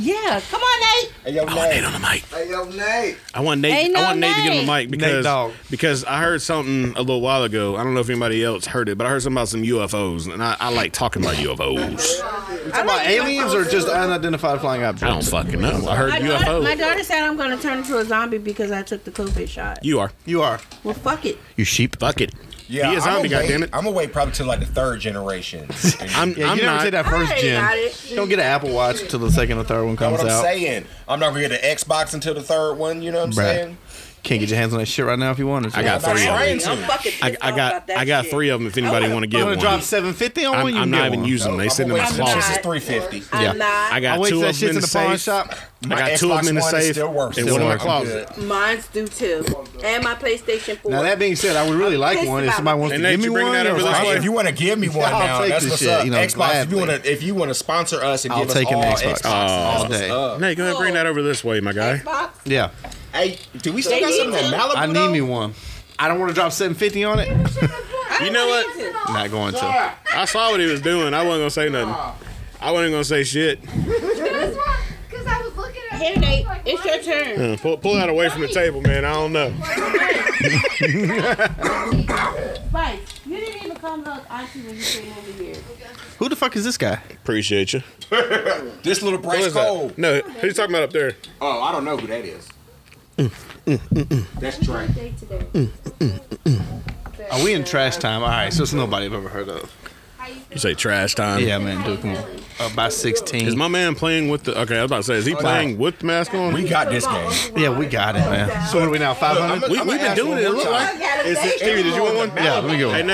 S8: Yeah, come on, Nate.
S5: Hey, yo,
S1: I want Nate
S5: Nate.
S1: on the mic.
S4: Hey, yo, Nate.
S1: I want Nate.
S8: Ain't
S1: I
S8: no
S1: want Nate to get on the mic
S8: Nate.
S1: because
S3: dog.
S1: because I heard something a little while ago. I don't know if anybody else heard it, but I heard something about some UFOs, and I, I like talking about UFOs.
S3: Talking about aliens or just unidentified flying
S1: I
S3: objects?
S1: don't fucking know. I heard
S8: My daughter, my
S1: UFOs.
S8: daughter said I'm going to turn into a zombie because I took the COVID shot.
S1: You are.
S3: You are.
S8: Well, fuck it.
S1: You sheep. Fuck it.
S5: Yeah,
S1: Be a zombie,
S5: I'm
S1: goddammit.
S5: I'm gonna wait probably till like the third generation.
S1: I'm,
S3: Yeah,
S1: I'm
S3: you never
S1: not.
S3: take that first
S8: I ain't got
S3: gen.
S8: it.
S3: Don't get an Apple Watch until the second or third one
S5: know
S3: comes
S5: what I'm
S3: out.
S5: saying? I'm not gonna get an Xbox until the third one. You know what I'm
S3: Bruh.
S5: saying?
S3: Can't get your hands on that shit right now if you want to.
S1: I got
S5: I'm not
S1: three of
S5: trying
S8: I'm
S5: to.
S8: fucking
S1: I, I
S8: pissed off
S1: got
S8: about that
S1: I got
S8: shit.
S1: three of them. If anybody
S8: would've
S1: want to
S3: You
S1: get
S3: want
S1: one,
S3: to drop 750 on one?
S1: I'm,
S3: You
S1: I'm
S3: can
S1: not
S3: get
S1: even
S3: one.
S1: using them. They
S5: I'm
S1: sitting in my
S5: gonna wait
S1: closet.
S5: till
S8: closet.
S5: This is 350.
S8: I'm
S3: Yeah.
S8: not.
S1: I
S3: I
S1: got
S3: wait till
S1: two
S3: that
S1: of them
S3: shit's
S1: in
S3: in
S1: the
S3: the pawn
S1: safe.
S3: shop.
S1: I got
S5: My
S1: two of them in the
S5: Xbox One
S1: safe
S5: still works.
S1: and
S5: Still
S1: one in my
S5: works.
S1: closet.
S8: Mine's do too, and my PlayStation 4.
S3: Now that being said, I would really like
S8: pissed
S3: one if
S8: about
S3: somebody
S8: it.
S3: wants to
S1: And they
S3: give me
S1: should bring
S3: one.
S1: that over
S3: or
S1: this
S3: if I-
S5: Hey,
S1: way.
S5: if you want to give me one
S3: I'll
S5: now,
S3: take
S5: that's
S3: the
S5: what's
S3: shit,
S5: up.
S3: you know,
S5: Xbox, if you
S3: gladly.
S5: want to, if you want to sponsor us and
S3: I'll
S5: give us
S3: take an
S5: all
S3: Xbox.
S5: Xboxes,
S3: All
S5: that's what's
S3: day.
S5: up.
S1: Nate, go ahead and bring that over this way, my guy.
S8: Xbox.
S3: Yeah,
S5: Hey, do we still got
S8: need
S5: something in
S8: to.
S5: Malibu?
S3: I need me one. I don't want to drop 750 on it.
S8: I
S1: You
S8: don't
S1: know
S8: want
S1: what?
S8: to use it.
S3: Not going to.
S5: Oh,
S1: I saw what he was doing. I wasn't gonna say nothing. I wasn't gonna say shit.
S9: Because I was looking at
S8: Here,
S9: it, I
S8: Nate,
S9: was like,
S8: it's
S9: why
S8: your
S9: is
S8: turn.
S1: Uh, Pull, pull that away from the table, man. I don't know.
S8: Right. You didn't even come hug Auntie when you came over here.
S3: Who the fuck is this guy?
S1: Appreciate you.
S5: This
S1: Who
S5: little Bryce
S1: is
S5: Cole.
S1: that? No, who you talking about up there?
S5: Oh, I don't know who that is. That's Trey.
S9: it day today?
S3: Are we in trash time? All right, so it's nobody I've ever heard of.
S9: How you feel?
S1: You say trash time.
S3: Yeah, man, dude, come on. Up by
S1: Is
S3: 16.
S1: my man playing with the? Okay, I was about to say, is he playing with the mask on?
S5: We got this game.
S3: Yeah, we got it, man. So what are we now? 500?
S1: we, we've been doing it. It looked like.
S8: Is
S1: Stevie, did you want one?
S3: Yeah, let me get
S1: Hey
S3: one.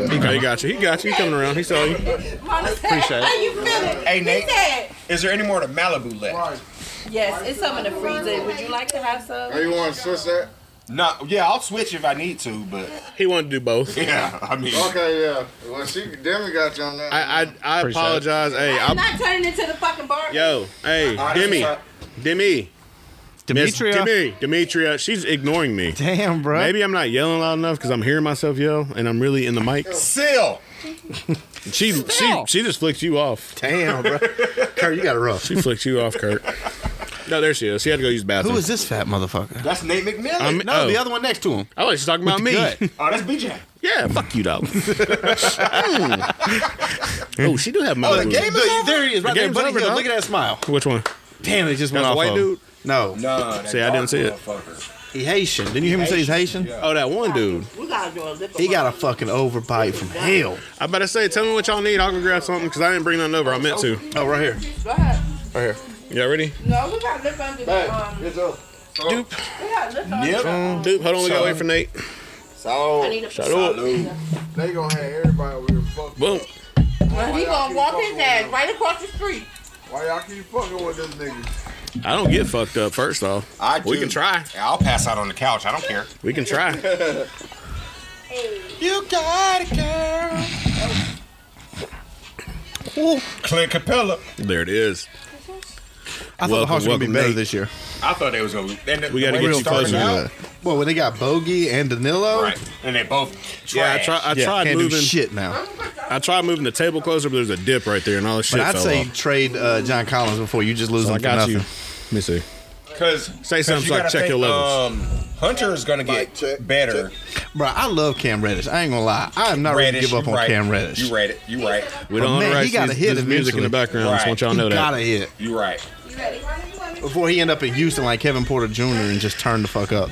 S1: Nate, okay, he got you. He got you. He coming around. He saw you.
S3: Appreciate
S8: How
S3: it.
S8: you feeling?
S5: Hey, Nate.
S8: He said,
S5: Is there any more to Malibu left?
S8: yes, it's some in the freezer. Would you like to have some?
S4: Hey, you want to switch that?
S5: No. Yeah, I'll switch if I need to, but
S1: He wanted to do both.
S5: yeah, I mean,
S4: Okay, yeah. Well, she definitely got you on that.
S1: I I, I
S3: Appreciate it.
S1: apologize. Hey,
S8: I'm
S1: I'm
S8: not turning into the fucking bar.
S1: yo. Hey, Demi, Demi, Miss
S3: Demetria.
S1: Demi, Demetria. She's ignoring me.
S3: Damn, bro.
S1: Maybe I'm not yelling loud enough because I'm hearing myself yell, and I'm really in the mic.
S5: still.
S1: She she she just flicked you off.
S3: Damn, bro. Kurt, you got it rough.
S1: She flicked you off, Kurt. No, there she is. She had to go use the bathroom.
S3: Who is this fat motherfucker?
S5: That's Nate McMillan.
S1: I'm-
S3: No,
S1: oh.
S3: the other one next to him.
S1: I like she's talking about me.
S3: Good.
S5: oh, that's BJ.
S1: Yeah, fuck you, dog. Mm. Oh, she do have my.
S5: Oh, the game is
S3: Look,
S5: over.
S3: there he is, right
S1: The
S3: there,
S1: game's
S3: buddy.
S1: over,
S3: Yo,
S1: dog.
S3: look at that smile.
S1: Which one?
S3: Damn, it just went
S1: That's a
S3: off.
S1: white
S3: of him.
S1: dude.
S3: No,
S5: No, that
S1: See, I didn't see it.
S5: dark motherfucker.
S3: he Haitian. Didn't you hear me say he's Haitian?
S1: Oh, that one dude.
S8: We gotta do a little.
S3: He got a fucking overbite from hell.
S1: I better say, tell me what y'all need. I'll go grab something because I didn't bring nothing over. I meant to.
S3: Oh, right here,
S8: Go ahead.
S3: right here.
S1: Y'all ready?
S8: No, we gotta look under the um. We
S1: Doop.
S8: gotta look under.
S5: Yep.
S1: Doop. Mm, Hold on. We gotta wait for Nate.
S8: I
S4: So,
S8: need a.
S1: Shut up.
S4: they going to have everybody over here fucking.
S1: Boom.
S8: Well, he
S4: Why y'all
S8: gonna
S4: keep
S8: walk
S4: fucking
S8: his ass
S4: with
S8: right across the street.
S4: them? Why y'all keep fucking with them niggas?
S1: I don't get fucked up. First off,
S5: I
S1: we
S5: do.
S1: can try.
S5: I'll pass out on the couch. I don't care.
S1: We can try.
S5: You got it, girl. Clint Capella.
S1: There it is.
S3: I thought the
S1: Welcome,
S3: Hawks were gonna be
S1: welcome,
S3: better
S1: Nate.
S3: this year.
S5: I thought they was gonna. And the,
S1: We gotta
S5: the
S1: get
S5: way they
S1: you
S5: started
S1: closer to
S5: out,
S3: Well, when they got Bogey and Danilo,
S5: Right. And they both. Trash.
S1: Yeah, I, try, I
S3: yeah,
S1: tried
S3: can't
S1: moving.
S3: do shit now.
S1: I tried moving the table closer, but there's a dip right there, and all the shit
S3: But I'd
S1: fell
S3: say
S1: off.
S3: trade uh, John Collins before you just lose
S1: So
S3: him
S1: I got
S3: for
S1: you.
S3: nothing.
S1: Let me see.
S5: Because
S1: Say something so I can check your levels.
S5: Um, Hunter is gonna get
S4: Mic check,
S5: better.
S3: Bro, I love Cam Reddish. I ain't gonna lie. I am not ready to
S5: Reddish,
S3: give up
S5: you
S3: on
S5: right.
S3: Cam Reddish.
S5: You right. You right.
S1: We
S3: But
S1: don't
S3: man, he
S1: underwrite
S3: gotta
S1: these-
S3: hit
S1: this music in the
S3: eventually.
S1: background. I just want y'all to know
S3: He gotta
S1: that.
S3: hit
S5: You right.
S9: You ready?
S3: before he end up in Houston like Kevin Porter Jr. and just turn the fuck up.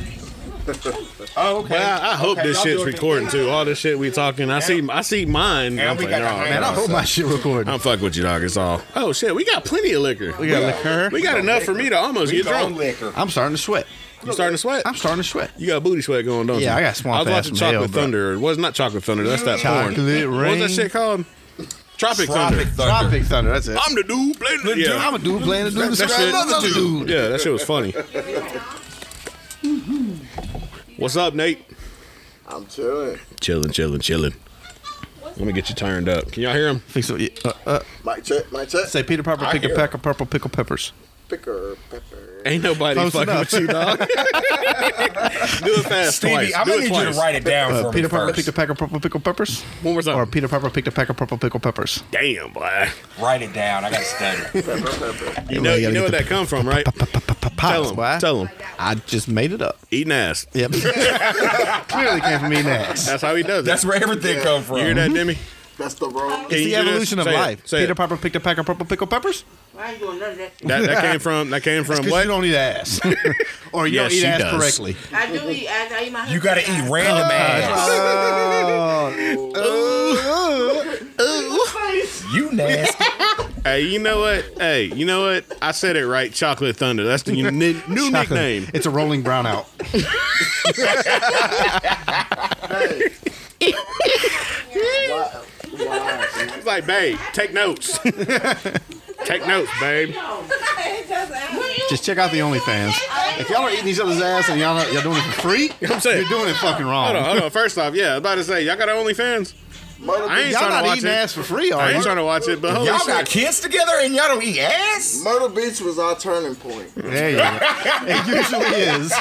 S5: Oh, okay.
S1: Well, I, I hope
S5: Okay,
S1: this
S5: y'all
S1: shit's
S5: do it.
S1: recording too. All this shit we talking. I see. I see mine.
S5: And
S1: I'm
S5: we
S1: like,
S5: got the
S1: nah,
S5: hang
S1: man,
S3: Man, I
S1: I
S3: hope my shit recording.
S1: am fuck with you, dog. It's all. Oh shit, we got plenty of liquor.
S3: We got liquor.
S1: We got enough for me to almost
S5: We
S1: get
S5: gone
S1: drunk.
S5: liquor.
S3: I'm starting to sweat.
S1: You starting to sweat?
S3: I'm starting to sweat.
S1: You got booty sweat going, don't you?
S3: Yeah, I got swamp
S1: I was
S3: ass
S1: watching
S3: from hell,
S1: Chocolate
S3: bro.
S1: Thunder. It was not Chocolate Thunder. That's that porn.
S3: Chocolate
S1: What was that
S3: rain.
S1: shit called? Tropic,
S5: Tropic
S1: Thunder.
S5: Thunder.
S3: Tropic Thunder. That's it.
S1: I'm the dude playing the yeah.
S3: I'm a dude playing a dude.
S1: That
S3: describe
S1: shit-
S3: another dude.
S1: Yeah, that shit was funny. What's up, Nate?
S4: I'm telling.
S1: Chilling, chilling, chilling. Let me get you turned up. Can y'all hear him?
S3: Fix it. Uh, uh,
S4: Mic check, mic check.
S3: say Peter Piper, pick a peck of purple pickle peppers.
S4: Picker, pepper.
S1: Ain't nobody
S3: Close
S1: fucking
S3: enough.
S1: with you, dog. Do it fast
S5: Stevie,
S1: twice.
S5: I'm
S1: Do it
S5: gonna need you
S1: twice.
S5: to write it down
S3: Uh,
S5: for
S3: Peter
S5: me
S3: Piper
S5: first.
S3: picked a pack of purple pickle peppers.
S1: One more time.
S3: Or Peter Piper picked a pack of purple pickle peppers.
S1: Damn, boy.
S5: Write it down. I gotta study.
S1: You know,
S3: Everybody
S1: you know
S3: gotta get
S1: where
S3: the-
S1: that come from, right? Tell
S3: Pops,
S1: him.
S3: why?
S1: Tell him.
S3: I just made it up.
S1: Eating ass.
S3: Yep. Clearly came from me next.
S1: That's how he does it.
S5: That's where everything come from.
S1: you hear that, Demi?
S4: That's the wrong.
S1: Can
S3: It's
S1: you
S3: the
S1: do this?
S3: evolution of
S1: Say it.
S3: life.
S1: Say it.
S3: Peter Piper picked a pack of purple pickle peppers.
S8: I ain't doing none of that.
S1: That, that came from that came from
S3: 'Cause
S1: what?
S3: you don't eat ass, or you
S1: Yes,
S3: don't eat
S1: she
S3: ass
S1: does.
S3: correctly.
S8: I do eat ass. I eat my.
S5: You gotta eat
S3: Oh,
S5: random ass. You nasty.
S1: Hey, you know what? Hey, you know what? I said it right. Chocolate Thunder. That's the new, new
S3: Chocolate.
S1: nickname.
S3: It's a rolling brown out.
S4: Why? Why?
S1: It's like, babe, take notes. take notes, babe.
S3: Just check out the OnlyFans. If y'all are eating each other's ass and y'all y'all doing it for free,
S1: I'm saying-
S3: you're doing it fucking
S1: Hold on,
S3: wrong.
S1: hold on. First off, yeah, I was about to say, y'all got OnlyFans? I
S4: Murder,
S1: ain't
S3: Y'all
S1: trying to
S3: not
S1: watch
S3: eating
S1: it.
S3: ass for free,
S1: I
S3: are
S1: ain't
S3: you?
S1: trying to watch it, but
S3: Oh,
S1: holy
S5: Y'all
S1: shit.
S5: got kids together and y'all don't eat ass?
S4: Myrtle Beach was our turning point.
S3: There you go. It usually is.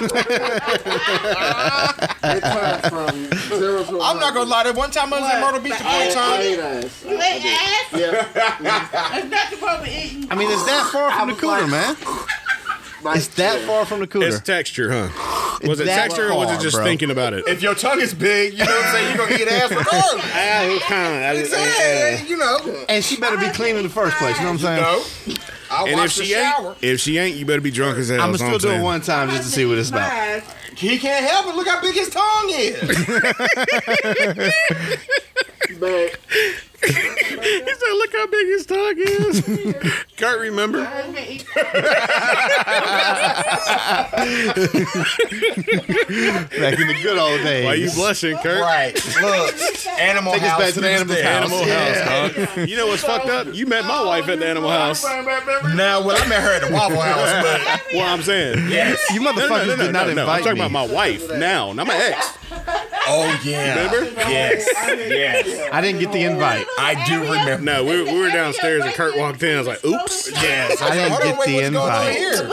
S4: It turned from zero to.
S5: I'm not gonna lie. That one time I was in Myrtle Beach the
S4: I,
S5: first
S4: I
S5: time.
S4: ate ass.
S8: You ate ass?
S4: Yeah.
S8: That's not the problem eating.
S3: I mean, it's that far from the cooler, man.
S4: Like,
S3: It's that far from the
S1: It's
S3: cooler.
S1: texture, huh? Was it
S3: that
S1: texture or was it
S3: far,
S1: just
S3: bro.
S1: thinking about it?
S5: If your tongue is big, you know what I'm saying? You're gonna eat ass regardless.
S1: Ah,
S5: Hey, you know.
S3: And she better be clean in the first place. You know what I'm saying?
S5: No. I
S1: And if
S5: watched the
S1: she
S5: shower.
S1: ain't, if she ain't, you better be drunk as hell.
S3: I'm gonna
S1: is all
S3: still do it
S1: saying.
S3: one time just to see what it's about.
S8: Mine.
S5: He can't help it. Look how big his tongue is.
S4: man,
S1: He said, "Look how big his tongue is." Kurt, remember?
S8: I'm gonna eat-
S3: Back in the good old days.
S1: Why you blushing, Kurt?
S5: right. Look. Animal
S3: Take us
S5: house.
S3: back to the
S5: who's
S3: animal
S5: there?
S3: house.
S1: Animal house, dog. You know what's fucked up? You met my
S5: Oh,
S1: wife at the animal house.
S5: Now, well, I met her at the Waffle House, but
S1: What I'm saying.
S5: yes.
S3: You motherfuckers
S1: No, no, no, no,
S3: did not
S1: no, no. I'm
S3: invite
S1: talking
S3: me.
S1: about my wife now, not my ex.
S5: Oh yeah.
S1: Remember?
S5: Yes. Yes.
S3: I didn't get the invite.
S5: I do remember.
S1: No, we, we were downstairs and Kurt walked in. I was like, "Oops."
S5: Yes.
S3: I didn't
S5: Hold on,
S3: get
S5: wait,
S3: the
S5: what's going on
S3: invite.
S5: here?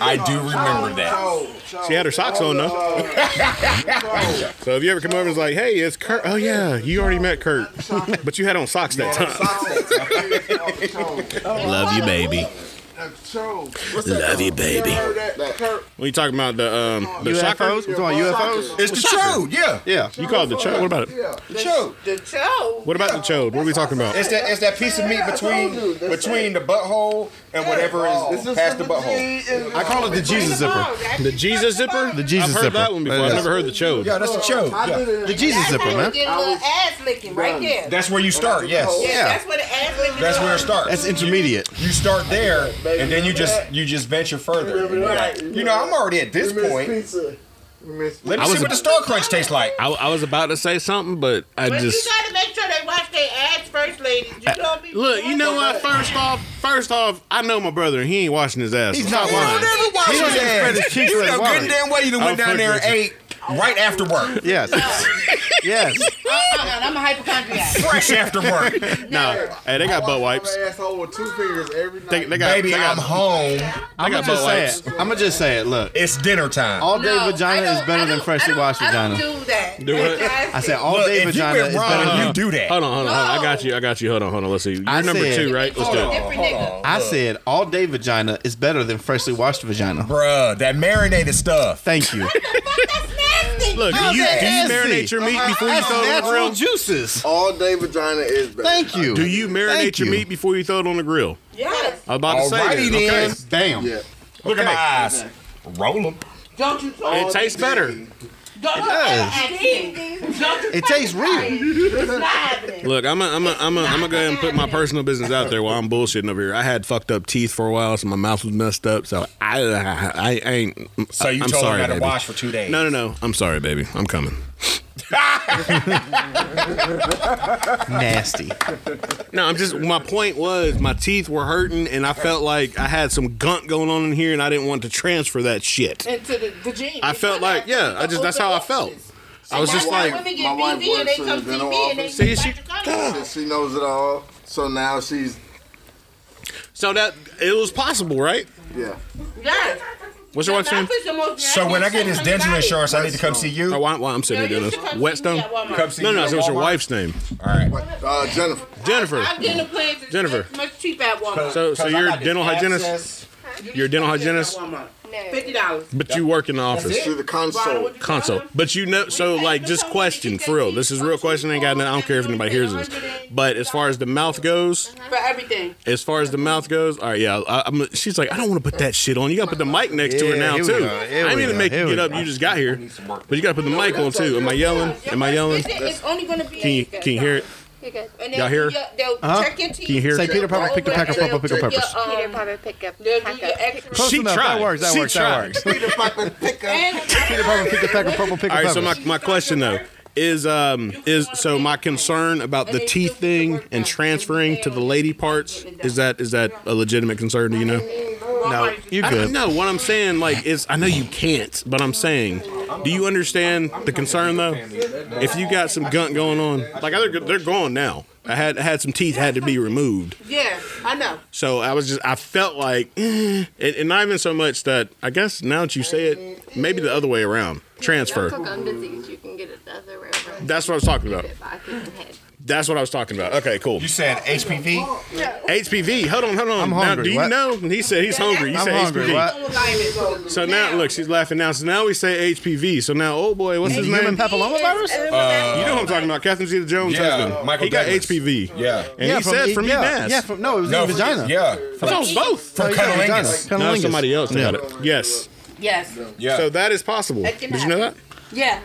S5: I do remember that.
S1: She had her socks on though. So if you ever come over and it's like, "Hey, it's Kurt." Oh yeah, you already met Kurt, but you had on socks that time. Love you, baby. Love you, baby. What you talking about? The um, the
S3: UFOs?
S1: shockers?
S3: We're talking about UFOs?
S5: It's the show. Yeah.
S3: Yeah.
S1: You called the chode. What about it?
S4: yeah.
S5: The show.
S8: The toe.
S1: What about the chode? What are we talking about?
S5: It's that it's that piece of meat between between the butthole and whatever is past the butthole.
S3: I call it the Jesus zipper.
S1: The Jesus zipper?
S3: The Jesus
S1: I've heard
S3: zipper.
S1: that one before.
S3: Yes.
S1: I've never heard the chode.
S5: Yeah, that's the show.
S4: I
S5: Yeah.
S4: did it.
S3: The Jesus zipper, man.
S8: Get a little ass licking right there.
S5: That's where you start. Yes.
S8: yeah.
S3: yeah.
S8: That's where the ass licking
S5: That's
S8: is.
S5: where it starts.
S3: That's intermediate.
S5: You start there, and then you just you just venture further. You know, I'm already at this
S4: You miss
S5: point.
S4: pizza. You miss
S5: Let me see what the Star Crunch tastes like.
S1: I, I was about to say something, but I
S8: But
S1: just
S8: you gotta make sure they wash their ass first, ladies. You don't be
S1: look. You know what? First off, first off, I know my brother. and He ain't washing his ass.
S3: He's not lying.
S5: never watched
S3: He don't
S5: his
S3: even
S5: ass.
S3: spread his cheeks
S5: You
S3: like
S5: know,
S3: water.
S5: good and damn well you done went
S1: I'll
S5: down there and
S1: fuck
S5: ate right after work,
S3: Yes. Yes.
S8: Oh I'm a hypochondriac.
S5: fresh after work.
S1: Nah, hey, they got butt wipes.
S4: My asshole with two fingers every night.
S1: They, they got,
S5: Baby,
S1: they got,
S5: I'm home.
S3: I'm
S1: got
S3: gonna just
S1: butt
S3: say
S1: wipes.
S3: it. I'm gonna just say it. Look,
S5: It's dinner time.
S3: all day
S8: No, I
S3: vagina is
S8: don't- I
S3: better than
S8: don't-
S3: freshly
S8: I
S3: washed
S8: don't-
S3: vagina.
S8: I don't do that.
S1: Do what?
S8: That's
S3: I said "Oh, all
S5: Look,
S3: day
S5: if you
S3: vagina
S5: went
S3: is better
S5: wrong,
S3: than
S5: you do that.
S1: Hold on, hold on, hold on. I
S8: No.
S1: got you. I got you. Hold on, hold on. Let's see. You're
S3: I
S1: number
S3: said-
S1: two, right? Let's
S8: Hold
S1: do
S8: on.
S1: it.
S8: Different nigga.
S3: I said all day vagina is better than freshly washed vagina.
S5: Bruh, that marinated stuff.
S3: Thank you.
S8: nasty.
S1: Look, do
S3: How's
S1: you,
S3: that
S1: do you
S3: nasty?
S1: marinate your meat before you
S3: That's
S1: throw it on the
S3: natural
S1: grill?
S3: juices.
S4: All day vagina is better.
S3: Thank you.
S1: Do you marinate
S3: Thank
S1: your
S3: you.
S1: meat before you throw it on the grill?
S8: Yes.
S1: I was about to say
S5: Alrighty
S1: that. Okay.
S5: then.
S3: Damn.
S4: Yeah.
S5: Look at my eyes. Roll them.
S6: Don't you talk.
S1: It tastes better.
S6: Don't you
S3: does.
S6: Don't you
S3: It tastes real.
S1: Look, I'm a, I'm a, I'm a, I'm gonna go ahead and put my personal business out there while I'm bullshitting over here. I had fucked up teeth for a while, so my mouth was messed up. So I, I, I ain't.
S5: So you
S1: I'm
S5: told
S1: sorry,
S5: him how to
S1: baby.
S5: wash for two days.
S1: No, no, no. I'm sorry, baby. I'm coming.
S3: Nasty.
S1: No, I'm just. My point was, my teeth were hurting, and I felt like I had some gunk going on in here, and I didn't want to transfer that shit.
S10: into the, the gene.
S1: I felt like, yeah, I just that's how I felt. I was just like,
S10: women
S4: My
S10: get
S4: wife
S10: BV and they
S4: works in the
S10: come see
S4: dental
S10: me and they
S4: office.
S1: See, she-
S4: Since she knows it all, so now she's
S1: so that it was possible, right?
S4: yeah.
S10: Yeah.
S1: What's your wife's name?
S10: Office the most
S5: So when I get this dental insurance, I need to come see you.
S1: Oh,
S5: All
S1: why, why I'm sitting here doing this? Whetstone?
S5: Come see
S1: No,
S5: you
S1: no,
S5: at
S1: so it's your
S5: Walmart?
S1: wife's name,
S5: right.
S4: Uh, Jennifer,
S1: Jennifer.
S10: I'm getting a plan to
S1: Jennifer.
S10: Jennifer. much cheap at Walmart.
S1: So, so
S5: Because I
S1: you're
S5: got this
S1: dental hygienist,
S5: abscess.
S1: you're dental hygienist,
S10: Fifty dollars.
S1: but you work in the office
S4: through the console.
S1: console.
S5: Uh-huh.
S1: But you know, so like, just question for real. This is real question. Ain't got. nothing- I don't care if anybody hears this. But as far as the mouth goes,
S10: For everything.
S1: as far as the mouth goes, all right, yeah. I, I'm, she's like, I don't want to put that shit on. You got to put the mic next to her
S3: Yeah,
S1: now
S3: here we
S1: too.
S3: go,
S1: I
S3: here
S1: didn't
S3: we
S1: even
S3: go,
S1: make you
S3: here we
S1: get up.
S3: go.
S1: You just got here, but you got to put the mic on too. Am I yelling? Am I yelling?
S10: It's only gonna be.
S1: Can you can you hear it?
S9: You're good.
S10: And
S1: y'all hear?
S10: They'll, they'll
S3: Uh-huh.
S10: check into
S1: Can you hear?
S3: Say
S1: it?
S3: Peter Piper, pick a pecker, purple, pick a peppers.
S9: Peter
S10: Um,
S9: Piper pick up.
S10: they'll do
S9: pack
S10: your
S9: up.
S10: X-ray.
S3: Close
S1: She
S3: enough.
S1: tried.
S3: That works. That
S1: She
S3: works.
S1: tried.
S3: That works.
S4: Peter Piper pick up.
S3: Peter Piper, pick a pecker, purple, pick a
S1: All right,
S3: peppers.
S1: so my, my question though is um is so my concern about the teeth thing and transferring to the lady parts is that is that a legitimate concern? Do you know?
S3: no, you
S1: I don't
S3: good.
S1: know. What I'm saying like is I know you can't, but I'm saying, do you understand the concern though? If you got some gunk going on, like they're they're gone now. I had I had some teeth had to be removed,
S10: Yeah, I know.
S1: so I was just I felt like, eh, and, and not even so much that I guess now that you say it, maybe the other way around, transfer.
S9: I'm busy. You can get it the other way around.
S1: That's what I was talking about.
S9: I couldn't head.
S1: That's what I was talking about. Okay, cool.
S5: You said HPV?
S1: HPV. Hold on, hold on.
S3: I'm
S1: Now,
S3: hungry.
S1: do you
S3: What?
S1: know? He said he's hungry. You
S3: I'm
S1: said
S3: hungry.
S1: HPV.
S3: What?
S1: So now, look, she's laughing now. So now we say HPV. So now, oh boy, what's his
S3: Human
S1: name?
S3: papillomavirus?
S1: Uh, you know what I'm talking about? Catherine Zeta Jones'
S5: Yeah,
S1: husband.
S5: Michael
S1: he got
S5: Douglas.
S1: HPV.
S5: Yeah.
S1: And he said from E
S3: yeah,
S1: E-Nas.
S3: Yeah, from, no, it was
S5: No,
S3: in
S5: for-
S3: vagina.
S5: Yeah.
S1: It's on both.
S5: From
S3: No, Oh, yeah, vagina.
S5: Cunnilingus.
S1: Now
S3: Cunnilingus.
S1: somebody else
S3: Yeah.
S1: got it. Yes.
S10: Yes.
S5: Yeah.
S1: So that is possible.
S10: That
S1: Did
S10: can
S1: you know that?
S10: Yeah.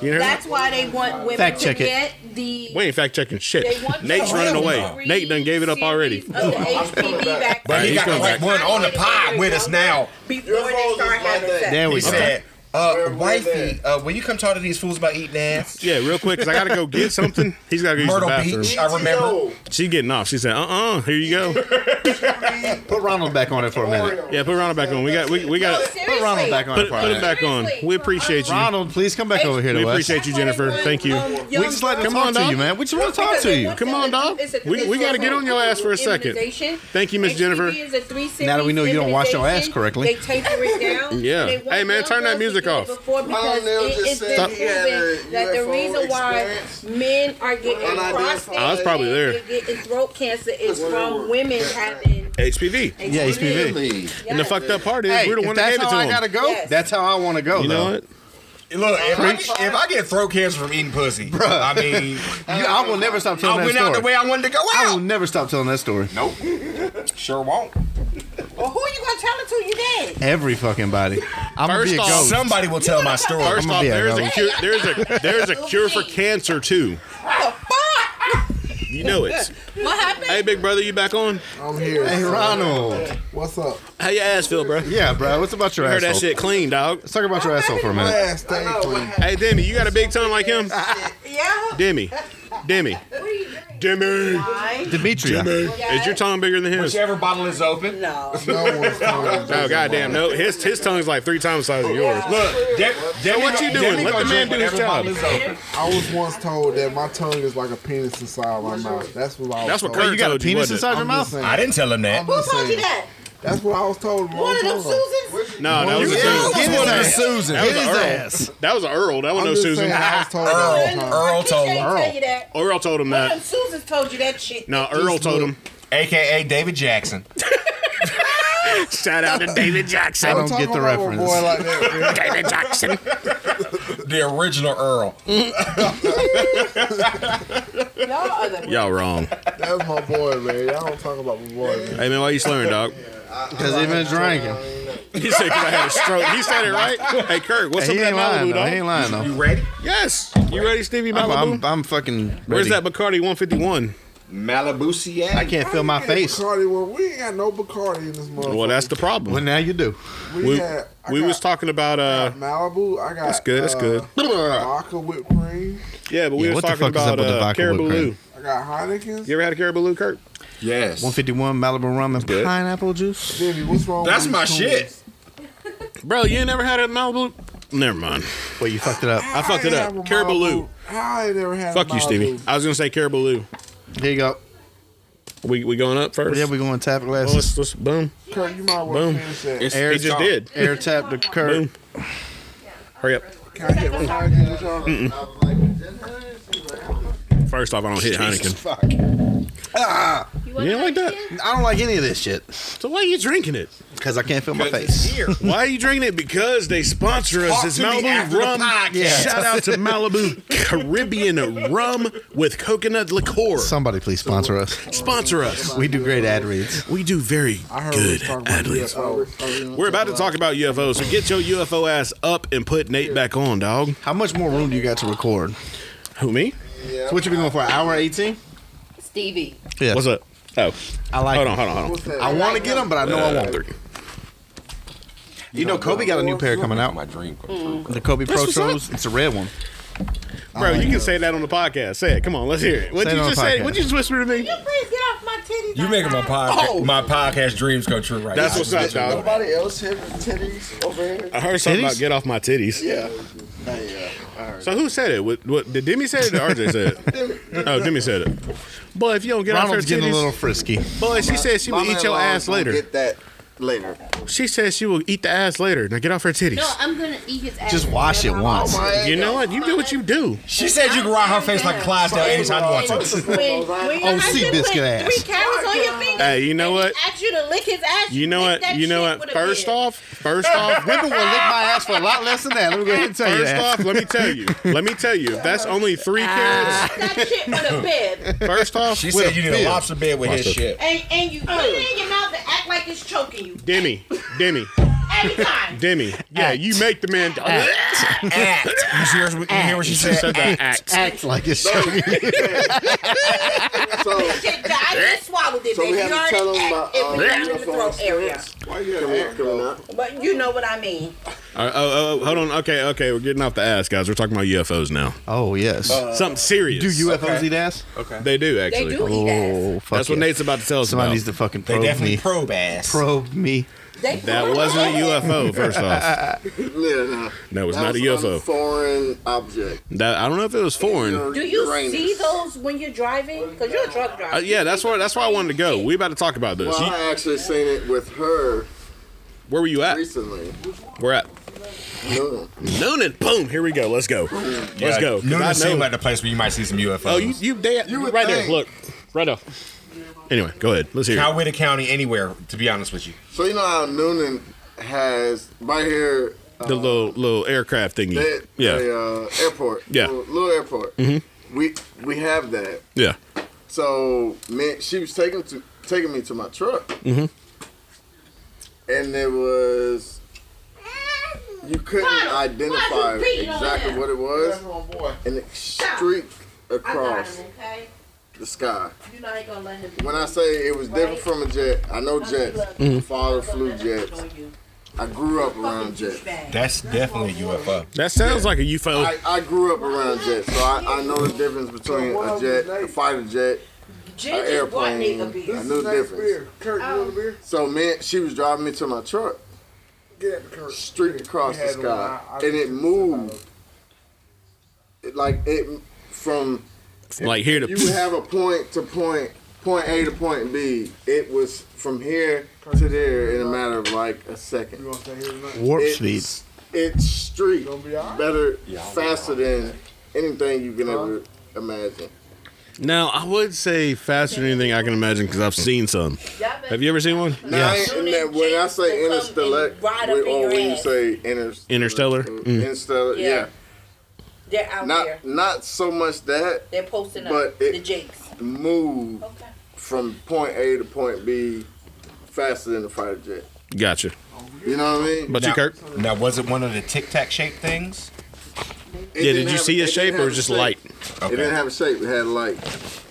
S1: You hear
S10: That's
S1: that?
S10: why they want women
S3: Fact
S10: to
S3: check it.
S10: get the.
S1: We ain't fact checking
S10: They
S1: shit.
S10: want to
S1: Nate's
S10: get
S1: running
S10: the
S1: away.
S10: free
S1: Nate done gave it up already.
S10: series Of the HPV vaccine.
S5: But he
S1: Alright,
S5: got
S1: he's
S5: like
S1: coming
S5: one on the pod with us now.
S10: Before they start having sex.
S3: There
S5: He
S3: we go.
S5: said, uh, wifey, uh, will you come talk to these fools about eating ass?
S1: Yeah, real quick, because I got to go get something. He's got to go use the
S5: Myrtle
S1: bathroom.
S5: Beach, I remember.
S1: She getting off. She said, uh-uh, here you go.
S3: Put Ronald back on it for a minute.
S1: Yeah, put Ronald back on. We got, we, we got,
S3: Put Ronald back on
S1: put,
S3: it for a
S1: put it
S3: minute.
S1: back on. We appreciate you.
S3: Ronald, please come back over here
S1: We
S3: to us.
S1: appreciate you, Jennifer. Thank
S10: um,
S1: you.
S3: We just like to talk to you, man. We just want to talk to you.
S1: Come on, dog. We- we gotta get on your ass for a second. Thank you, Miss Jennifer.
S10: Now
S3: Now that we know you don't wash your ass correctly.
S10: They taper it down.
S1: Yeah.
S10: They want
S1: Hey, man,
S10: young
S1: turn that
S10: girls to
S1: music
S10: do it
S1: off.
S10: Before because
S4: Lionel
S10: it
S4: just
S10: is
S4: said he had a
S10: proven that the
S4: UFO
S10: reason why
S4: experience.
S10: men are getting
S4: Unidentified.
S10: prostate
S1: I was probably there.
S10: and getting throat cancer is from women having.
S1: HPV.
S3: Yeah, HPV.
S4: Really?
S1: And the fucked up part is
S3: Hey,
S1: we're the
S3: if
S1: one that
S3: that's
S1: gave it
S3: how
S1: to
S3: I
S1: him.
S3: gotta go,
S10: Yes.
S3: that's how I want to go.
S1: you know
S3: though.
S1: what?
S5: Look, if I, get, if I get throat cancer from eating pussy, I mean,
S3: You- I will never stop
S1: Oh,
S3: telling
S5: I
S3: that
S5: went
S3: story.
S5: out the way I wanted to go
S3: I will
S5: out.
S3: never stop telling that story.
S5: Nope. Sure won't.
S10: Well, who you gonna tell it to? You dead.
S3: Every fucking body. I'm gonna
S1: First
S3: be a
S1: off,
S3: ghost.
S5: Somebody will tell my story.
S1: First
S3: gonna
S1: off,
S3: be a
S1: there's a
S3: goat.
S1: cure. There's a there's a cure for cancer too.
S10: What the fuck?
S1: You know it.
S10: What happened?
S1: Hey, big brother, you back on?
S4: I'm here.
S3: hey, Ronald.
S4: What's up?
S1: How your ass feel, bro?
S3: Yeah, bro. What's about your
S1: Heard
S3: asshole?
S1: that shit clean, dog.
S3: Let's talk about your asshole for a minute.
S4: Ass thing clean.
S1: Hey, Demi, you got a big tongue like him?
S10: Yeah.
S1: Demi, Demi, Demi.
S3: Demetria.
S1: Is your tongue bigger than his?
S5: Whichever bottle is open.
S10: No.
S4: No one's coming.
S1: Oh goddamn, no. His his tongue's like three times the size of yours.
S5: Look, Dem- Demi,
S1: what you doing?
S5: Demi
S1: Let
S5: gonna
S1: the man
S5: drink
S1: do his
S5: whatever
S1: job.
S5: bottle is open.
S4: I was once told that my tongue is like a penis inside my mouth. That's what I was
S1: That's what
S4: told.
S1: Kurt
S3: You got a
S1: told you,
S3: penis
S1: wasn't it?
S3: inside your
S4: I'm just
S3: mouth?
S4: saying.
S5: I didn't tell him that.
S4: I'm just
S10: Who told you
S4: saying.
S10: that?
S4: That's what I was told. a long
S10: One of them
S4: time ago.
S10: Susans?
S1: No, that was a
S3: Oh, Yeah.
S1: Susan.
S3: Get his
S5: That was
S3: ass.
S5: Susan.
S1: That was
S3: His
S1: a Earl.
S3: ass.
S1: That was a Earl. That
S4: I'm
S1: wasn't no
S4: just
S1: Susan.
S4: saying I was told that
S10: Oh.
S4: all the
S5: Earl,
S4: time.
S5: Earl told
S10: Keisha
S5: him.
S10: ain't tell you that.
S1: Earl told him
S10: One of them
S1: that.
S10: Susans told you that shit.
S1: Uh, No, Earl told him.
S5: AKA David Jackson.
S1: Shout out to David Jackson.
S3: I don't
S4: Don't talk
S3: get the
S4: about a
S3: reference.
S4: Boy like that, man.
S1: David Jackson.
S5: The original Earl.
S10: Y'all are the
S1: Y'all wrong.
S4: That's my boy, man. Y'all don't talk about my boy, man.
S1: Hey man, why you slurring, dog?
S3: Because they've been drinking.
S1: He said, "'Cause I had a stroke." He said it right. Hey, Kirk, what's
S3: He
S1: up
S3: ain't
S1: with that
S3: lying,
S1: Malibu,
S3: though.
S1: dog?
S3: He ain't lying, though.
S1: You ready? Yes. You ready, Stevie
S3: I'm,
S1: Malibu?
S3: I'm, I'm fucking. Ready.
S1: Where's that Bacardi 151?
S5: Malibu, CA.
S3: I can't feel my
S4: We ain't
S3: face.
S4: Bacardi, well, we ain't got no Bacardi in this motherfucker.
S1: Well, that's the problem.
S3: Well, now you do.
S4: we
S1: we
S4: had, I
S1: we
S4: got
S1: was talking about uh
S4: Malibu. I got
S1: that's good, that's
S4: uh,
S1: good.
S4: Vodka whipped cream.
S1: Yeah, but we
S3: Yeah,
S1: was
S3: what the
S1: talking
S3: fuck is up
S1: about
S3: with the
S1: uh,
S3: vodka
S1: Caribou
S3: whipped cream?
S1: Lou.
S4: I got Heineken's.
S1: You ever had a Caribou Lou, Kirk?
S5: Yes.
S3: 151 Malibu rum and
S1: good.
S3: pineapple juice.
S4: Jimmy, what's wrong?
S5: That's
S4: with
S5: my
S4: these
S5: shit.
S1: Bro, you ain't never had a Malibu? Never mind.
S3: Well, you fucked it up.
S1: I fucked it
S4: ain't
S1: up.
S4: have a
S1: Caribou
S4: Malibu.
S1: Lou.
S4: I ain't never had a
S1: Fuck you,
S4: Malibu.
S1: Stevie. I was gonna say Caribou Lou.
S3: Here you go.
S1: We we going up first?
S3: Yeah, we going tap
S1: well,
S3: glasses.
S1: let's, let's boom.
S4: Kirk, you might want
S1: Boom.
S4: to finish that.
S5: It's,
S3: Air
S1: He
S5: it's
S1: just
S5: gone.
S1: did.
S3: Air tap the curb.
S1: Boom. Hurry up.
S4: Can I get one Heineken with y'all?
S1: First off, I don't hit Heineken.
S3: Fuck.
S9: You
S1: You
S9: want
S1: didn't like that?
S3: I don't like any of this shit
S1: So why are you drinking it?
S3: because I can't feel my
S5: 'Cause it's
S3: face.
S5: here.
S1: Why are you drinking it? Because they sponsor us.
S5: Talk
S1: it's
S5: to me
S1: Malibu
S5: after the
S1: rum.
S5: podcast.
S3: Yeah.
S1: Shout out to Malibu Caribbean rum with coconut liqueur.
S3: Somebody please sponsor us.
S1: Sponsor us.
S3: We do great ad reads.
S1: We do very
S4: I heard we was
S1: good
S4: talking about
S1: ad libs.
S4: oh, UFOs.
S1: We're about to talk about UFOs, so get your UFO ass up and put Nate back on, dog.
S3: How much more room do you got to record?
S1: Who me?
S3: So what you been going for? An hour eighteen?
S9: Stevie.
S3: Yeah.
S1: What's up? Oh,
S3: I like.
S1: hold on, hold on, hold on. Uh,
S3: I want to get them, but I know I won't. You know, Kobe got a new pair coming out.
S5: My dream come true.
S3: The Kobe Pro Tros. It's a red one.
S1: Bro, you can say that on the podcast. Say it. Come on, let's hear it. What
S3: Say it
S1: you
S3: on
S1: just
S3: the
S1: say?
S3: podcast.
S1: What you just whisper to me?
S10: Please get off my titties.
S5: You making my podcast my podcast dreams come true right
S1: That's
S5: now.
S1: what's up, dog.
S4: Nobody else hit the titties over here?
S1: I heard something
S3: Titties?
S1: about get off my titties.
S4: Yeah. Nah, yeah.
S1: So who said it? What, what did Demi say it or RJ said it? Oh, Demi said it. Boy, if you don't get
S3: Ronald's
S1: off her
S3: getting a
S1: titties,
S3: little frisky.
S1: boy, she said she will eat your ass later.
S4: Get that later.
S1: She says she will eat the ass later. Now get off her titties.
S9: No, I'm gonna eat his ass.
S3: Just wash it
S9: whenever I
S3: once.
S9: want.
S1: you know what? You do what you do.
S5: She said you can ride her face like Clydesdale anytime you want to.
S10: When, when your
S3: Oh,
S10: husband
S3: Seabiscuit
S10: put
S3: ass.
S10: three carrots on your finger,
S1: Hey, you know
S10: and he
S1: what?
S10: Asked you to lick his ass.
S1: You know
S10: licked
S1: what?
S10: that
S1: You know
S10: shit
S1: what?
S10: with a
S1: First
S10: bib.
S1: off, first off,
S3: People will lick my ass for a lot less than that. Let me go ahead and tell you
S1: first
S3: that.
S1: off, let me tell you. Let me tell you. If that's only three
S3: Ah.
S1: carrots,
S10: that shit with a bib,
S1: first off,
S5: She
S1: with
S5: said
S1: a
S5: you need
S1: fib.
S5: a lobster bed with his shit.
S10: and, and you put it in your mouth and act like it's choking you
S1: Demi, Demi,
S10: every time.
S1: Demi. Yeah,
S3: Act.
S1: you make the man.
S5: Act. You see her, you hear what she
S1: She said
S5: said?
S1: that act.
S3: Act like it's showing you.
S4: So,
S10: Shit, I just swallowed it,
S4: So we
S10: baby.
S4: have
S10: You
S4: to
S10: already
S4: tell them
S10: ate
S4: about,
S10: it
S4: uh,
S10: when you in the
S4: UFO
S10: throat area,
S4: why you gotta act though?
S10: but you know what I mean.
S1: Oh, oh, oh, hold on. Okay, okay, we're getting off the ass, guys. We're talking about UFOs now.
S3: Oh yes.
S1: Something serious.
S3: do UFOs eat ass?
S1: They do
S10: They
S1: actually.
S10: do eat ass.
S3: Oh fuck.
S1: That's what
S3: yeah.
S1: Nate's about to tell us
S3: Somebody
S1: about.
S3: needs to fucking
S5: They
S3: probe
S5: definitely
S3: me.
S5: probe ass.
S3: probe me.
S10: They
S1: that wasn't a UFO. First off,
S4: Yeah, nah.
S1: no, it's
S4: That
S1: not a
S4: was
S1: UFO.
S4: Foreign object.
S1: That I don't know if it was foreign.
S10: Do you
S4: Uranus.
S10: see those when you're driving? Because you're a truck driver.
S1: Uh, yeah, that's where that's where I wanted to go. We about to talk about this.
S4: Well, I actually seen it with her
S1: Where were you at?
S4: recently.
S1: We're at
S4: No.
S1: noon and boom. Here we go. Let's go. Let's go. 'Cause
S5: Noon
S1: I
S5: seemed
S1: know-
S5: like the place where you might see some UFOs.
S1: Oh, you you they,
S4: You would
S1: right there.
S4: think.
S1: Look, right there. Anyway, go ahead. Let's hear. it.
S5: Coweta County, anywhere, to be honest with you.
S4: So you know how Noonan has right here
S1: The little little aircraft thingy.
S4: that
S1: yeah,
S4: the, uh, airport.
S1: Yeah.
S4: Little, little airport. We we have that.
S1: yeah.
S4: So man, she was taking to taking me to my truck, and it was you couldn't
S10: Why- why
S4: identify
S10: you beating on
S4: exactly
S10: him?
S4: what it was, and it streaked
S10: I got
S4: across
S10: him, okay?
S4: the sky.
S10: You know I ain't gonna let him
S4: When I say it was different from a jet, I know jets. My father flew jets. I grew up around jets.
S5: That's definitely a UFO.
S1: That sounds like a UFO.
S4: I, I grew up around jets, so I, I know the difference between a jet, a fighter jet, an
S10: Ginger bought
S4: airplane.
S10: nigga
S4: I
S10: beer.
S4: knew the difference. So man, she was driving me to my truck. streaked across the sky, and it moved. It, like it from
S1: like here to
S4: you would have a point to point, point A to point B. It was from here to there in a matter of like a second.
S3: Warp
S4: It-
S3: speed.
S4: It streaked better, faster than anything you can ever imagine.
S1: now. I would say faster than anything I can imagine because I've seen some. Have you ever seen one?
S4: Now, I ain't- and that- when I say
S10: Yes.
S4: interstellar,
S10: Come and ride up in
S4: or
S10: your
S4: when you
S10: ass.
S4: say inter-
S1: Interstellar? Mm.
S4: interstellar,
S10: Yeah.
S4: yeah,
S10: They're out there.
S4: not not so much that
S10: They're posting up
S4: but it-
S10: the jakes.
S4: move
S10: Okay.
S4: from point A to point B faster than the fighter jet.
S1: Gotcha.
S4: You know what I mean?
S1: But
S5: now,
S1: you, Kirk?
S5: Now, was it one of the Tic Tac shaped things?
S4: It
S1: yeah,
S4: didn't
S1: did you
S4: have-
S1: see his
S4: it didn't
S1: shape or
S4: have
S1: was
S4: a
S1: just
S4: shape.
S1: light?
S4: It didn't have a shape. It had light.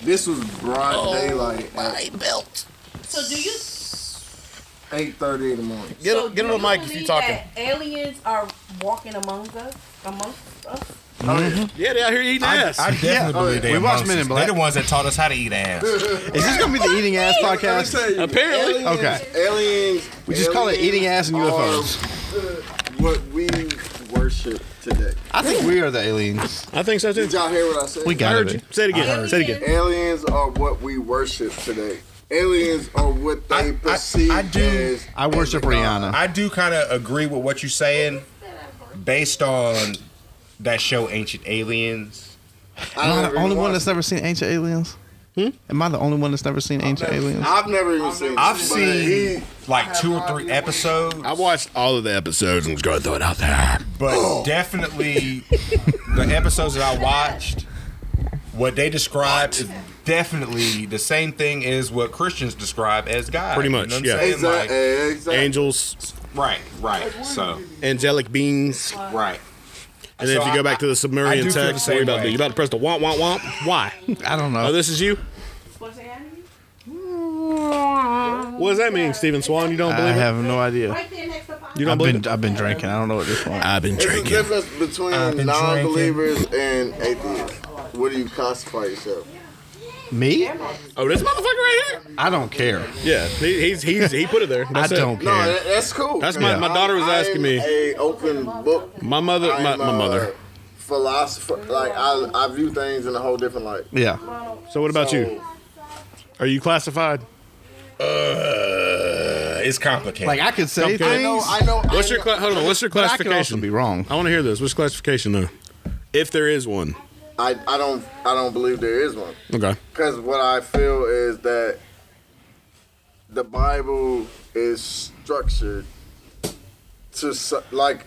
S4: This was broad daylight. My belt.
S10: So do you?
S4: Eight thirty in the morning.
S1: Get,
S10: so
S1: him get
S10: do
S1: him a mic if
S10: believe
S1: you're talking.
S10: That aliens are walking among us, amongst us.
S3: Mm-hmm.
S4: Oh,
S1: Yeah, they out here eating ass.
S5: I definitely believe they
S3: Oh, We watched
S5: amongst
S3: Men in
S5: us.
S3: Black.
S5: They're the ones that taught us how to eat ass.
S3: Is this gonna be the eating ass podcast?
S1: Apparently.
S4: Aliens,
S3: Okay.
S4: Aliens.
S3: We just call it eating ass and UFOs.
S4: UFOs. What we worship today.
S3: I think we are the aliens.
S1: I think so too.
S4: Did y'all hear what I said?
S3: We
S1: I
S3: got
S1: heard you.
S3: it.
S1: Say it again. Say it again.
S4: Aliens are what we worship today. Aliens are what
S5: I-
S4: they
S5: I-
S4: perceive
S5: I do-
S4: as.
S3: I worship Rihanna.
S5: I do kind of agree with what you're saying, based on that show Ancient Aliens.
S4: I
S3: Am I
S4: never
S3: the only
S4: even
S3: one
S4: watched
S3: that's never seen Ancient Aliens? Am I the only one that's never seen Ancient Aliens?
S4: I've never even seen.
S5: I've
S4: it, but
S5: seen
S4: he-
S5: like two or three episodes,
S11: I watched all of the episodes and was going to throw it out there.
S1: "Ah."
S5: but definitely the episodes that I watched, what they described is definitely the same thing as what Christians describe as God.
S1: Pretty
S5: You know
S1: much,
S5: what I'm
S1: yeah.
S5: saying?
S4: Exact-
S5: Like,
S4: exact-
S1: Angels,
S5: right, right. So,
S1: angelic beings.
S5: right.
S1: And then if
S5: So
S1: you go
S5: I-
S1: back to the
S5: I do
S1: Sumerian
S5: feel the
S1: text,
S5: same
S1: worry about
S5: way.
S1: that. You about to press the womp womp womp. Why?
S3: I don't
S1: Oh,
S3: know.
S1: this is you? What does that mean, Stephen Swan? You don't
S3: I
S1: believe it?
S3: have no idea.
S1: You don't
S3: I've
S1: believe
S3: been I've been drinking. I don't know what this one.
S11: I've been
S4: It's the
S11: drinking.
S4: difference
S5: I've
S4: between
S5: been
S4: non-believers and atheists. What do you classify yourself?
S3: Me?
S1: it? Oh, this motherfucker right here?
S3: I don't care.
S1: Yeah, he, he's, he's, he put it there.
S3: I
S1: That's it.
S3: don't
S4: No,
S3: care.
S4: that, that's cool.
S1: That's my-
S4: Yeah.
S1: my daughter was
S4: I'm-
S1: asking me.
S4: I'm A open book.
S1: My mother, my,
S4: I'm
S1: my
S4: a
S1: mother.
S4: Philosopher, like I, I view things in a whole different light.
S3: Yeah.
S1: So what about you? Are you classified?
S5: Uh, it's complicated.
S3: Like I could say
S1: Okay. I
S4: No,
S3: things,
S4: I know.
S1: What's
S4: I
S1: your cla- hold on? What's your
S3: but I could also
S1: classification?
S3: be wrong.
S1: I want to hear this. What's classification though? If there is one.
S4: I, I don't I don't believe there is one
S1: Okay.
S4: because what I feel is that the Bible is structured to su- like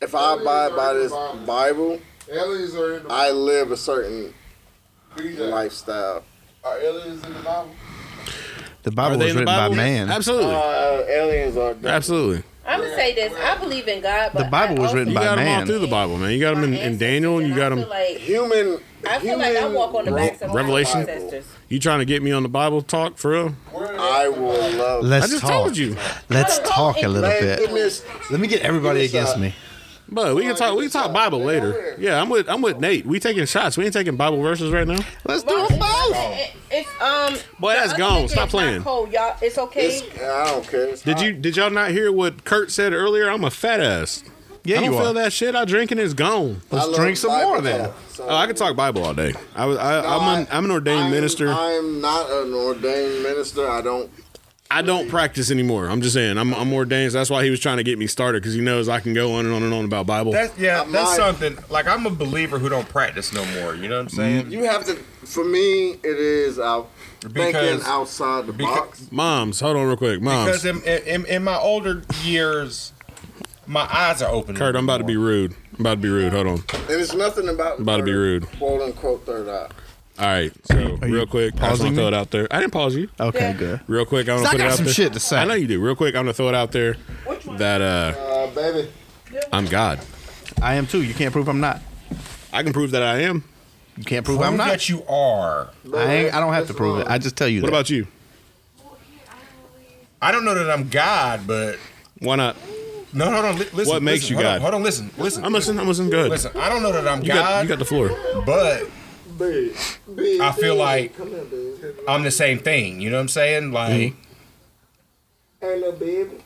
S4: if I abide by this Bible,
S11: Aliens are in
S4: I live a certain lifestyle.
S11: Are aliens in the Bible?
S3: The Bible was written by man.
S1: Absolutely.
S4: Uh, aliens are
S1: Absolutely.
S10: I'm gonna say this. I believe in God, but
S3: The Bible
S10: I
S3: was
S10: also
S3: written
S1: You
S3: By
S1: got them all
S3: man.
S1: through the Bible, man. You got them in, in Daniel. You got them.
S10: Like,
S4: human.
S10: I feel like I
S4: human
S10: walk on the
S4: growth-
S10: backs of my
S1: Revelation.
S10: ancestors.
S1: You trying to get me on the Bible talk for real?
S4: I will love.
S1: I
S3: Let's
S1: just
S3: talk.
S1: told you,
S3: Let's talk a little
S4: Man, give me
S3: bit.
S4: a-
S3: Let me get everybody against me.
S1: but we can talk. We can talk Bible later. Yeah, I'm with. I'm with Nate. We taking shots. We ain't taking Bible verses right now.
S3: Let's do them both.
S10: It- it's um.
S1: Boy,
S10: the
S1: that's
S10: other
S1: gone.
S10: weekend
S1: Stop
S10: is
S1: playing.
S10: Not cold, y'all. It's okay.
S4: it's- I don't care. It's
S1: Did
S4: hot.
S1: you? Did y'all not hear what Kurt said earlier? I'm a fat ass. I
S3: Yeah,
S1: don't
S3: you
S1: feel
S3: are.
S1: that shit. I drink and it's gone.
S4: I
S3: Let's
S4: love
S3: drink some
S4: Bible
S3: more then.
S4: talk, so-
S1: Oh, I could talk Bible all day. I was. I, I'm. An, I'm an ordained
S4: I'm-
S1: minister. I,
S4: I'm not an ordained minister. I don't.
S1: don't practice anymore. I'm just saying. I'm. I'm ordained. So that's why he was trying to get me started because he knows I can go on and on and on about Bible.
S5: That's yeah,
S4: I'm
S5: that's
S4: not-
S5: something. Like I'm a believer who don't practice no more. You know what I'm saying?
S4: You have to. For me, it is uh, thinking
S5: Because-
S4: outside the
S5: because-
S4: box.
S1: Moms, hold on real quick.
S5: Because
S1: Moms,
S5: in, in in my older years, my eyes are open.
S1: Kurt, I'm about to be rude. I'm about to be rude. Hold on.
S4: And it's nothing about.
S1: About to be rude.
S4: Quote unquote third eye.
S1: All right. So
S3: you
S1: real quick, I just
S3: pausing
S1: want to throw
S3: me?
S1: it out there. I didn't pause you.
S3: Okay, good.
S1: Real quick, I'm
S3: So
S1: gonna
S3: I
S1: put it
S3: got
S1: out
S3: some
S1: there.
S3: shit to say.
S1: I know you do. Real quick, I'm gonna throw it out there that uh,
S4: Uh, baby.
S1: I'm God.
S3: I am too. You can't prove I'm not.
S1: I can prove that I am.
S3: You can't prove
S5: Prove
S3: I'm not.
S5: that you are.
S3: I ain't, I don't have to prove it. I just tell you.
S1: What
S3: that.
S1: about you?
S5: I don't know that I'm God, but
S1: Why not?
S5: no, no, no. li- Listen.
S1: What makes
S5: listen,
S1: you
S5: hold
S1: God?
S5: On, hold on. Listen. Listen.
S1: I'm listening. I'm listening. Good.
S5: Listen. I don't know that I'm
S1: You got
S5: God,
S1: you got the floor.
S5: but
S4: Baby. baby.
S5: I feel like
S4: Come here, baby.
S5: I'm the same thing. You know what I'm saying?
S1: Mm-hmm.
S5: Like
S4: Hey, little baby.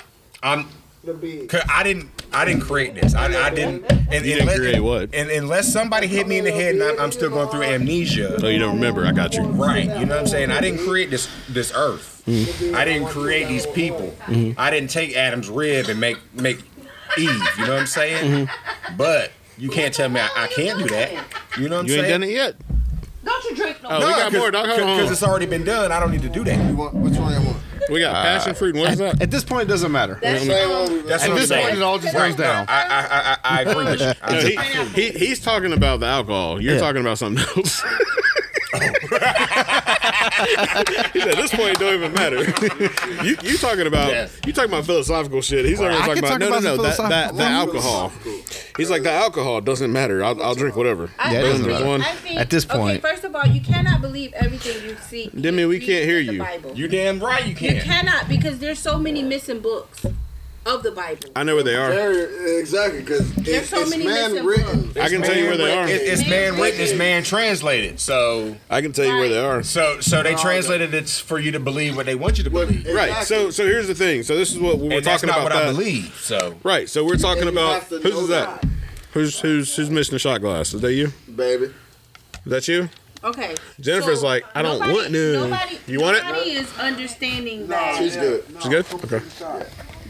S5: I'm.
S4: Little baby.
S5: Cause I didn't. I didn't create this. I, I didn't. And,
S1: You
S5: unless,
S1: didn't create what?
S5: And unless somebody hit me in the head, and I'm, I'm still going through amnesia.
S1: Oh, you don't remember? I got you.
S5: Right. You know what I'm saying? I didn't create this this earth. I didn't create these people. I didn't take Adam's rib and make make Eve. You know what I'm saying? But you can't tell me I, I can't do that. You know what I'm
S1: You
S5: saying?
S1: ain't done it yet.
S10: Don't you drink no.
S1: Oh, we got more, dog. Hold on, hold
S5: Because
S1: on.
S5: it's already been done. I don't need to do that.
S4: You want, which one you want?
S1: We got passion fruit. And what
S5: Uh,
S1: is that?
S3: At this point, it doesn't matter.
S10: That's
S4: Same one we-
S5: That's
S3: At
S5: what I'm
S3: this point,
S5: saying.
S3: it all just
S5: Right.
S3: goes down.
S5: I, I, I, I agree with you. I,
S1: No, he,
S5: I-
S1: he, he's talking about the alcohol. You're
S3: Yeah.
S1: talking about something else. he said, "At this point, it don't even matter. you you talking about you talking about philosophical shit? He's not
S3: Well,
S1: going
S3: I
S1: talk
S3: can
S1: about
S3: talk
S1: no
S3: about
S1: no
S3: some
S1: no that, that
S3: philosophical-
S1: the alcohol. He's like the alcohol doesn't matter. I'll, I'll drink whatever.
S8: I
S3: Yeah, it doesn't
S8: think-
S1: matter.
S8: I think-
S3: At this
S8: Okay,
S3: point-
S8: first of all, you cannot believe everything you see.
S1: Demi, we
S8: read
S1: can't hear
S8: in the
S1: you.
S8: Bible.
S5: You damn right you
S8: You
S5: can't.
S8: cannot because there's so many missing books of the Bible.
S1: I know where they are.
S4: There- exactly, because
S8: There's so
S4: it's
S8: many
S4: man
S8: missing
S4: written.
S1: I can tell you where they are.
S5: It's, it's man written, it's man translated. So
S1: I can tell you where they are.
S5: So so they translated it for you to believe what they want you to believe.
S1: Right. So so here's the thing. So this is what we were
S5: and that's
S1: talking
S5: not
S1: about.
S5: what I
S1: that.
S5: believe. So
S1: Right. So we're talking
S4: And you
S1: about
S4: have to
S1: who's
S4: know
S1: is that? Who's who's who's missing the shot glass? Is that you?
S4: Baby.
S1: Is that you?
S8: Okay.
S1: Jennifer's like, I don't
S8: nobody-
S1: want to.
S8: Nobody,
S1: you want it?
S8: nobody is understanding that
S4: She's good.
S1: She's good. Okay.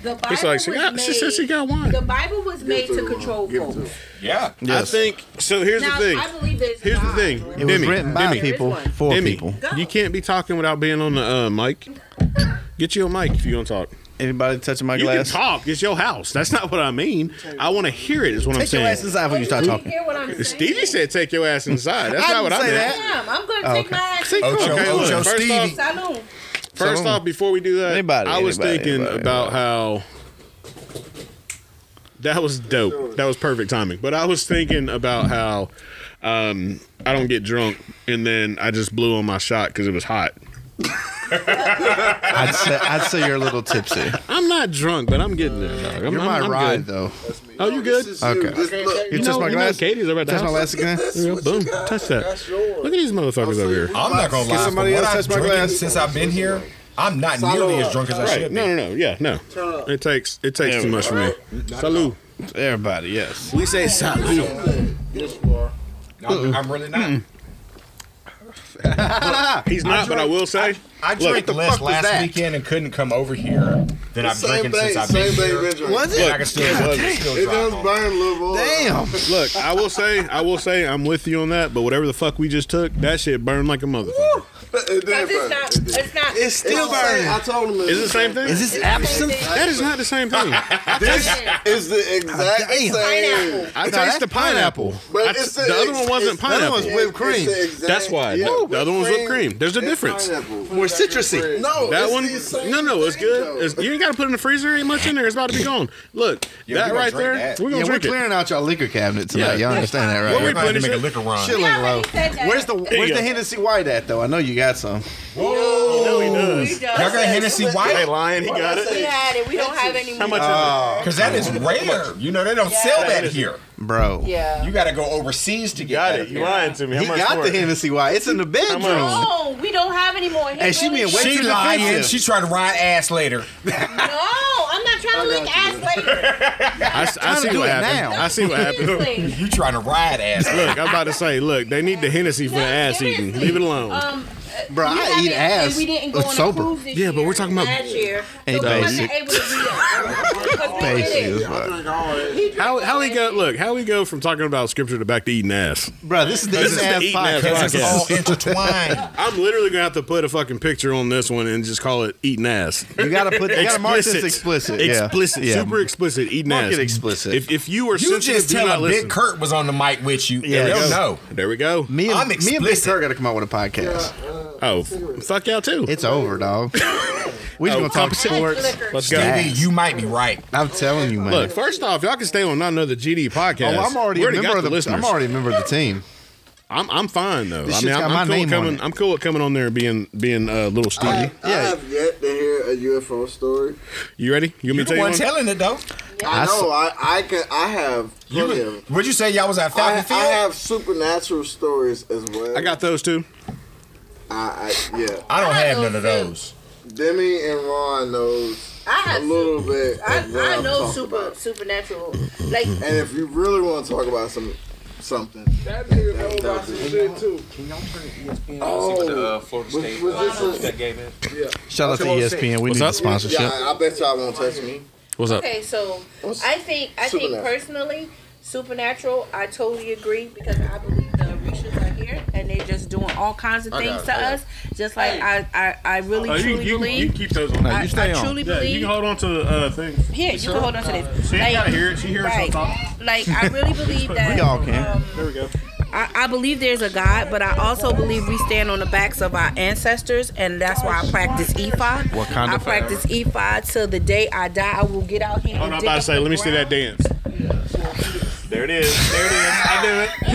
S8: the Bible
S1: She's like, she
S8: was
S1: got.
S8: made.
S1: She said she got one.
S8: The Bible was made to control folks.
S5: yeah.
S1: I think so. Here's
S8: now,
S1: the thing.
S8: I believe there's
S1: Here's the
S8: God.
S1: thing.
S3: It was written by people for
S1: Demi,
S3: people.
S1: You can't be talking without being on the uh, mic. Get you a mic if you want to talk.
S3: Anybody touching my
S1: You
S3: glass?
S1: can talk. It's your house. That's not what I mean. I want to hear it. Is what I'm
S3: Take your
S1: saying.
S3: ass inside when you start
S8: You
S3: talking.
S8: hear what I'm saying?
S1: Stevie said, "Take your ass inside." That's
S3: I
S1: not what
S3: didn't
S1: I
S3: say
S1: meant.
S3: that.
S8: Damn, I'm gonna
S3: Oh,
S8: take
S3: okay.
S8: my ass
S1: See,
S5: Ocho,
S1: okay, look,
S5: Ocho,
S1: first off,
S5: Stevie.
S8: Salud.
S1: First
S3: So-
S1: off, before we do that,
S3: Anybody,
S1: I was
S3: anybody,
S1: thinking
S3: anybody,
S1: about how that was dope. That was perfect timing. But I was thinking about how um, I don't get drunk, and then I just blew on my shot because it was hot.
S3: I'd say, I'd say you're a little tipsy.
S1: I'm not drunk, but I'm getting there. dog. I'm,
S3: You're
S1: I'm-
S3: my
S1: I'm
S3: ride,
S1: good.
S3: though.
S1: Oh, you good?
S4: This is
S3: Okay.
S4: you. This, look,
S1: You
S3: You, touch
S1: know-
S3: my
S1: you know
S3: glass.
S1: Katie's over at the
S3: touch my
S1: house.
S3: glass again.
S1: There you go. Boom! Touch that.
S4: that's yours.
S1: Look at these motherfuckers over here.
S5: I'm not gonna lie.
S3: somebody
S5: from
S3: else
S5: what
S3: touch
S5: I've
S3: my
S5: drinking
S3: glass?
S5: Since I've been here, I'm not
S4: Follow
S5: nearly
S4: up.
S5: as drunk as I
S1: Right?
S5: should
S1: No,
S5: be.
S1: no, no. Yeah, no. It takes it takes too much for me. Salud.
S3: Everybody, yes.
S1: We say salud.
S4: Yes, you are.
S5: I'm, I'm really not.
S1: He's not, but I will say.
S5: I
S1: Look,
S5: drank
S1: the
S5: less
S1: fuck was
S5: last
S1: that?
S5: weekend and couldn't come over here than I've
S4: Same
S5: drinking
S4: thing.
S5: since I've
S4: Same
S5: been
S4: thing.
S5: here.
S4: been drinking.
S3: Was
S5: And I can still, I can still
S4: It
S5: drive
S4: does
S5: home.
S4: burn a little more.
S3: Damn.
S1: Look, I will say, I will say, I'm with you on that. But whatever the fuck we just took, that shit burned like a motherfucker.
S4: It did burn.
S8: Because it's not. It's not.
S3: It's still burning.
S4: I told him.
S1: Is it the same thing?
S3: Is this absinthe?
S1: That is not the same thing. I
S4: This is the exact
S3: Damn.
S4: same.
S8: Pineapple.
S3: No, that's
S1: taste the pineapple.
S4: But
S1: I-
S4: it's
S1: the other one wasn't
S3: that one
S1: pineapple.
S3: was whipped
S4: It's
S3: cream.
S4: the exact-
S1: That's why.
S4: yeah,
S1: No, the other one's whipped
S4: cream
S1: cream. There's a
S4: and
S1: difference.
S4: pineapple.
S3: More citrusy.
S4: No,
S1: That
S4: it's
S1: one,
S4: the same
S1: no, no, it's
S4: thing,
S1: good.
S4: though.
S1: It's, you ain't got to put it in the freezer. Ain't much in there. It's about to be gone. Look,
S5: Yeah, we
S1: that
S5: gonna
S1: right
S5: drink
S1: there,
S5: that.
S1: we're gonna
S3: Yeah, we're
S1: drink it.
S3: clearing out your liquor cabinet tonight.
S1: Yeah.
S3: Y'all understand that,
S1: What we
S3: right?
S5: Might have to make a
S1: Replenish
S5: liquor run.
S3: Shit look low.
S8: said that.
S3: Where's the
S1: you
S3: Where's
S1: go.
S3: the Hennessy White at though? I know you got some.
S5: Whoa!
S1: No, he
S8: He
S1: does.
S8: does.
S5: Y'all got Hennessy
S1: They
S5: White?
S1: lying. He got
S8: We
S1: it.
S8: had it. We don't have any
S1: How
S8: more.
S1: much
S2: Oh,
S5: Because that is rare. You know, they don't sell that here.
S3: Bro.
S8: Yeah.
S5: You got to go overseas to
S1: is it?
S5: get
S1: Got
S5: that
S1: it.
S5: up
S1: You
S5: here.
S1: lying to me. How
S3: He
S1: much
S3: got
S1: more?
S3: the Hennessy White. It's in the bedroom.
S8: No, we don't have any more. He
S3: And she
S8: really-
S3: being way
S5: She
S3: too
S5: lying.
S3: defensive.
S5: She tried to ride ass later.
S8: No, I'm not trying to lick ass later.
S1: I, s- I
S3: Trying to
S1: see
S3: do
S1: what
S3: it
S1: happened.
S3: now.
S1: I see what happened.
S8: Seriously.
S5: You trying to ride ass later.
S1: Look, I'm about to say, look, they need the Hennessy for the ass eating. Leave it alone.
S8: Um,
S3: Bro,
S8: we
S3: I
S8: haven't-
S3: eat ass.
S8: And we didn't go on
S3: sober.
S8: a cruise this
S1: Yeah, but
S8: year
S1: we're talking about-
S8: and last year.
S3: Ain't
S8: so we
S3: basic.
S8: wasn't able to do that. 'Cause we did
S3: Basic
S8: it.
S3: as fuck.
S1: how how we go? Look, how we go from talking about scripture to back to eating ass?
S3: Bro, this is the
S1: This is
S3: eating
S1: the
S3: ass
S1: eating ass
S5: Because
S1: podcast.
S5: it's all
S3: podcast.
S5: intertwined.
S1: I'm literally gonna have to put a fucking picture on this one and just call it eating ass.
S3: You gotta put. You gotta mark this explicit. Yeah.
S1: explicit,
S3: Yeah.
S1: super explicit, eating
S3: Mark
S1: ass.
S3: it explicit.
S1: If, if you were
S5: You
S1: sensitive,
S5: just
S1: do not
S5: tell a
S1: listen.
S5: Big Kurt was on the mic with you.
S3: Yeah,
S5: Yeah,
S3: go.
S5: they'll know.
S1: There we go.
S3: Me and,
S5: I'm
S3: me and Big
S5: explicit.
S3: Kurt gotta come out with a podcast.
S1: Oh, f- fuck y'all too.
S3: It's over, dog. We just
S1: Oh,
S3: gonna talk
S1: compensate.
S3: sports.
S1: Let's go.
S5: Stevie, you might be right.
S3: I'm telling you, man.
S1: Look, first off, y'all can stay on not another GD
S3: oh,
S1: podcast.
S3: I'm already,
S1: We
S3: a member
S1: got
S3: of
S1: the
S3: the.
S1: listeners.
S3: I'm already a member of the team.
S1: I'm I'm fine though.
S3: This
S1: I mean,
S3: shit's
S1: I'm,
S3: got my
S1: I'm cool with
S3: name on
S1: coming.
S3: it.
S1: I'm cool with coming on there and being being a little Stevie.
S4: I
S3: Yeah.
S4: have yet to hear a UFO story.
S1: you ready? You want me
S5: You
S1: to tell
S5: the
S1: you
S5: one
S1: one?
S5: telling it though.
S4: I
S3: I
S4: know. I I can. I have
S5: You
S4: plenty of. them.
S5: was- would you say y'all was at
S4: I,
S5: Falcon
S4: I
S5: Field?
S4: have supernatural stories as well.
S1: I got those too.
S4: I, I, yeah.
S5: I don't
S8: I
S5: have
S8: know
S5: none of
S8: too.
S5: those.
S4: Demi and Ron knows
S8: I
S4: a
S8: have
S4: little bit.
S8: I,
S4: of what
S8: I
S4: I'm
S8: know
S4: talking
S8: super
S4: about.
S8: supernatural. Like
S4: And if you really want to talk about some something,
S12: That nigga know about some shit too.
S4: oh,
S13: uh, Florida
S4: was,
S13: State
S4: was this a,
S13: that game is.
S3: Shout out to E ESPN. We
S1: What's
S3: need
S1: up?
S3: the sponsorship.
S4: yeah, I, I bet y'all won't touch me.
S1: What's up?
S8: okay, so
S4: What's
S8: I think I think
S4: supernatural?
S8: personally, supernatural. I totally agree because I believe the Orishas are here and they're just doing all kinds of
S5: I got
S8: things
S5: it,
S8: to
S5: I got
S8: us. Just like I, I, I really
S1: Uh,
S8: truly believe.
S1: keep those on.
S8: I, I truly
S1: Yeah,
S8: believe.
S1: you can hold on to the uh, thing.
S8: here, you can hold on to this.
S1: She ain't
S8: Like-
S1: gotta hear it. She hears us
S8: right.
S1: talk.
S8: Like I really believe that.
S3: We all can.
S8: Um,
S1: There we go.
S8: I, I believe there's a God, but I also believe we stand on the backs of our ancestors, and that's why I practice ephod.
S1: What kind
S8: I
S1: of-
S8: practice ephod till the day I die. I will get out here.
S1: Hold on,
S8: and
S1: I'm
S8: dig
S1: about to
S8: up
S1: say,
S8: the
S1: let me see that dance. There it is. There it is. I knew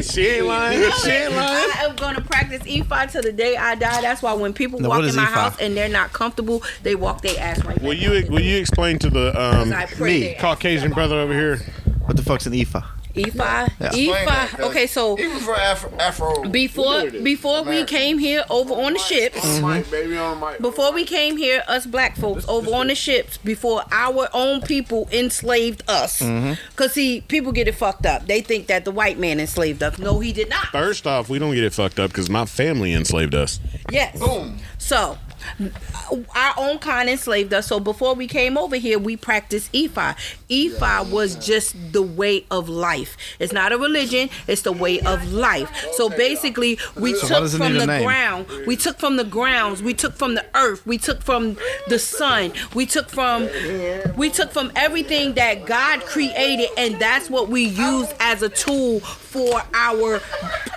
S1: it. She ain't lying. She ain't lying.
S8: I am gonna practice ephod till the day I die. That's why when people
S1: Now,
S8: walk
S1: what
S8: in
S1: is
S8: my
S1: ephod?
S8: house and they're not comfortable, they walk their ass right.
S1: Will you will you explain to the um,
S8: Because I pray
S1: me
S8: that-
S1: Caucasian brother over here? What the fuck's an
S3: E
S1: ephod?
S8: Ephod,
S1: Yeah. Explain that,
S8: ephod.
S1: 'cause
S8: Okay, so
S4: even for Afro, Afro
S8: before before we came here over on the ships,
S4: baby on my
S8: before we came here, us black folks over on the ships, before our own people enslaved us.
S14: Mm-hmm.
S1: Mhm.
S8: Cause see, people get it fucked up. They think that the white man enslaved us. No, he did not.
S1: First off, we don't get it fucked up because my family enslaved us.
S8: Yes. Boom. So our own kind enslaved us. So before we came over here, we practiced ephod. Ephod was just the way of life. It's not a religion. It's the way of life. So basically, we
S14: So why
S8: took
S14: does it
S8: from
S14: need a
S8: the
S14: name?
S8: ground. We took from the grounds. We took from the earth. We took from the sun. We took from we took from everything that God created, and that's what we use as a tool for our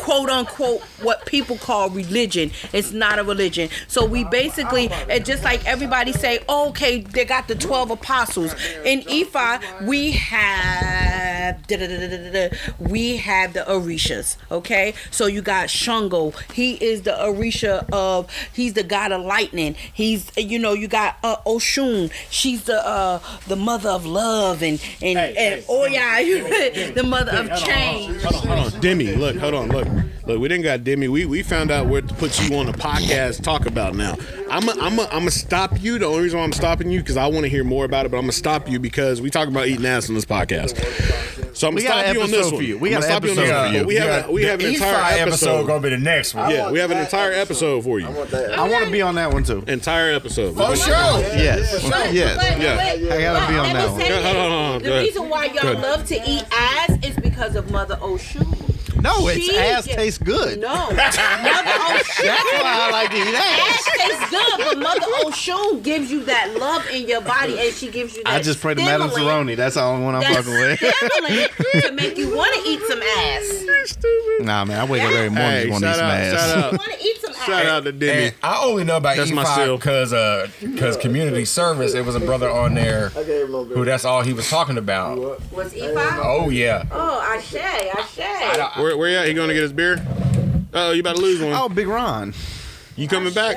S8: quote unquote what people call religion. It's not a religion. So we basically, and just like everybody say, okay, they got the twelve apostles. In Ephah, we have da-da-da-da-da-da. we have the Orishas. Okay, so you got Shungo. He is the Orisha of he's the god of lightning. He's you know you got uh, Oshun. She's the uh, the mother of love and and, and Oya, the mother of change.
S1: Hold on, Demi. Look, hold on, look, look. We didn't got Demi. We we found out where to put you on the podcast. to Talk about now. I'm a, I'm a, I'm gonna stop you. The only reason why I'm stopping you because I want to hear more about it. But I'm gonna stop you because we talk about eating ass on this podcast. So I'm
S3: We
S1: gonna
S3: got
S1: stop
S3: an
S1: you on this
S3: episode
S1: one.
S3: for you. We
S1: I'm
S3: got
S1: gonna
S3: an
S1: stop you on
S3: episode
S1: this
S3: for
S1: one.
S3: you.
S1: We have a, we
S3: The
S1: have an
S3: E5
S1: entire
S3: episode
S1: episode
S3: gonna be the next one. I
S1: Yeah,
S3: want
S1: we have an
S3: that
S1: entire episode for you. I want that. I want to be on that one too. Entire episode.
S3: For sure. Yes.
S1: Yeah.
S3: Yes.
S8: But-
S1: Yeah.
S8: but-
S1: I gotta
S8: but
S1: be on
S8: let me
S1: that one.
S8: say
S1: Go-
S8: this.
S1: hold on, hold on,
S8: The
S1: go ahead.
S8: reason why y'all
S1: Go ahead.
S8: love to eat ass is because of Mother Oshun.
S3: No, it's ass tastes good.
S8: No, Mother Oshun.
S3: That's why I like to eat ass.
S8: tastes good, but Mother Oshun gives you that love in your body, and she gives you. That
S3: I just prayed to Madame
S8: stimulant
S3: Zeroni. That's the only one I'm
S8: That's
S3: fucking with.
S8: stimulant to make you want to eat some ass.
S3: Nah, man, I wake up every morning
S2: Hey,
S3: just want to eat
S2: shout
S3: some
S2: out, shout
S3: ass.
S2: out.
S8: Want to eat some ass?
S1: Shout out to Demi.
S2: And I only know about
S1: That's
S2: that's
S5: E
S1: my seal.
S2: because uh because community service. It was a brother on there who that's all he was talking about.
S8: Was Efi?
S2: Oh yeah.
S8: Oh, Ashe, Ashe.
S1: Where, where you at? He going to get his beer? Oh, you about to lose one. Oh, Big Ron. You coming back?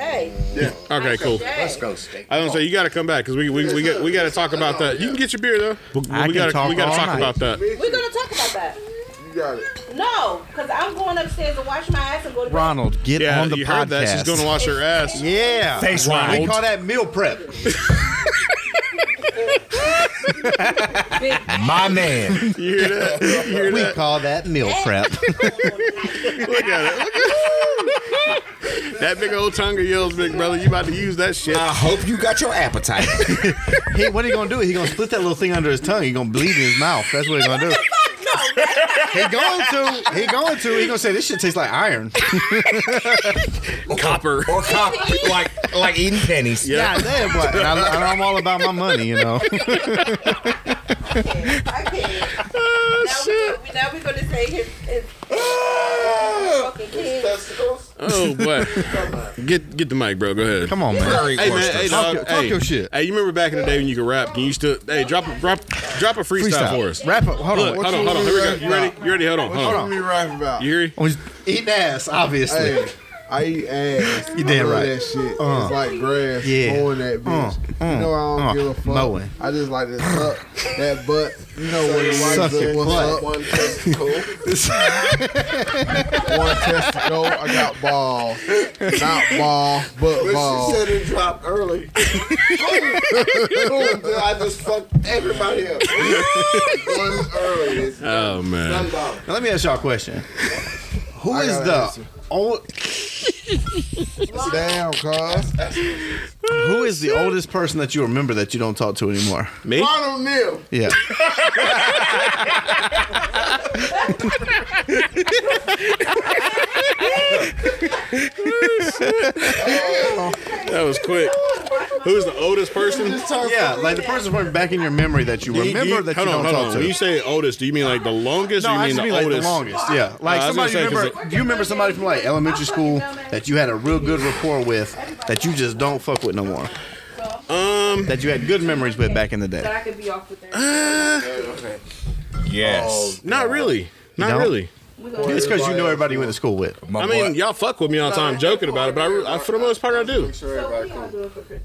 S1: Yeah. Okay, cool.
S8: Let's
S2: go, steak.
S1: I don't say you got to come back because we we, we got we got to talk about that. You can get your beer though. We,
S3: I
S1: we
S3: can
S1: gotta
S3: talk
S1: we gotta
S3: all
S1: talk
S3: night.
S1: about that.
S8: We're gonna talk about that.
S4: You got it.
S8: No, because I'm going upstairs to wash my ass and go to bed.
S3: Ronald, get
S1: Yeah,
S3: on the
S1: you
S3: podcast.
S1: heard that. She's gonna wash her ass.
S3: Yeah.
S1: Thanks, Ronald.
S3: We call that meal prep.
S2: My man.
S1: you hear that? You hear
S3: we
S1: that?
S3: call that meal prep.
S1: Look at it. Look at that big old tongue of yours, big brother. You about to use that shit?
S2: I hope you got your appetite.
S3: he, what he gonna do? He gonna split that little thing under his tongue. He gonna bleed in his mouth. That's what he gonna do. he going to. He going to. He gonna say this shit tastes like iron.
S1: Copper.
S2: Or cop like like eating pennies.
S3: Yeah, damn, boy. And I, and I'm all about my money, you know.
S8: Now we're gonna, now we're gonna say his, his fucking kids.
S1: Oh, but get get the mic, bro. Go ahead. Come
S3: on, man.
S1: Hey,
S3: Very
S1: man.
S3: worst
S1: Hey,
S3: of-
S1: dog,
S3: Talk your-
S1: hey,
S3: talk your shit.
S1: Hey, you remember back in the day when you could rap? Can you still? Hey, drop a drop drop a freestyle,
S3: Freestyle.
S1: for us.
S3: Rap it. Hold on.
S1: Look, Hold
S3: What you
S1: on. Hold on.
S3: wanna
S1: Here we
S3: do
S1: go.
S3: right
S1: You ready?
S3: now?
S1: You ready? Hold on.
S3: What
S1: Hold
S3: you
S1: on.
S3: wanna
S4: Be right about.
S1: You hear? me?
S3: Eating ass, obviously.
S4: Hey, I eat ass.
S3: You damn
S4: I love
S3: right.
S4: That shit.
S3: Uh.
S4: it's like grass.
S3: Yeah.
S4: Mowing that bitch.
S3: Uh,
S4: you know I don't
S3: uh,
S4: give a fuck.
S3: mowing.
S4: I just like to suck that butt. You know when it
S3: Suck
S4: winds
S3: your
S4: up, what's
S3: butt.
S4: up? One testicle. one testicle. I got ball. Not ball, but ball.
S15: she said it dropped early. I just fucked everybody up. One early.
S3: Uh-huh.
S1: Oh man.
S15: Now,
S3: let me ask y'all a question. Who
S15: I
S3: is
S15: gotta
S3: the
S15: answer.
S3: old,
S4: Damn, cuz.
S3: Who is the oldest person that you remember that you don't talk to anymore?
S4: Ronald Neal.
S3: Yeah.
S1: That was quick. Who's the oldest person?
S3: Yeah, like the person from back in your memory that you
S1: Do you- do
S3: remember
S1: you-
S3: that you
S1: hold on,
S3: don't
S1: hold
S3: talk
S1: on.
S3: to.
S1: When you say oldest, do you mean like the longest?
S3: no,
S1: or you mean
S3: I just
S1: the
S3: mean like
S1: oldest?
S3: the longest. Yeah, like
S1: Uh, I was gonna
S3: somebody you
S1: say, 'cause
S3: remember.
S1: it-
S3: Do you remember somebody from like elementary school that you had a real good rapport with that you just don't fuck with no more?
S1: Um,
S3: that you had good memories with back in the day.
S8: I could be off with that.
S5: Yes.
S1: Not really. Not
S3: No?
S1: really.
S3: It's because you know everybody you went to school with.
S1: I mean, y'all fuck with me all the time joking about it, but I, re- I for the most part, I do.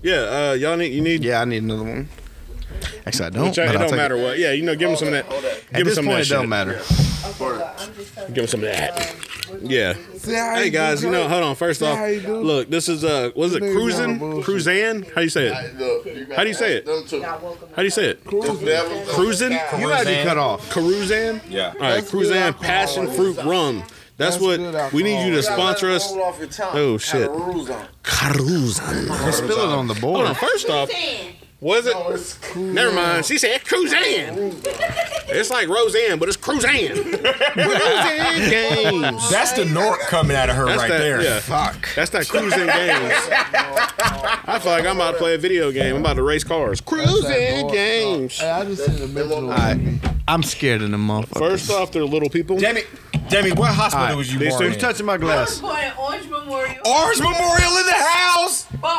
S1: Yeah, uh, y'all need you need.
S3: Yeah, I need another one. Actually, I don't.
S1: Which, uh,
S3: but
S1: it
S3: I'll
S1: don't
S3: take
S1: matter
S3: it.
S1: what. Yeah, you know, give him some of that.
S3: At
S1: Give him
S3: this
S1: some of
S3: point,
S1: that.
S3: it don't
S1: shit.
S3: matter.
S1: Give him some of that. Yeah.
S11: how
S1: hey
S11: you
S1: guys,
S11: do
S1: you know,
S11: it.
S1: hold on. First
S11: See
S1: off,
S11: how you do it.
S1: look, this is uh, was it
S11: Niggas
S1: cruising?
S11: on bullshit.
S1: Cruzan? How do you say
S11: Hey,
S1: it?
S11: look, you gotta
S1: How do you say it?
S11: ask Them two.
S1: How do you say it? Cruising?
S3: You gotta be cut off.
S1: Cruzan?
S5: Yeah.
S1: All right,
S11: That's good
S1: Cruzan
S11: alcohol.
S1: Passion Fruit Rum. That's,
S11: That's good
S1: what
S11: alcohol.
S1: we need you to
S11: You gotta let
S1: sponsor
S11: it
S1: us.
S11: roll off your tongue.
S1: Oh
S11: Have
S1: shit.
S11: the rules on it.
S1: Cruzan.
S3: Spill it on the
S1: Hold
S3: board.
S1: on. First off, was it? Never mind. She said Cruzan. It's like Roseanne, but it's Cruzan. Cruzan games.
S5: That's the Nork coming out of her
S1: That's
S5: right
S1: that-
S5: there.
S1: yeah.
S5: Fuck.
S1: That's that cruising games. I feel like I'm about to play a video game. I'm about to race cars. Cruising games.
S11: Hey, I just seen the middle
S3: All right. I'm scared of the motherfucker.
S1: First off, they're little people.
S5: Demi, Demi, what hospital
S3: Alright,
S5: was you
S1: these
S5: born
S1: two-
S5: in?
S3: touching my glass.
S10: Orange Memorial.
S2: Oh.
S5: Orange Memorial in the house.
S10: But,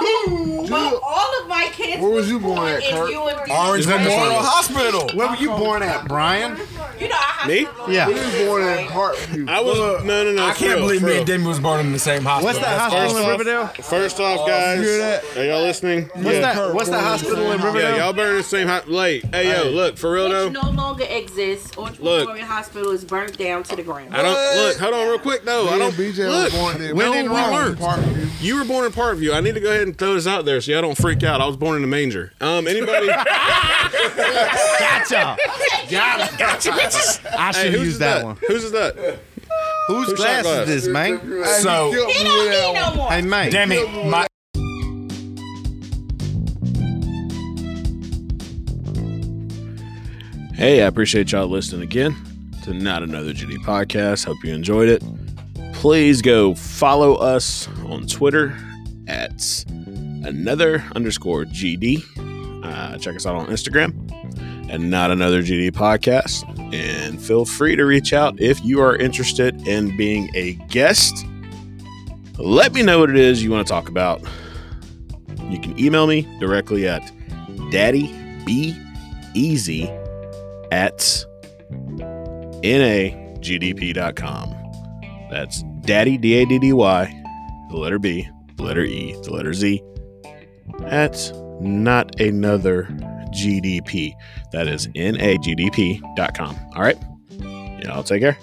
S10: but all of my kids
S11: Where was you
S10: born
S11: born at,
S10: in
S11: Kurt?
S10: UNB.
S5: Orange
S3: that
S5: Memorial
S3: Memorial?
S5: Hospital.
S3: Where were you born at, Brian?
S10: You know, I have
S1: Me?
S3: Yeah.
S11: We was born in Hartview.
S1: I was no no no.
S5: I
S1: for
S5: can't
S1: real,
S5: believe
S1: for
S5: me
S1: real.
S5: and Demi was born in the same hospital.
S3: What's that hospital in Riverdale?
S1: First
S11: Oh,
S1: off, guys,
S3: hear that?
S1: are y'all listening?
S3: What's
S1: yeah.
S3: that? What's that hospital in Riverdale?
S1: Yeah, y'all burning the same hot late. Hey yo, look for real though.
S8: Which no longer exists. Orange
S1: Look.
S8: Memorial Hospital is burnt down to the ground.
S1: I don't look. Hold on, real quick though. I
S11: Me
S1: don't.
S11: and BJ
S1: Look,
S11: was born in
S1: when
S11: no,
S1: did we
S11: we
S1: learn?
S11: weren't. Parkview.
S1: You were born in Parkview. I need to go ahead and throw this out there so y'all don't freak out. I was born in a manger. Um, anybody?
S3: Gotcha. Got Gotcha, bitches. I
S1: hey,
S3: should
S1: who's
S3: use
S1: is
S3: that,
S1: that
S3: one.
S1: Whose is that?
S3: Whose
S1: Who's
S3: glass
S1: shot
S3: is this, man?
S11: Hey,
S5: So-
S11: you killed
S10: He
S11: me
S10: don't
S11: with that
S10: need no more.
S3: Hey, man.
S5: Demi, my
S1: Hey, I appreciate y'all listening again to Not Another GD podcast. Hope you enjoyed it. Please go follow us on Twitter at another underscore GD. Uh, check us out on Instagram and Not Another GD podcast. And feel free to reach out if you are interested in being a guest. Let me know what it is you want to talk about. You can email me directly at daddybeeasy at nagdp.com. That's daddy, D A D D Y, the letter B, the letter E, the letter Z, at not another GDP. That is nagdp.com. All right. Y'all take care.